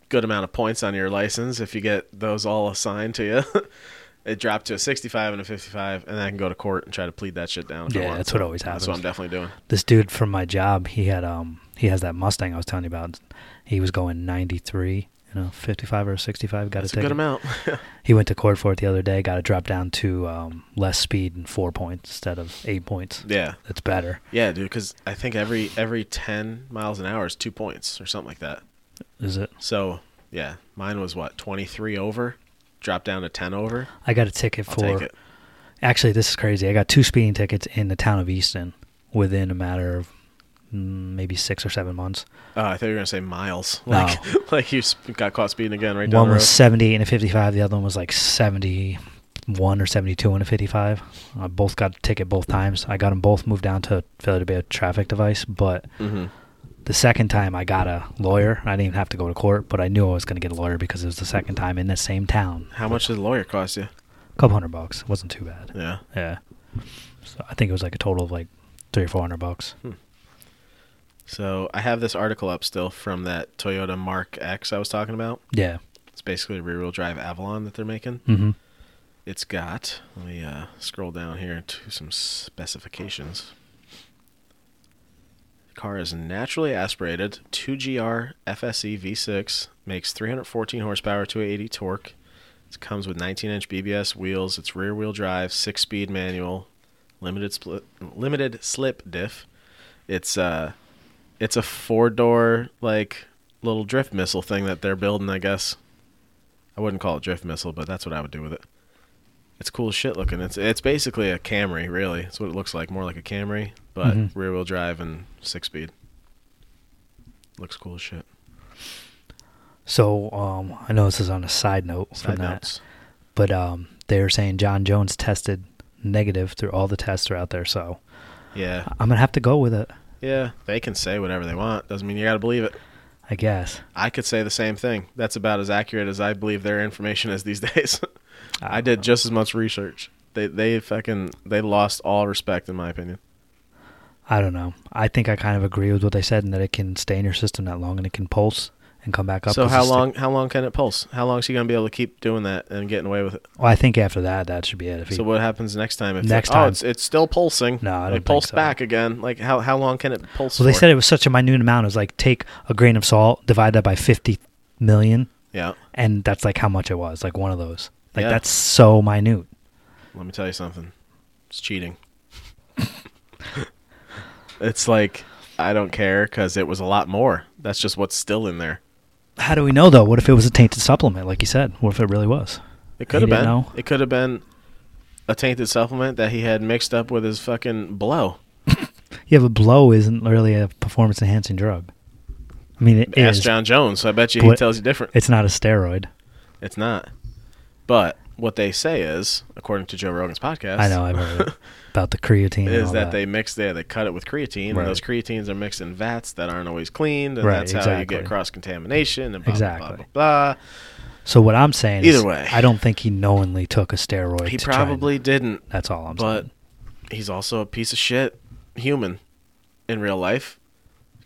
Speaker 2: good amount of points on your license if you get those all assigned to you, [laughs] it dropped to a 65 and a 55, and then I can go to court and try to plead that shit down. If I
Speaker 1: Yeah,
Speaker 2: want.
Speaker 1: that's what always
Speaker 2: That's
Speaker 1: happens.
Speaker 2: what I'm definitely doing.
Speaker 1: this dude from my job, he had um he has that Mustang I was telling you about. He was going 93, you know, 55 or 65. Got
Speaker 2: That's
Speaker 1: a
Speaker 2: a good
Speaker 1: ticket.
Speaker 2: amount.
Speaker 1: He went to court for it the other day. Got it dropped down to um, less speed and four points instead of eight points.
Speaker 2: [laughs] yeah.
Speaker 1: That's better.
Speaker 2: Yeah, dude, because I think every every ten miles an hour is two points or something like that.
Speaker 1: Is it?
Speaker 2: So yeah, mine was what twenty three over, dropped down to ten over.
Speaker 1: I got a ticket
Speaker 2: I'll
Speaker 1: for.
Speaker 2: take it.
Speaker 1: Actually, this is crazy. I got two speeding tickets in the town of Easton within a matter of mm, maybe six or seven months.
Speaker 2: Oh, I thought you were gonna say miles.
Speaker 1: No.
Speaker 2: Like like [laughs] you sp- got caught speeding again right down
Speaker 1: One
Speaker 2: the road.
Speaker 1: was 78 and a 55. The other one was like 71 or 72 and a 55. I both got a ticket both times. I got them both moved down to failure to be a traffic device. But the second time I got a lawyer. I didn't even have to go to court, but I knew I was going to get a lawyer because it was the second time in the same town.
Speaker 2: How much did the lawyer cost you?
Speaker 1: A couple hundred bucks. It wasn't too bad.
Speaker 2: Yeah.
Speaker 1: Yeah. So I think it was like a total of like three or four hundred bucks.
Speaker 2: So I have this article up still from that Toyota Mark X I was talking about.
Speaker 1: Yeah.
Speaker 2: It's basically a rear wheel drive Avalon that they're making.
Speaker 1: Mm-hmm.
Speaker 2: It's got. Let me uh, scroll down here to some specifications. Car is naturally aspirated, 2GR FSE V6, E makes 314 horsepower, 280 torque. It comes with 19-inch BBS wheels. It's rear-wheel drive, six-speed manual, limited split, limited slip diff. It's uh, it's a four-door like little drift missile thing that they're building, I guess. I wouldn't call it drift missile, but that's what I would do with it. It's cool as shit looking. It's it's basically a Camry, really. It's what it looks like, more like a Camry, but
Speaker 1: Mhm.
Speaker 2: rear wheel drive and six speed. Looks cool as shit.
Speaker 1: So um, I know this is on a side note from
Speaker 2: Side
Speaker 1: that,
Speaker 2: notes.
Speaker 1: but um, they're saying John Jones tested negative through all the tests are out there. So
Speaker 2: Yeah,
Speaker 1: I'm gonna have to go with it,
Speaker 2: yeah. They can say whatever they want. Doesn't mean you got to believe it.
Speaker 1: I guess.
Speaker 2: I could say the same thing. That's about as accurate as I believe their information is these [laughs] days. I did just as much research. They they fucking they lost all respect in my opinion.
Speaker 1: I don't know. I think I kind of agree with what they said, and that it can stay in your system that long, and it can pulse and come back up.
Speaker 2: So
Speaker 1: 'cause
Speaker 2: how
Speaker 1: it's-
Speaker 2: long how long can it pulse? How long is he gonna be able to keep doing that and getting away with it?
Speaker 1: Well, I think after that, that should be it. If he,
Speaker 2: So what happens next time? If
Speaker 1: Next
Speaker 2: oh,
Speaker 1: time.
Speaker 2: it's, it's still pulsing.
Speaker 1: No, I don't
Speaker 2: it
Speaker 1: think
Speaker 2: pulsed
Speaker 1: so.
Speaker 2: back again. Like how how long can it pulse?
Speaker 1: so they
Speaker 2: for?
Speaker 1: said it was such a minute amount. It was like take a grain of salt, divide that by 50 million,
Speaker 2: Yeah.
Speaker 1: and that's like how much it was, like one of those. Like
Speaker 2: Yeah.
Speaker 1: that's so minute.
Speaker 2: Let me tell you something. It's cheating. [laughs] it's like I don't care because it was a lot more. That's just what's still in there.
Speaker 1: How do we know though? What if it was a tainted supplement, like you said? What if it really was?
Speaker 2: It could have
Speaker 1: didn't
Speaker 2: been.
Speaker 1: know?
Speaker 2: It could have been a tainted supplement that he had mixed up with his fucking blow.
Speaker 1: Yeah, but blow isn't really a performance enhancing drug. I mean, it
Speaker 2: Ask
Speaker 1: is.
Speaker 2: John Jones. I bet you he
Speaker 1: But-
Speaker 2: tells you different.
Speaker 1: It's not a steroid.
Speaker 2: It's not. But what they say is, according to Joe Rogan's podcast,
Speaker 1: I know. I've
Speaker 2: [laughs]
Speaker 1: heard about the creatine. and
Speaker 2: is
Speaker 1: all
Speaker 2: that, they mix yeah, they cut it with creatine
Speaker 1: Right.
Speaker 2: and those creatines are mixed in vats that aren't always cleaned and
Speaker 1: Right,
Speaker 2: that's how you
Speaker 1: exactly.
Speaker 2: get cross contamination and blah, blah
Speaker 1: Exactly.
Speaker 2: blah blah
Speaker 1: So what I'm saying is,
Speaker 2: Either way.
Speaker 1: I don't think he knowingly took a steroid.
Speaker 2: blah. He
Speaker 1: to try and-
Speaker 2: probably didn't,
Speaker 1: that's all I'm
Speaker 2: but
Speaker 1: saying.
Speaker 2: he's also a piece of shit human in real life.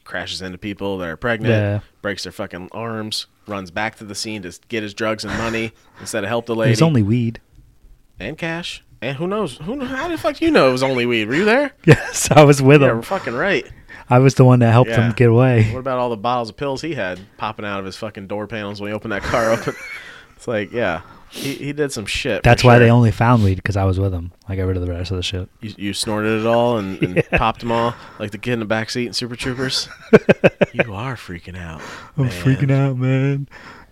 Speaker 2: Crashes into people that are pregnant,
Speaker 1: Yeah.
Speaker 2: breaks their fucking arms, runs back to the scene to get his drugs and
Speaker 1: [sighs]
Speaker 2: money instead of help the lady
Speaker 1: It's only weed. [laughs]
Speaker 2: and cash. And who knows? Who how the fuck do you know it was only weed? Were you there?
Speaker 1: Yes, I was with
Speaker 2: Yeah,
Speaker 1: him.
Speaker 2: we're fucking right.
Speaker 1: I was the one that helped him
Speaker 2: Yeah.
Speaker 1: get away.
Speaker 2: What about all the bottles of pills he had popping out of his fucking door panels when he opened that
Speaker 1: [laughs]
Speaker 2: car up? It's like, yeah, he, he did some shit. for
Speaker 1: That's why they
Speaker 2: sure.
Speaker 1: only found weed because I was with him. I got rid of the rest of the shit.
Speaker 2: You, you snorted it all
Speaker 1: [laughs]
Speaker 2: and, and popped them all like the kid in the back seat in Super Troopers. you are freaking out.
Speaker 1: I'm freaking out, man.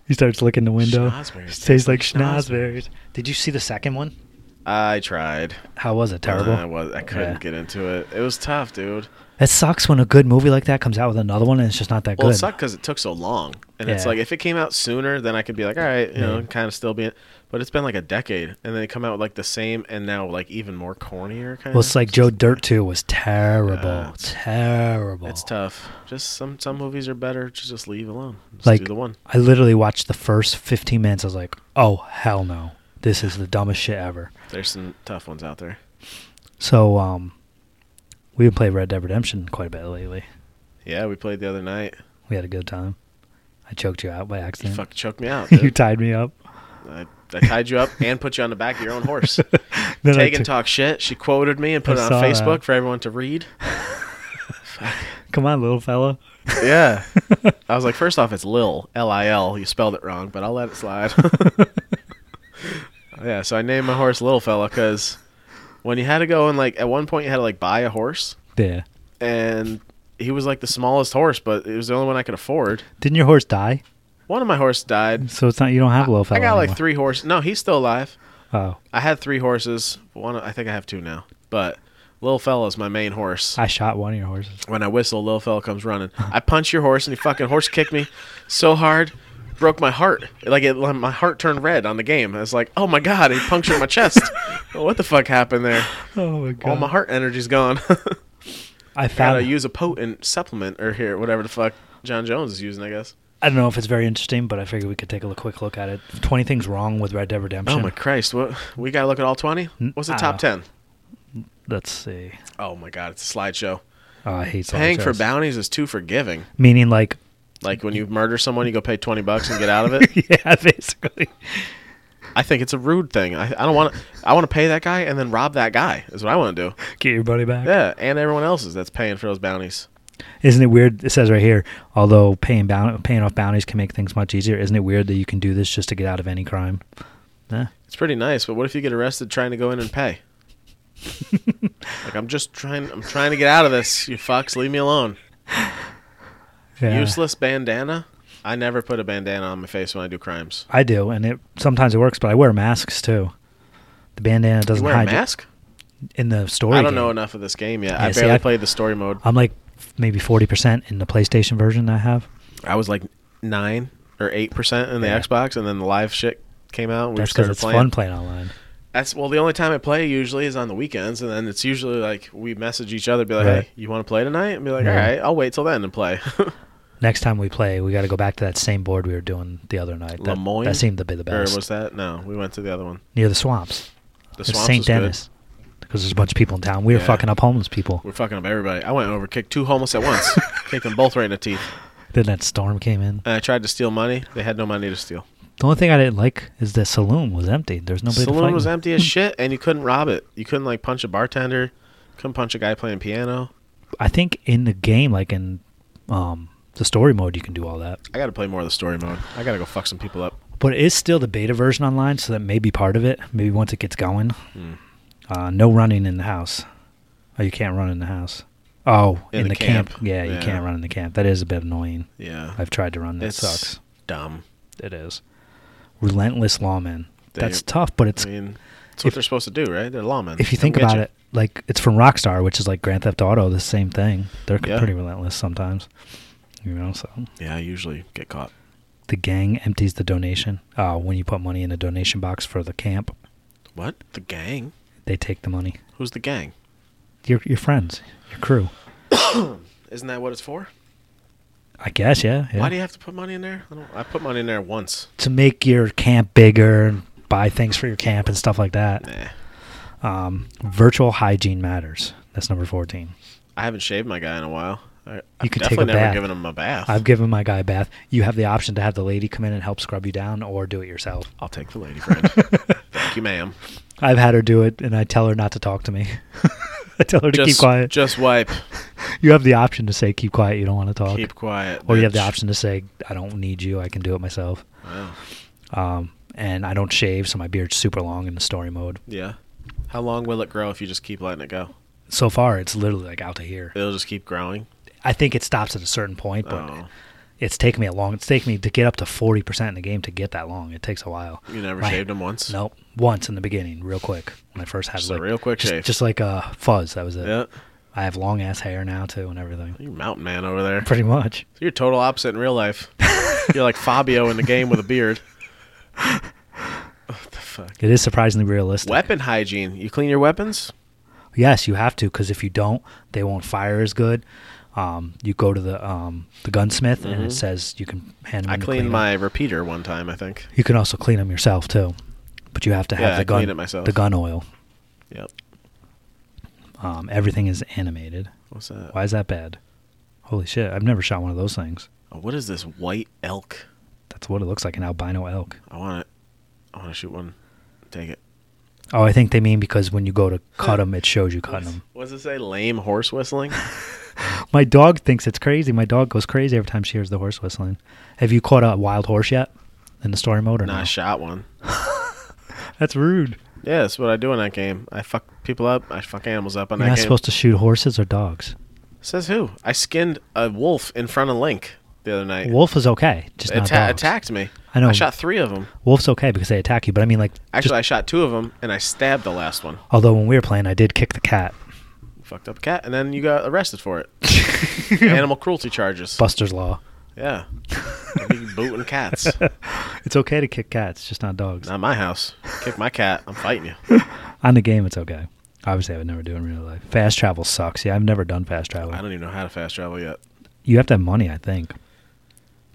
Speaker 1: He starts licking the window.
Speaker 2: Schnozberries
Speaker 1: It
Speaker 2: taste
Speaker 1: tastes like
Speaker 2: like
Speaker 1: schnozberries. Did you see the second one?
Speaker 2: I tried.
Speaker 1: How was it? Terrible.
Speaker 2: I was. I couldn't
Speaker 1: Yeah.
Speaker 2: get into it. It was tough, dude.
Speaker 1: That sucks when a good movie like that comes out with another one and it's just not that
Speaker 2: Well, it
Speaker 1: good.
Speaker 2: sucked because it took so long. And it's
Speaker 1: Yeah.
Speaker 2: like if it came out sooner, then I could be like, all right, you know,
Speaker 1: Yeah.
Speaker 2: kind of still being. But it's been like a decade, and then they come out with like the same, and now like even more cornier kind
Speaker 1: Well,
Speaker 2: of.
Speaker 1: it's like Joe Dirt 2 was terrible.
Speaker 2: Yeah, it's-
Speaker 1: terrible.
Speaker 2: It's tough. Just some some movies are better to just leave alone. Just
Speaker 1: like
Speaker 2: do the one.
Speaker 1: I literally watched the first 15 minutes. I was like, "Oh hell no, this is the dumbest shit ever."
Speaker 2: There's some tough ones out there.
Speaker 1: So um, we've been playing Red Dead Redemption quite a bit lately.
Speaker 2: Yeah, we played the other night.
Speaker 1: We had a good time. I choked you out by
Speaker 2: You
Speaker 1: accident. [laughs]
Speaker 2: fuck choked me out.
Speaker 1: you
Speaker 2: dude.
Speaker 1: tied me up.
Speaker 2: I, I tied you up and put you on the back of your own horse.
Speaker 1: Then [laughs] I
Speaker 2: Tegan
Speaker 1: took-
Speaker 2: talked shit. She quoted me and put
Speaker 1: I
Speaker 2: it on
Speaker 1: saw
Speaker 2: Facebook
Speaker 1: that.
Speaker 2: for everyone to read.
Speaker 1: Come on, little fella.
Speaker 2: Yeah. I was like, first off, it's Lil, L I L. You spelled it wrong, but I'll let it slide. yeah, so I named my horse Little Fella because when you had to go and, like, at one point you had to, like, buy a horse,
Speaker 1: Yeah.
Speaker 2: and he was, like, the smallest horse, but it was the only one I could afford.
Speaker 1: Didn't your horse die?
Speaker 2: One of my horse died.
Speaker 1: So it's not you don't have a little fella.
Speaker 2: I got, like,
Speaker 1: anymore.
Speaker 2: three horses. No, he's still alive.
Speaker 1: Oh,
Speaker 2: I had three horses. One, I think I have two now, but Little Fella's my main horse.
Speaker 1: I shot one of your horses.
Speaker 2: when I whistle, little fella comes running. I punch your horse, and your fucking horse kicked me so hard, broke my heart. Like it, like, my heart turned red on the game. I was like, oh my god, he punctured my chest. [laughs] what the fuck happened there?
Speaker 1: Oh my god!
Speaker 2: All my heart energy's gone. [laughs]
Speaker 1: I
Speaker 2: Gotta
Speaker 1: found.
Speaker 2: use a potent supplement or here, whatever the fuck John Jones is using, I guess.
Speaker 1: I don't know if it's very interesting, but I figured we could take a look- quick look at it. Twenty things wrong with Red Dead Redemption.
Speaker 2: Oh my Christ, what? We gotta look at all twenty. What's the
Speaker 1: I
Speaker 2: top ten?
Speaker 1: Let's see.
Speaker 2: Oh my god, it's a slideshow.
Speaker 1: Oh, I hate
Speaker 2: Paying for
Speaker 1: slideshows.
Speaker 2: bounties is too forgiving.
Speaker 1: Meaning, like, [laughs]
Speaker 2: Like when you murder someone, you go pay twenty bucks and get out of it.
Speaker 1: yeah, basically.
Speaker 2: I think it's a rude thing. I, I don't want to. I want to pay that guy and then rob that guy. Is what I want to do.
Speaker 1: Get your money back.
Speaker 2: Yeah, and everyone else's that's paying for those bounties.
Speaker 1: Isn't it weird? It says right here, although paying boun- paying off bounties can make things much easier, isn't it weird that you can do this just to get out of any crime? Eh.
Speaker 2: It's pretty nice, but what if you get arrested trying to go in and pay?
Speaker 1: [laughs]
Speaker 2: like I'm just trying. I'm trying to get out of this. You fucks, leave me alone.
Speaker 1: Yeah.
Speaker 2: Useless bandana. I never put a bandana on my face when I do crimes.
Speaker 1: I do, and it sometimes it works, but I wear masks too. The bandana
Speaker 2: You
Speaker 1: doesn't
Speaker 2: wear a
Speaker 1: hide you-
Speaker 2: mask?
Speaker 1: in the story.
Speaker 2: I don't
Speaker 1: game.
Speaker 2: know enough of this game yet. I
Speaker 1: Yeah, see,
Speaker 2: barely
Speaker 1: I-
Speaker 2: played the story mode.
Speaker 1: I'm like maybe forty percent in the PlayStation version I have.
Speaker 2: I was like nine or eight percent in the
Speaker 1: Yeah.
Speaker 2: Xbox, and then the live shit came out. and We
Speaker 1: That's because
Speaker 2: started
Speaker 1: it's
Speaker 2: playing.
Speaker 1: fun playing online.
Speaker 2: That's well, the only time I play usually is on the weekends, and then it's usually like we message each other, be like,
Speaker 1: Right.
Speaker 2: "Hey, you want to play tonight?" And be like,
Speaker 1: Yeah.
Speaker 2: "All right, I'll wait till then and play." [laughs]
Speaker 1: Next time we play, we got to go back to that same board we were doing the other night. That,
Speaker 2: Lemoyne?
Speaker 1: that seemed to be the
Speaker 2: or
Speaker 1: best.
Speaker 2: was that no? We went to the other one.
Speaker 1: Near the swamps.
Speaker 2: The
Speaker 1: It's
Speaker 2: swamps
Speaker 1: St.
Speaker 2: was good.
Speaker 1: Dennis. Because there's a bunch of people in town. We were
Speaker 2: Yeah.
Speaker 1: fucking up homeless people.
Speaker 2: We're fucking up everybody. I went over, kicked two homeless
Speaker 1: [laughs]
Speaker 2: at once, kicked them both right in the teeth.
Speaker 1: Then that storm came in.
Speaker 2: And I tried to steal money. They had no money to steal.
Speaker 1: The only thing I didn't like is the saloon was empty. There's nobody. to
Speaker 2: Saloon
Speaker 1: fight
Speaker 2: was
Speaker 1: with. [laughs]
Speaker 2: empty as shit, and you couldn't rob it. You couldn't like punch a bartender. Couldn't punch a guy playing piano.
Speaker 1: I think in the game, like in um, the story mode, you can do all that.
Speaker 2: I got to play more of the story mode. I got to go fuck some people up.
Speaker 1: But it is still the beta version online, so that may be part of it. Maybe once it gets going,
Speaker 2: Hmm.
Speaker 1: uh, no running in the house. Oh, you can't run in the house. Oh,
Speaker 2: In
Speaker 1: in,
Speaker 2: the
Speaker 1: the, camp.
Speaker 2: camp.
Speaker 1: Yeah, you
Speaker 2: Yeah.
Speaker 1: can't run in the camp. That is a bit annoying.
Speaker 2: Yeah,
Speaker 1: I've tried to run. That
Speaker 2: It's
Speaker 1: sucks.
Speaker 2: dumb.
Speaker 1: It is. Relentless lawman.
Speaker 2: They-
Speaker 1: That's tough, but it's
Speaker 2: I mean, that's what
Speaker 1: If-
Speaker 2: they're supposed to do, right? They're lawmen.
Speaker 1: if you
Speaker 2: Come
Speaker 1: think
Speaker 2: get
Speaker 1: about
Speaker 2: ya.
Speaker 1: it, like it's from Rockstar, which is like Grand Theft Auto, the same thing. They're
Speaker 2: Yeah.
Speaker 1: pretty relentless sometimes. You know, so
Speaker 2: Yeah, I usually get caught.
Speaker 1: the gang empties the donation. Uh, when you put money in a donation box for the camp,
Speaker 2: What? The gang?
Speaker 1: they take the money.
Speaker 2: Who's the gang?
Speaker 1: Your your friends, your crew.
Speaker 2: Isn't that what it's for?
Speaker 1: I guess, yeah. yeah.
Speaker 2: Why do you have to put money in there? I, don't, I put money in there once.
Speaker 1: to make your camp bigger and buy things for your camp and stuff like that.
Speaker 2: Nah.
Speaker 1: Virtual hygiene matters. That's number fourteen.
Speaker 2: I haven't shaved my guy in a while. I,
Speaker 1: You
Speaker 2: I've
Speaker 1: could take a
Speaker 2: definitely never
Speaker 1: bath.
Speaker 2: given him a bath. i
Speaker 1: I've given my guy a bath. You have the option to have the lady come in and help scrub you down or do it yourself.
Speaker 2: will take
Speaker 1: [laughs]
Speaker 2: the lady friend. Thank you, ma'am.
Speaker 1: I've had her do it, and I tell her not to talk to me. [laughs] I tell her to
Speaker 2: just,
Speaker 1: keep quiet.
Speaker 2: Just wipe.
Speaker 1: You have the option to say keep quiet. You don't want to talk,
Speaker 2: Keep quiet.
Speaker 1: or you have the
Speaker 2: bitch.
Speaker 1: option to say I don't need you. I can do it myself.
Speaker 2: Wow.
Speaker 1: Um, and I don't shave, so my beard's super long in the story mode.
Speaker 2: Yeah. How long will it grow if you just keep letting it go?
Speaker 1: So far, it's literally like out to here.
Speaker 2: It'll just keep growing.
Speaker 1: I think it stops at a certain point, but
Speaker 2: Oh,
Speaker 1: it's taken me a long. It's taken me to get up to forty percent in the game to get that long. It takes a while.
Speaker 2: you never
Speaker 1: My-
Speaker 2: shaved him once.
Speaker 1: Nope. Once in the beginning, real quick when I first had
Speaker 2: Just a
Speaker 1: like
Speaker 2: real quick
Speaker 1: just,
Speaker 2: shave.
Speaker 1: just like uh, fuzz. That was it.
Speaker 2: Yeah.
Speaker 1: I have long ass hair now too and everything.
Speaker 2: You mountain man over there.
Speaker 1: Pretty much.
Speaker 2: You're total opposite in
Speaker 1: [laughs]
Speaker 2: real life. You're like Fabio in the game with a beard. What the fuck?
Speaker 1: It is surprisingly realistic.
Speaker 2: Weapon hygiene. You clean your weapons?
Speaker 1: Yes, you have to because if you don't, they won't fire as good. Um, you go to the um, the gunsmith and it says you can hand them.
Speaker 2: Mm-hmm. I
Speaker 1: in to
Speaker 2: cleaned
Speaker 1: clean 'em.
Speaker 2: my repeater one time, I think.
Speaker 1: You can also clean them yourself too, but you have to have
Speaker 2: Yeah,
Speaker 1: the
Speaker 2: I
Speaker 1: gun
Speaker 2: clean it myself.
Speaker 1: the gun oil.
Speaker 2: Yep.
Speaker 1: Um, everything is animated.
Speaker 2: What's that?
Speaker 1: Why is that bad? Holy shit! I've never shot one of those things.
Speaker 2: Oh, What is this white elk?
Speaker 1: That's what it looks like an albino elk.
Speaker 2: I want it. I want to shoot one. Take it.
Speaker 1: Oh, I think they mean because when you go to cut them, it shows you cutting them.
Speaker 2: What does it say? Lame
Speaker 1: [laughs]
Speaker 2: horse whistling?
Speaker 1: My dog thinks it's crazy. My dog goes crazy every time she hears the horse whistling. Have you caught a wild horse yet in the story mode or
Speaker 2: nah, I
Speaker 1: not?
Speaker 2: shot one.
Speaker 1: That's rude.
Speaker 2: Yeah, that's what I do in that game. I fuck people up. I fuck animals up on
Speaker 1: You're
Speaker 2: that
Speaker 1: not
Speaker 2: game.
Speaker 1: supposed to shoot horses or dogs.
Speaker 2: Says who? I skinned a wolf in front of Link the other night.
Speaker 1: Wolf is okay, just not
Speaker 2: Atta-
Speaker 1: dogs.
Speaker 2: attacked me.
Speaker 1: I know.
Speaker 2: I shot three of them.
Speaker 1: Wolf's okay because they attack you, but I mean like.
Speaker 2: Actually,
Speaker 1: just-
Speaker 2: I shot two of them, and I stabbed the last one.
Speaker 1: although when we were playing, I did kick the cat.
Speaker 2: Fucked up a cat, and then you got arrested for
Speaker 1: [laughs]
Speaker 2: it. Animal cruelty charges.
Speaker 1: Buster's law.
Speaker 2: Yeah. I be
Speaker 1: [laughs]
Speaker 2: booting cats.
Speaker 1: It's okay to kick cats, just not dogs.
Speaker 2: Not my house. Kick my cat. I'm fighting you.
Speaker 1: On the game, it's okay. Obviously, I would never do it in real life. Fast travel sucks. Yeah, I've never done fast travel.
Speaker 2: I don't even know how to fast travel yet.
Speaker 1: You have to have money, I think.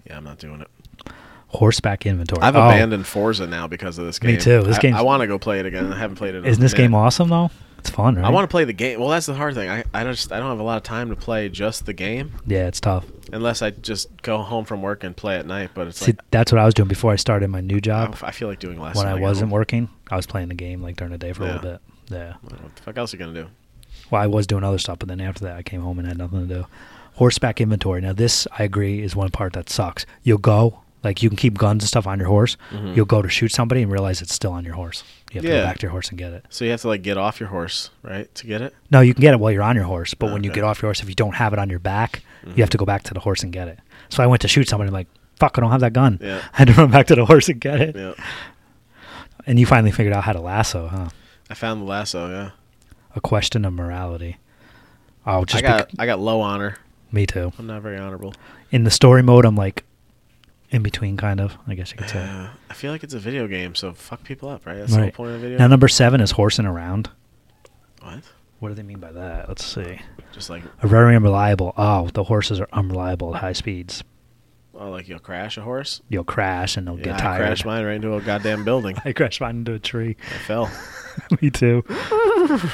Speaker 2: Yeah, I'm not doing it.
Speaker 1: Horseback inventory.
Speaker 2: I've
Speaker 1: Oh,
Speaker 2: abandoned Forza now because of this game.
Speaker 1: Me too. This
Speaker 2: I,
Speaker 1: game's-
Speaker 2: I want to go play it again. I haven't played it. in a
Speaker 1: Isn't this game
Speaker 2: minute.
Speaker 1: awesome though? It's fun, right?
Speaker 2: I want to play the game. Well, that's the hard thing. I, I just I don't have a lot of time to play just the game
Speaker 1: Yeah, it's tough.
Speaker 2: unless I just go home from work and play at night. But it's
Speaker 1: See,
Speaker 2: like
Speaker 1: that's what I was doing before I started my new
Speaker 2: I,
Speaker 1: job.
Speaker 2: I feel like doing less
Speaker 1: when I
Speaker 2: get
Speaker 1: wasn't
Speaker 2: home.
Speaker 1: working, I was playing the game like during the day for a little
Speaker 2: Yeah.
Speaker 1: bit. Yeah.
Speaker 2: What the fuck else are you gonna do?
Speaker 1: Well, I was doing other stuff, but then after that, I came home and had nothing to do. Horseback inventory. Now, this I agree is one part that sucks. You'll go like you can keep guns and stuff on your horse. You'll go to shoot somebody and realize it's still on your horse. You have to
Speaker 2: Mm-hmm. Yeah.
Speaker 1: go back to your horse and get it.
Speaker 2: So you have to like get off your horse, right, to get it.
Speaker 1: No, you can get it while you're on your horse, but when you
Speaker 2: Okay.
Speaker 1: get
Speaker 2: Mm-hmm.
Speaker 1: off your horse, if you don't have it on your back, you have to go back to the horse and get it. So I went to shoot somebody, I'm like, fuck, I don't have that gun.
Speaker 2: Yeah.
Speaker 1: [laughs] I had to run back to the horse and get it.
Speaker 2: Yeah.
Speaker 1: And you finally figured out how to lasso, huh?
Speaker 2: I found the lasso. Yeah.
Speaker 1: A question of morality. Oh,
Speaker 2: I
Speaker 1: just
Speaker 2: got
Speaker 1: bec-
Speaker 2: I got low honor.
Speaker 1: me too.
Speaker 2: I'm not very honorable.
Speaker 1: In the story mode, I'm like in between, kind of. I guess you
Speaker 2: [sighs]
Speaker 1: could say.
Speaker 2: Uh, I feel like it's a video game, so fuck people up, right? That's the whole
Speaker 1: Right.
Speaker 2: point of the video.
Speaker 1: Now, number seven is horsing around.
Speaker 2: What?
Speaker 1: What do they mean by that? Let's see.
Speaker 2: Just like
Speaker 1: Are very unreliable. Oh, the horses are unreliable at high speeds.
Speaker 2: oh, like you'll crash a horse.
Speaker 1: You'll crash and they'll
Speaker 2: Yeah,
Speaker 1: get
Speaker 2: I
Speaker 1: tired.
Speaker 2: crashed mine right into a goddamn building.
Speaker 1: [laughs] I crashed mine into a tree.
Speaker 2: I fell.
Speaker 1: me too.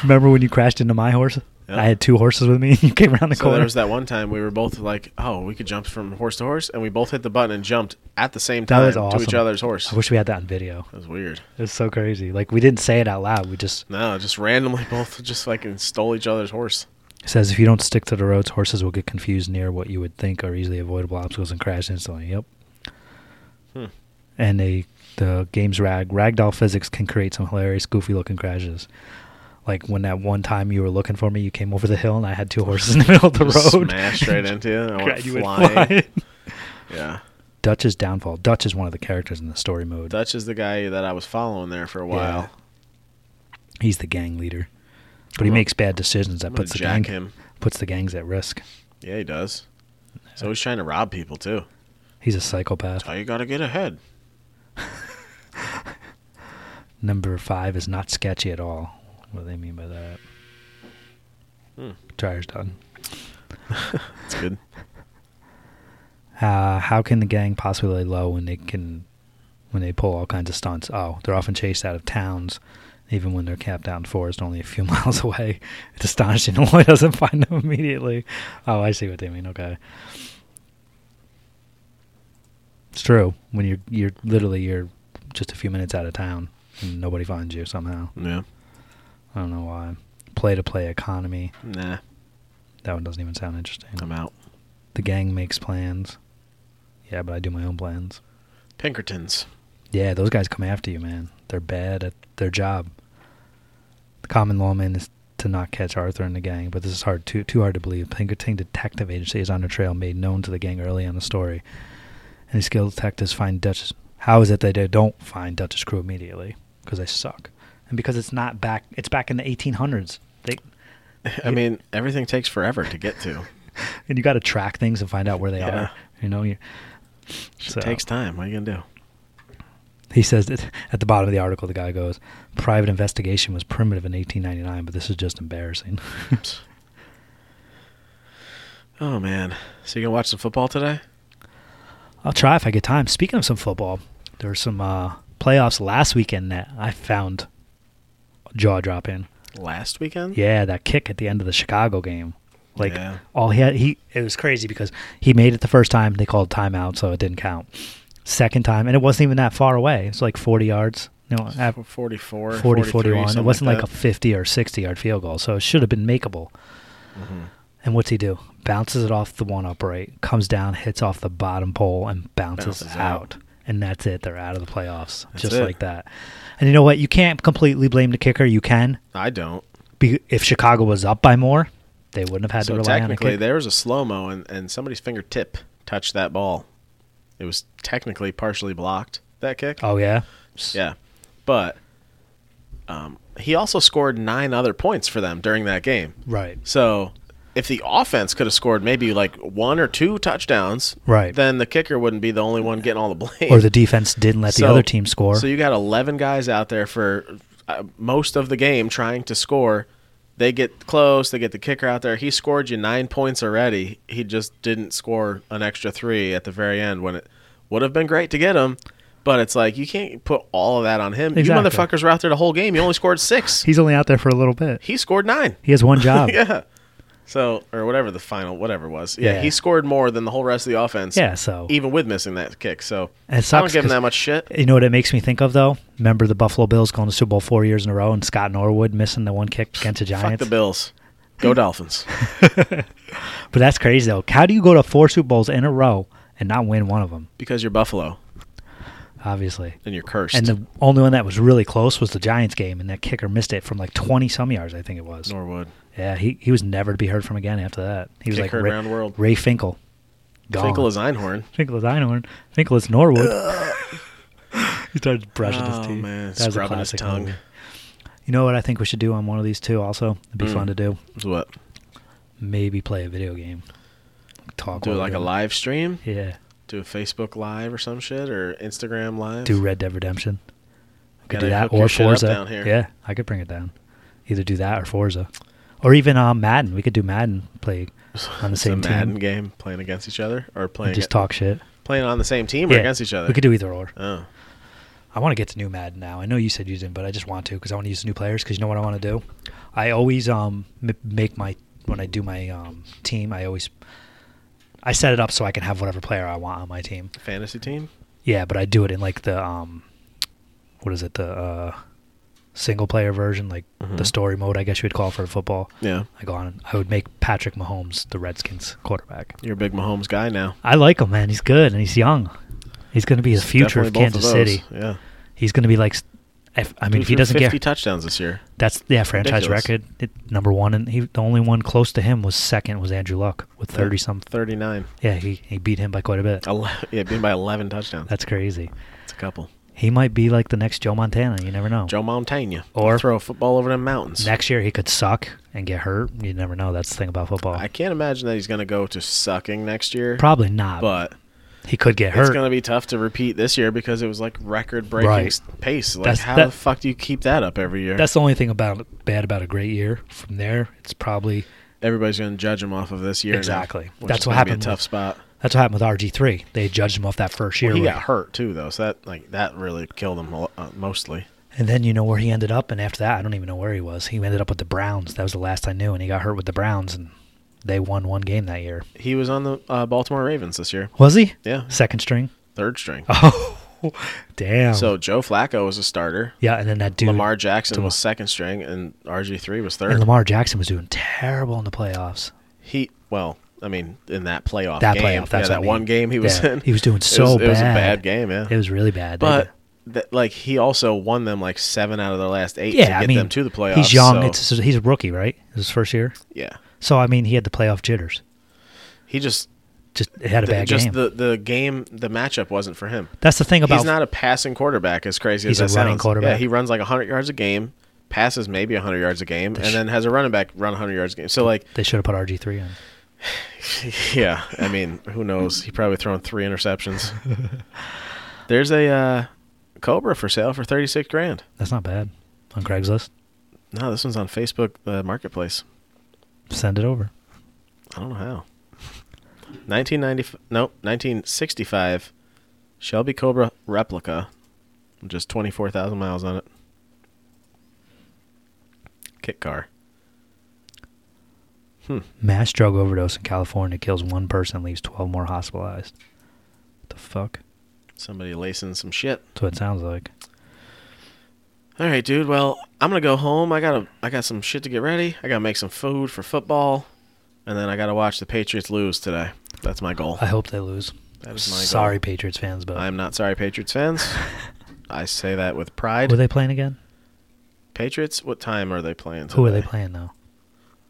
Speaker 1: Remember when you crashed into my horse?
Speaker 2: Yeah.
Speaker 1: I had two horses with me. [laughs] and You came around [laughs] the
Speaker 2: So
Speaker 1: corner.
Speaker 2: there was that one time we were both like, "Oh, we could jump from horse to horse," and we both hit the button and jumped at the same
Speaker 1: That
Speaker 2: time
Speaker 1: was
Speaker 2: to each
Speaker 1: awesome.
Speaker 2: other's horse.
Speaker 1: I wish we had that on video.
Speaker 2: that was weird.
Speaker 1: It was so crazy. Like we didn't say it out loud. We just
Speaker 2: No, just randomly [laughs] both just fucking stole each other's horse.
Speaker 1: it says if you don't stick to the roads, horses will get confused near what you would think are easily avoidable obstacles and crash instantly. Yep.
Speaker 2: Hmm.
Speaker 1: And they the game's rag ragdoll physics can create some hilarious, goofy looking crashes. Like when that one time you were looking for me, you came over the hill and I had two horses in the middle of the [laughs]
Speaker 2: Just
Speaker 1: road.
Speaker 2: smashed right into you. and I went
Speaker 1: You went
Speaker 2: flying.
Speaker 1: flying.
Speaker 2: Yeah,
Speaker 1: Dutch's downfall. Dutch is one of the characters in the story mode.
Speaker 2: Dutch is the guy that I was following there for a
Speaker 1: Yeah.
Speaker 2: while.
Speaker 1: He's the gang leader, but he
Speaker 2: I'm
Speaker 1: makes bad decisions that
Speaker 2: I'm gonna
Speaker 1: puts the gang
Speaker 2: jack him.
Speaker 1: puts the gangs at risk.
Speaker 2: Yeah, he does. So he's trying to rob people too.
Speaker 1: He's a psychopath.
Speaker 2: How you gotta get ahead?
Speaker 1: Number five is not sketchy at all. What do they mean by that?
Speaker 2: Hmm.
Speaker 1: Dryer's done.
Speaker 2: That's good.
Speaker 1: Uh, how can the gang possibly lay low when they can, when they pull all kinds of stunts? Oh, they're often chased out of towns, even when they're camped out in forest only a few [laughs] miles away. It's astonishing [laughs] the boy doesn't find them immediately. Oh, I see what they mean. Okay, it's true. When you're you're literally you're just a few minutes out of town and nobody finds you somehow.
Speaker 2: Yeah.
Speaker 1: I don't know why. play to play economy.
Speaker 2: Nah,
Speaker 1: That one doesn't even sound interesting.
Speaker 2: I'm out.
Speaker 1: The gang makes plans. Yeah, but I do my own plans. [laughs]
Speaker 2: Pinkertons.
Speaker 1: Yeah, those guys come after you, man. They're bad at their job. The common lawman is to not catch Arthur and the gang, but this is hard too too hard to believe. Pinkerton Detective Agency is on their trail, made known to the gang early on the story, and his skilled detectives find Duchess. How is it that they don't find Duchess Crew immediately? Because they suck, and because it's not back. It's back in the 1800s. They
Speaker 2: I mean, everything takes forever to get
Speaker 1: [laughs]
Speaker 2: to.
Speaker 1: and you got to track things and find out where they
Speaker 2: Yeah.
Speaker 1: are. You know, you.
Speaker 2: It takes time. What are you gonna do?
Speaker 1: He says that at the bottom of the article, the guy goes, "Private investigation was primitive in 1899, but this is just embarrassing."
Speaker 2: Oh man. So you gonna watch some football today?
Speaker 1: I'll try if I get time. Speaking of some football, there were some uh, playoffs last weekend that I found jaw dropping.
Speaker 2: Last weekend?
Speaker 1: Yeah, that kick at the end of the Chicago game. Like
Speaker 2: Yeah.
Speaker 1: all he had, he it was crazy because he made it the first time. They called timeout, so it didn't count. Second time, and it wasn't even that far away. It's like 40 yards. You know, at
Speaker 2: 44,
Speaker 1: 40
Speaker 2: 43,
Speaker 1: 41 it
Speaker 2: something
Speaker 1: wasn't like, a
Speaker 2: that.
Speaker 1: 50 or 60 yard field goal so it should have been makeable
Speaker 2: Mm-hmm.
Speaker 1: and what's he do bounces it off the one upright comes down hits off the bottom pole and bounces,
Speaker 2: Bounces
Speaker 1: out.
Speaker 2: out.
Speaker 1: and that's it they're out of the playoffs
Speaker 2: That's
Speaker 1: just
Speaker 2: it.
Speaker 1: like that and you know what you can't completely blame the kicker you can
Speaker 2: I don't.
Speaker 1: Be- if chicago was up by more they wouldn't have had
Speaker 2: So
Speaker 1: to rely on a
Speaker 2: technically,
Speaker 1: kick
Speaker 2: there was a slow mo, and, and somebody's fingertip touched that ball. It was technically partially blocked that kick.
Speaker 1: oh yeah
Speaker 2: Yeah, but um, he also scored nine other points for them during that game.
Speaker 1: right
Speaker 2: So if the offense could have scored maybe like one or two touchdowns,
Speaker 1: Right.
Speaker 2: then the kicker wouldn't be the only one getting all the blame. [laughs]
Speaker 1: or the defense didn't let the
Speaker 2: So-
Speaker 1: other team score
Speaker 2: So you got 11 guys out there for uh, most of the game trying to score. They get close. They get the kicker out there. He scored you nine points already. He just didn't score an extra three at the very end when it would have been great to get him. But it's like you can't put all of that on him. You
Speaker 1: Exactly.
Speaker 2: motherfuckers were out there the whole game. You only scored six.
Speaker 1: he's only out there for a little bit
Speaker 2: he scored nine.
Speaker 1: he
Speaker 2: [laughs]
Speaker 1: has one job
Speaker 2: yeah. So or whatever the final whatever was. Yeah,
Speaker 1: Yeah.
Speaker 2: He scored more than the whole rest of the offense.
Speaker 1: Yeah, so-
Speaker 2: even with missing that kick, so
Speaker 1: And it
Speaker 2: I
Speaker 1: sucks
Speaker 2: don't give him
Speaker 1: 'cause-
Speaker 2: that much shit.
Speaker 1: You know what it makes me think of though? Remember the Buffalo Bills going to Super Bowl four years in a row, and Scott Norwood missing the one kick against the
Speaker 2: Fuck
Speaker 1: Giants.
Speaker 2: the Bills. Go Dolphins.
Speaker 1: but that's crazy though. How do you go to four Super Bowls in a row and not win one of them?
Speaker 2: because you're Buffalo
Speaker 1: Obviously.
Speaker 2: and you're cursed.
Speaker 1: And the only one that was really close was the Giants game, and that kicker missed it from like twenty some yards, I think it was.
Speaker 2: Norwood.
Speaker 1: Yeah, he, he was never to be heard from again after that. He was
Speaker 2: Kick
Speaker 1: like
Speaker 2: heard
Speaker 1: Ray,
Speaker 2: round world.
Speaker 1: Ray Finkel. Gone.
Speaker 2: Finkel is Einhorn.
Speaker 1: Finkel is Einhorn. Finkel is Norwood. [laughs] he started brushing
Speaker 2: Oh,
Speaker 1: his teeth.
Speaker 2: man,
Speaker 1: That was a
Speaker 2: scrubbing his
Speaker 1: classic
Speaker 2: tongue.
Speaker 1: movie. You know what I think we should do on one of these two? Also, it'd
Speaker 2: Mm.
Speaker 1: be fun to do.
Speaker 2: What?
Speaker 1: Oh Maybe play a video game. Talk.
Speaker 2: Do
Speaker 1: while
Speaker 2: like
Speaker 1: we're
Speaker 2: a
Speaker 1: doing
Speaker 2: live stream?
Speaker 1: it. Yeah.
Speaker 2: Do a Facebook live or some shit or Instagram live?
Speaker 1: Do Red Dead Redemption. We could
Speaker 2: Gotta
Speaker 1: do that
Speaker 2: hook
Speaker 1: or
Speaker 2: your shit up
Speaker 1: Forza.
Speaker 2: down here.
Speaker 1: Yeah, I could bring it down. Either do that or Forza, or even um, Madden. We could do Madden.
Speaker 2: [laughs]
Speaker 1: Play on the
Speaker 2: It's a
Speaker 1: same
Speaker 2: Madden
Speaker 1: team.
Speaker 2: game playing against each other or playing
Speaker 1: And just talk shit.
Speaker 2: playing on the same team or
Speaker 1: Yeah,
Speaker 2: against each other.
Speaker 1: We could do either or.
Speaker 2: oh,
Speaker 1: I want to get to new Madden now. I know you said you didn't, but I just want to because I want to use new players. Because you know what I want to do? I always um m- make my when I do my um team. I always I set it up so I can have whatever player I want on my team.
Speaker 2: fantasy team.
Speaker 1: Yeah, but I do it in like the um what is it the uh single player version, like
Speaker 2: Mm-hmm.
Speaker 1: the story mode, I guess you would call it for football.
Speaker 2: Yeah,
Speaker 1: I go on. and I would make Patrick Mahomes the Redskins quarterback.
Speaker 2: you're a big Mahomes guy now.
Speaker 1: I like him, man. He's good and he's young. He's going to be the future of
Speaker 2: Definitely
Speaker 1: Kansas
Speaker 2: both those.
Speaker 1: City.
Speaker 2: Yeah,
Speaker 1: He's going to be like, s- if, I mean,
Speaker 2: Dude
Speaker 1: if he
Speaker 2: threw
Speaker 1: doesn't
Speaker 2: 50
Speaker 1: get
Speaker 2: touchdowns this year.
Speaker 1: that's yeah franchise record
Speaker 2: Ridiculous.
Speaker 1: it, number one, and he the only one close to him was second was Andrew Luck with thirty some.
Speaker 2: thirty nine.
Speaker 1: Yeah, he he beat him by quite a
Speaker 2: Oh.
Speaker 1: bit.
Speaker 2: Yeah, being by eleven touchdowns.
Speaker 1: That's crazy.
Speaker 2: That's a couple.
Speaker 1: He might be like the next Joe Montana. You never know.
Speaker 2: Joe Montana
Speaker 1: Or-
Speaker 2: throw a football over them mountains.
Speaker 1: Next year he could suck and get hurt. You never know. That's the thing about football.
Speaker 2: I can't imagine that he's going to go to sucking next year.
Speaker 1: Probably not.
Speaker 2: but
Speaker 1: he could get
Speaker 2: it's
Speaker 1: hurt.
Speaker 2: going to be tough to repeat this year because it was like record breaking
Speaker 1: Right.
Speaker 2: pace. Like
Speaker 1: That's-
Speaker 2: how
Speaker 1: that-
Speaker 2: the fuck do you keep that up every year?
Speaker 1: That's the only thing about bad about a great year. From there, it's probably
Speaker 2: Everybody's going to judge him off of this year. now,
Speaker 1: Exactly.
Speaker 2: which
Speaker 1: That's
Speaker 2: is
Speaker 1: what
Speaker 2: gonna be
Speaker 1: happened
Speaker 2: A tough
Speaker 1: with-
Speaker 2: spot.
Speaker 1: that's what happened with RG three. They judged him off that first year.
Speaker 2: Well, he
Speaker 1: where-
Speaker 2: got hurt too, though. So that like that really killed him a lo- uh, mostly.
Speaker 1: And then you know where he ended up, and after that, I don't even know where he was. He ended up with the Browns. That was the last I knew, and he got hurt with the Browns, and they won one game that year.
Speaker 2: He was on the uh, Baltimore Ravens this year.
Speaker 1: Was he?
Speaker 2: Yeah.
Speaker 1: Second string. [laughs]
Speaker 2: Third string.
Speaker 1: Oh, Damn.
Speaker 2: So Joe Flacco was a starter.
Speaker 1: yeah, and then that dude
Speaker 2: Lamar Jackson
Speaker 1: Lamar-
Speaker 2: was second string, and RG3 was third.
Speaker 1: and Lamar Jackson was doing terrible in the playoffs.
Speaker 2: he, well, I mean, in that playoff
Speaker 1: That
Speaker 2: game,
Speaker 1: playoff, that's
Speaker 2: yeah,
Speaker 1: what I
Speaker 2: that
Speaker 1: mean.
Speaker 2: one game he was
Speaker 1: Yeah,
Speaker 2: in,
Speaker 1: he was doing
Speaker 2: [laughs] it
Speaker 1: so
Speaker 2: was, It was a
Speaker 1: bad.
Speaker 2: bad game, yeah.
Speaker 1: It was really bad. They
Speaker 2: but
Speaker 1: did-
Speaker 2: that, like he also won them like seven out of their last eight to
Speaker 1: yeah,
Speaker 2: get
Speaker 1: I mean,
Speaker 2: them to the playoffs.
Speaker 1: he's young.
Speaker 2: so-
Speaker 1: It's he's a rookie, right? It's His first year.
Speaker 2: yeah.
Speaker 1: So I mean, he had the playoff jitters.
Speaker 2: He just
Speaker 1: Just it had a
Speaker 2: the,
Speaker 1: bad
Speaker 2: just
Speaker 1: game.
Speaker 2: the the game the matchup wasn't for him.
Speaker 1: That's the thing about
Speaker 2: he's not a passing quarterback. As crazy
Speaker 1: He's
Speaker 2: as
Speaker 1: a
Speaker 2: that
Speaker 1: running
Speaker 2: sounds. Yeah,
Speaker 1: quarterback.
Speaker 2: he runs like hundred yards a game, passes maybe hundred yards a game, and
Speaker 1: sh-
Speaker 2: then has a running back run hundred yards a game. So like,
Speaker 1: they should have put RG three in.
Speaker 2: yeah, I mean, who knows? He probably thrown three interceptions.
Speaker 1: [laughs]
Speaker 2: There's a uh, Cobra for sale for thirty six grand.
Speaker 1: That's not bad on Craigslist.
Speaker 2: No, this one's on Facebook uh, Marketplace.
Speaker 1: Send it over.
Speaker 2: I don't know how. 1990, no, 1965 Shelby Cobra replica, just 24,000 miles on it. Kit car.
Speaker 1: Mass drug overdose in California kills one person, leaves twelve more hospitalized. The fuck?
Speaker 2: Somebody lacing some shit.
Speaker 1: That's what it sounds like.
Speaker 2: All right, dude. Well, I'm gonna go home. I gotta, I got some shit to get ready. I gotta make some food for football, and then I gotta watch the Patriots lose today. That's my goal.
Speaker 1: I hope they lose.
Speaker 2: That is my goal.
Speaker 1: Sorry, Patriots fans, but
Speaker 2: I'm not sorry,
Speaker 1: [laughs]
Speaker 2: Patriots fans. I say that with pride.
Speaker 1: were they playing again?
Speaker 2: Patriots. What time are they playing? Today?
Speaker 1: Who are they playing now?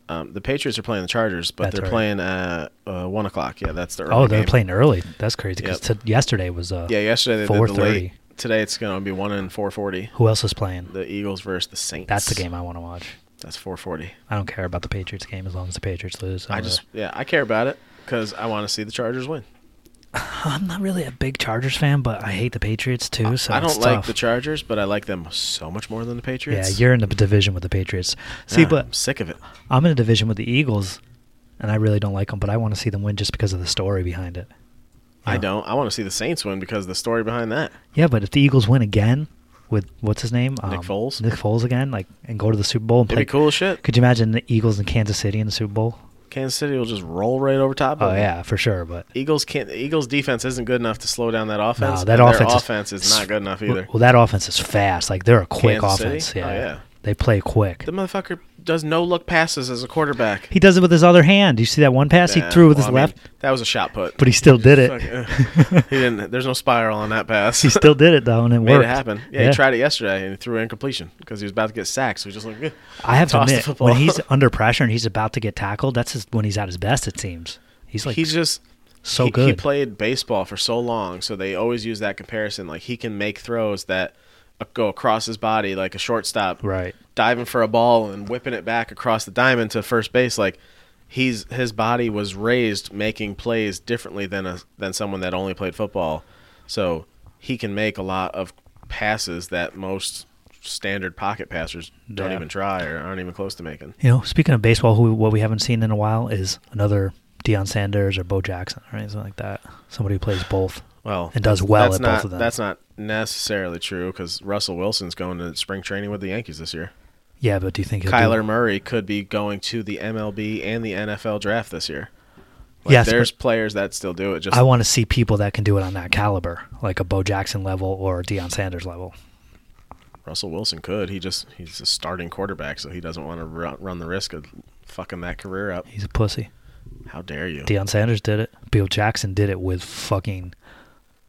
Speaker 2: Um, the Patriots are playing the Chargers, but
Speaker 1: That's
Speaker 2: they're
Speaker 1: right.
Speaker 2: playing uh, uh, one o'clock. Yeah, that's the early
Speaker 1: Oh, they're
Speaker 2: game.
Speaker 1: playing early. That's crazy. Because
Speaker 2: Yep.
Speaker 1: yesterday was uh,
Speaker 2: Yeah, yesterday they did the
Speaker 1: 4:30.
Speaker 2: late. Today it's going to be one and four forty.
Speaker 1: Who else is playing?
Speaker 2: The Eagles versus the Saints.
Speaker 1: That's the game I want to watch.
Speaker 2: That's four forty.
Speaker 1: I don't care about the Patriots game as long as the Patriots lose.
Speaker 2: I
Speaker 1: I'm
Speaker 2: just
Speaker 1: really-
Speaker 2: yeah, I care about it because I want to see the Chargers win.
Speaker 1: I'm not really a big Chargers fan, but I hate the Patriots too. So
Speaker 2: I don't
Speaker 1: it's
Speaker 2: like
Speaker 1: tough.
Speaker 2: the Chargers, but I like them so much more than the
Speaker 1: uh, Yeah,
Speaker 2: Patriots.
Speaker 1: you're in the division with the Patriots. See,
Speaker 2: Ah,
Speaker 1: but
Speaker 2: I'm sick of it.
Speaker 1: I'm in a division with the Eagles, and I really don't like them, but I want to see them win just because of the story behind it.
Speaker 2: I
Speaker 1: Yeah.
Speaker 2: don't. I want to see the Saints win because of the story behind that.
Speaker 1: Yeah, but if the Eagles win again with what's his name, Um,
Speaker 2: Nick Foles?
Speaker 1: Nick Foles again, like and go to the Super Bowl and
Speaker 2: It'd
Speaker 1: play.
Speaker 2: be cool as shit.
Speaker 1: Could you imagine the Eagles in Kansas City in the Super Bowl?
Speaker 2: Kansas City will just roll right over top.
Speaker 1: Oh
Speaker 2: of them.
Speaker 1: yeah, for sure. But
Speaker 2: Eagles can't. Eagles defense isn't good enough to slow down that offense.
Speaker 1: no, that
Speaker 2: and
Speaker 1: offense,
Speaker 2: their offense is not good enough either.
Speaker 1: Well, that offense is fast. Like they're a quick
Speaker 2: Kansas City?
Speaker 1: offense. Yeah.
Speaker 2: Oh, yeah.
Speaker 1: they play quick.
Speaker 2: The motherfucker does no look passes as a quarterback.
Speaker 1: he does it with his other hand. You see that one pass
Speaker 2: Nah,
Speaker 1: he threw with
Speaker 2: well,
Speaker 1: his
Speaker 2: I mean,
Speaker 1: left,
Speaker 2: that was a shot
Speaker 1: [laughs]
Speaker 2: put.
Speaker 1: but he still did it.
Speaker 2: Fuck, uh, he didn't. There's no spiral on that
Speaker 1: [laughs]
Speaker 2: pass.
Speaker 1: he still did it though, and it
Speaker 2: [laughs] made
Speaker 1: worked.
Speaker 2: it happen. Yeah, he tried it yesterday and he threw an incompletion because he was about to get sacked. So he just like, eh.
Speaker 1: I have to
Speaker 2: tossed the
Speaker 1: admit,
Speaker 2: football.
Speaker 1: when he's under pressure and he's about to get tackled, that's his, when he's at his best. It seems he's like
Speaker 2: he's just
Speaker 1: so
Speaker 2: he,
Speaker 1: good.
Speaker 2: He played baseball for so long, so they always use that comparison. Like he can make throws that uh, go across his body like a shortstop,
Speaker 1: Right.
Speaker 2: Diving for a ball and whipping it back across the diamond to first base, like. He's his body was raised making plays differently than a than someone that only played football, so he can make a lot of passes that most standard pocket passers don't
Speaker 1: Yeah.
Speaker 2: even try or aren't even close to making.
Speaker 1: You know, speaking of baseball, who what we haven't seen in a while is another Deion Sanders or Bo Jackson or anything like that. Somebody who plays both.
Speaker 2: Well,
Speaker 1: And does well
Speaker 2: that's
Speaker 1: at both
Speaker 2: not,
Speaker 1: of them.
Speaker 2: That's not necessarily true because Russell Wilson's going to spring training with the Yankees this year.
Speaker 1: Yeah, but do you think he'll do-
Speaker 2: Kyler Murray could be going to the MLB and the NFL draft this year.
Speaker 1: Yes,
Speaker 2: there's
Speaker 1: but-
Speaker 2: players that still do it. Just
Speaker 1: I want to see people that can do it on that caliber, like a Bo Jackson level or a Deion Sanders level.
Speaker 2: Russell Wilson could. He just he's a starting quarterback, so he doesn't want to run, run the risk of fucking that career up.
Speaker 1: He's a pussy.
Speaker 2: How dare you?
Speaker 1: Deion Sanders did it. Bill Jackson did it with fucking.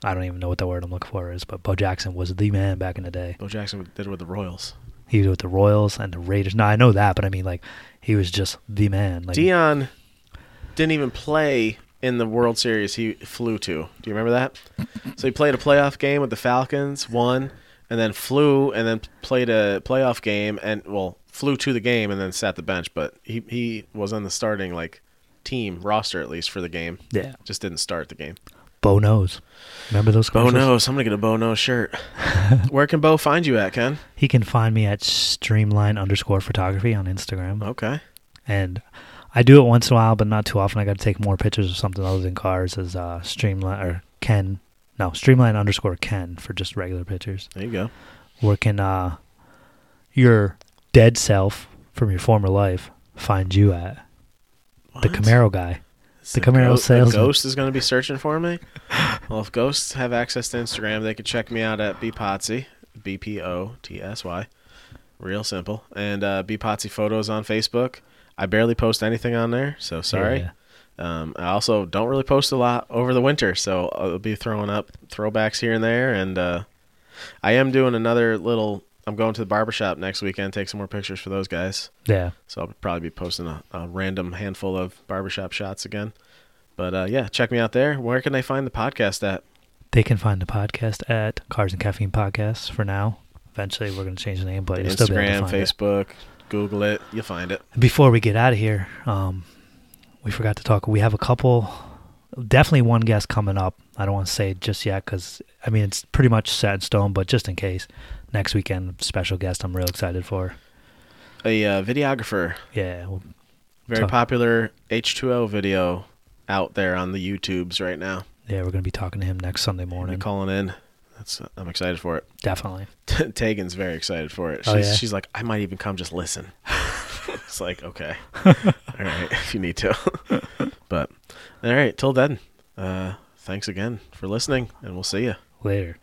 Speaker 1: I don't even know what the word I'm looking for is, but Bo Jackson was the man back in the day.
Speaker 2: Bo Jackson did it with the Royals.
Speaker 1: He was with the Royals and the Raiders. No, I know that, but I mean, like, he was just the man. Like,
Speaker 2: Dion didn't even play in the World Series he flew to. Do you remember that? So he played a playoff game with the Falcons, won, and then flew and then played a playoff game and well, flew to the game and then sat the bench, but he he was on the starting like team roster at least for the game.
Speaker 1: Yeah.
Speaker 2: Just didn't start the game.
Speaker 1: Bo knows. Remember those
Speaker 2: Bo
Speaker 1: commercials?
Speaker 2: knows. I'm gonna get a Bo
Speaker 1: [laughs]
Speaker 2: knows shirt. Where can Bo find you at, Ken?
Speaker 1: He can find me at streamline underscore photography on Instagram.
Speaker 2: Okay.
Speaker 1: And I do it once in a while, but not too often. I got to take more pictures of something other than cars as uh, streamline or Ken. No, streamline underscore Ken for just regular pictures.
Speaker 2: There you go.
Speaker 1: Where can uh, your dead self from your former life find you at? The
Speaker 2: What?
Speaker 1: Camaro guy. The Camaro salesman.
Speaker 2: A ghost is going to be searching for me. [laughs] well, if ghosts have access to Instagram, they could check me out at bpotsy, b p o t s y, real simple, and uh, bpotsy photos on Facebook. I barely post anything on there, so sorry.
Speaker 1: Yeah.
Speaker 2: Um, I also don't really post a lot over the winter, so I'll be throwing up throwbacks here and there. And uh, I am doing another little. I'm going to the barbershop next weekend, take some more pictures for those guys.
Speaker 1: Yeah.
Speaker 2: So I'll probably be posting a, a random handful of barbershop shots again. But uh, yeah, check me out there. Where can they find the podcast at?
Speaker 1: They can find the podcast at Cars and Caffeine Podcast for now. Eventually, we're going to change the name, but you'll still be able to
Speaker 2: Instagram,
Speaker 1: find it.
Speaker 2: Facebook, Google it. You'll find it.
Speaker 1: Before we get out of here, um, we forgot to talk. We have a couple, definitely one guest coming up. I don't want to say it just yet because, I mean, it's pretty much set in stone, but just in case, next weekend, special guest I'm real excited for.
Speaker 2: A uh, videographer,
Speaker 1: Yeah. Well,
Speaker 2: very
Speaker 1: Talk-
Speaker 2: popular H2O video out there on the YouTubes right now.
Speaker 1: yeah, we're going to be talking to him next Sunday
Speaker 2: You're
Speaker 1: morning.
Speaker 2: calling in. That's I'm excited for it.
Speaker 1: Definitely.
Speaker 2: [laughs] Tegan's very excited for it. She's,
Speaker 1: Oh, yeah?
Speaker 2: she's like, I might even come
Speaker 1: [laughs]
Speaker 2: just listen. it's like, okay. all right, [laughs] if you need to. [laughs] but all right, till then, uh, thanks again for listening, and we'll see you.
Speaker 1: Later.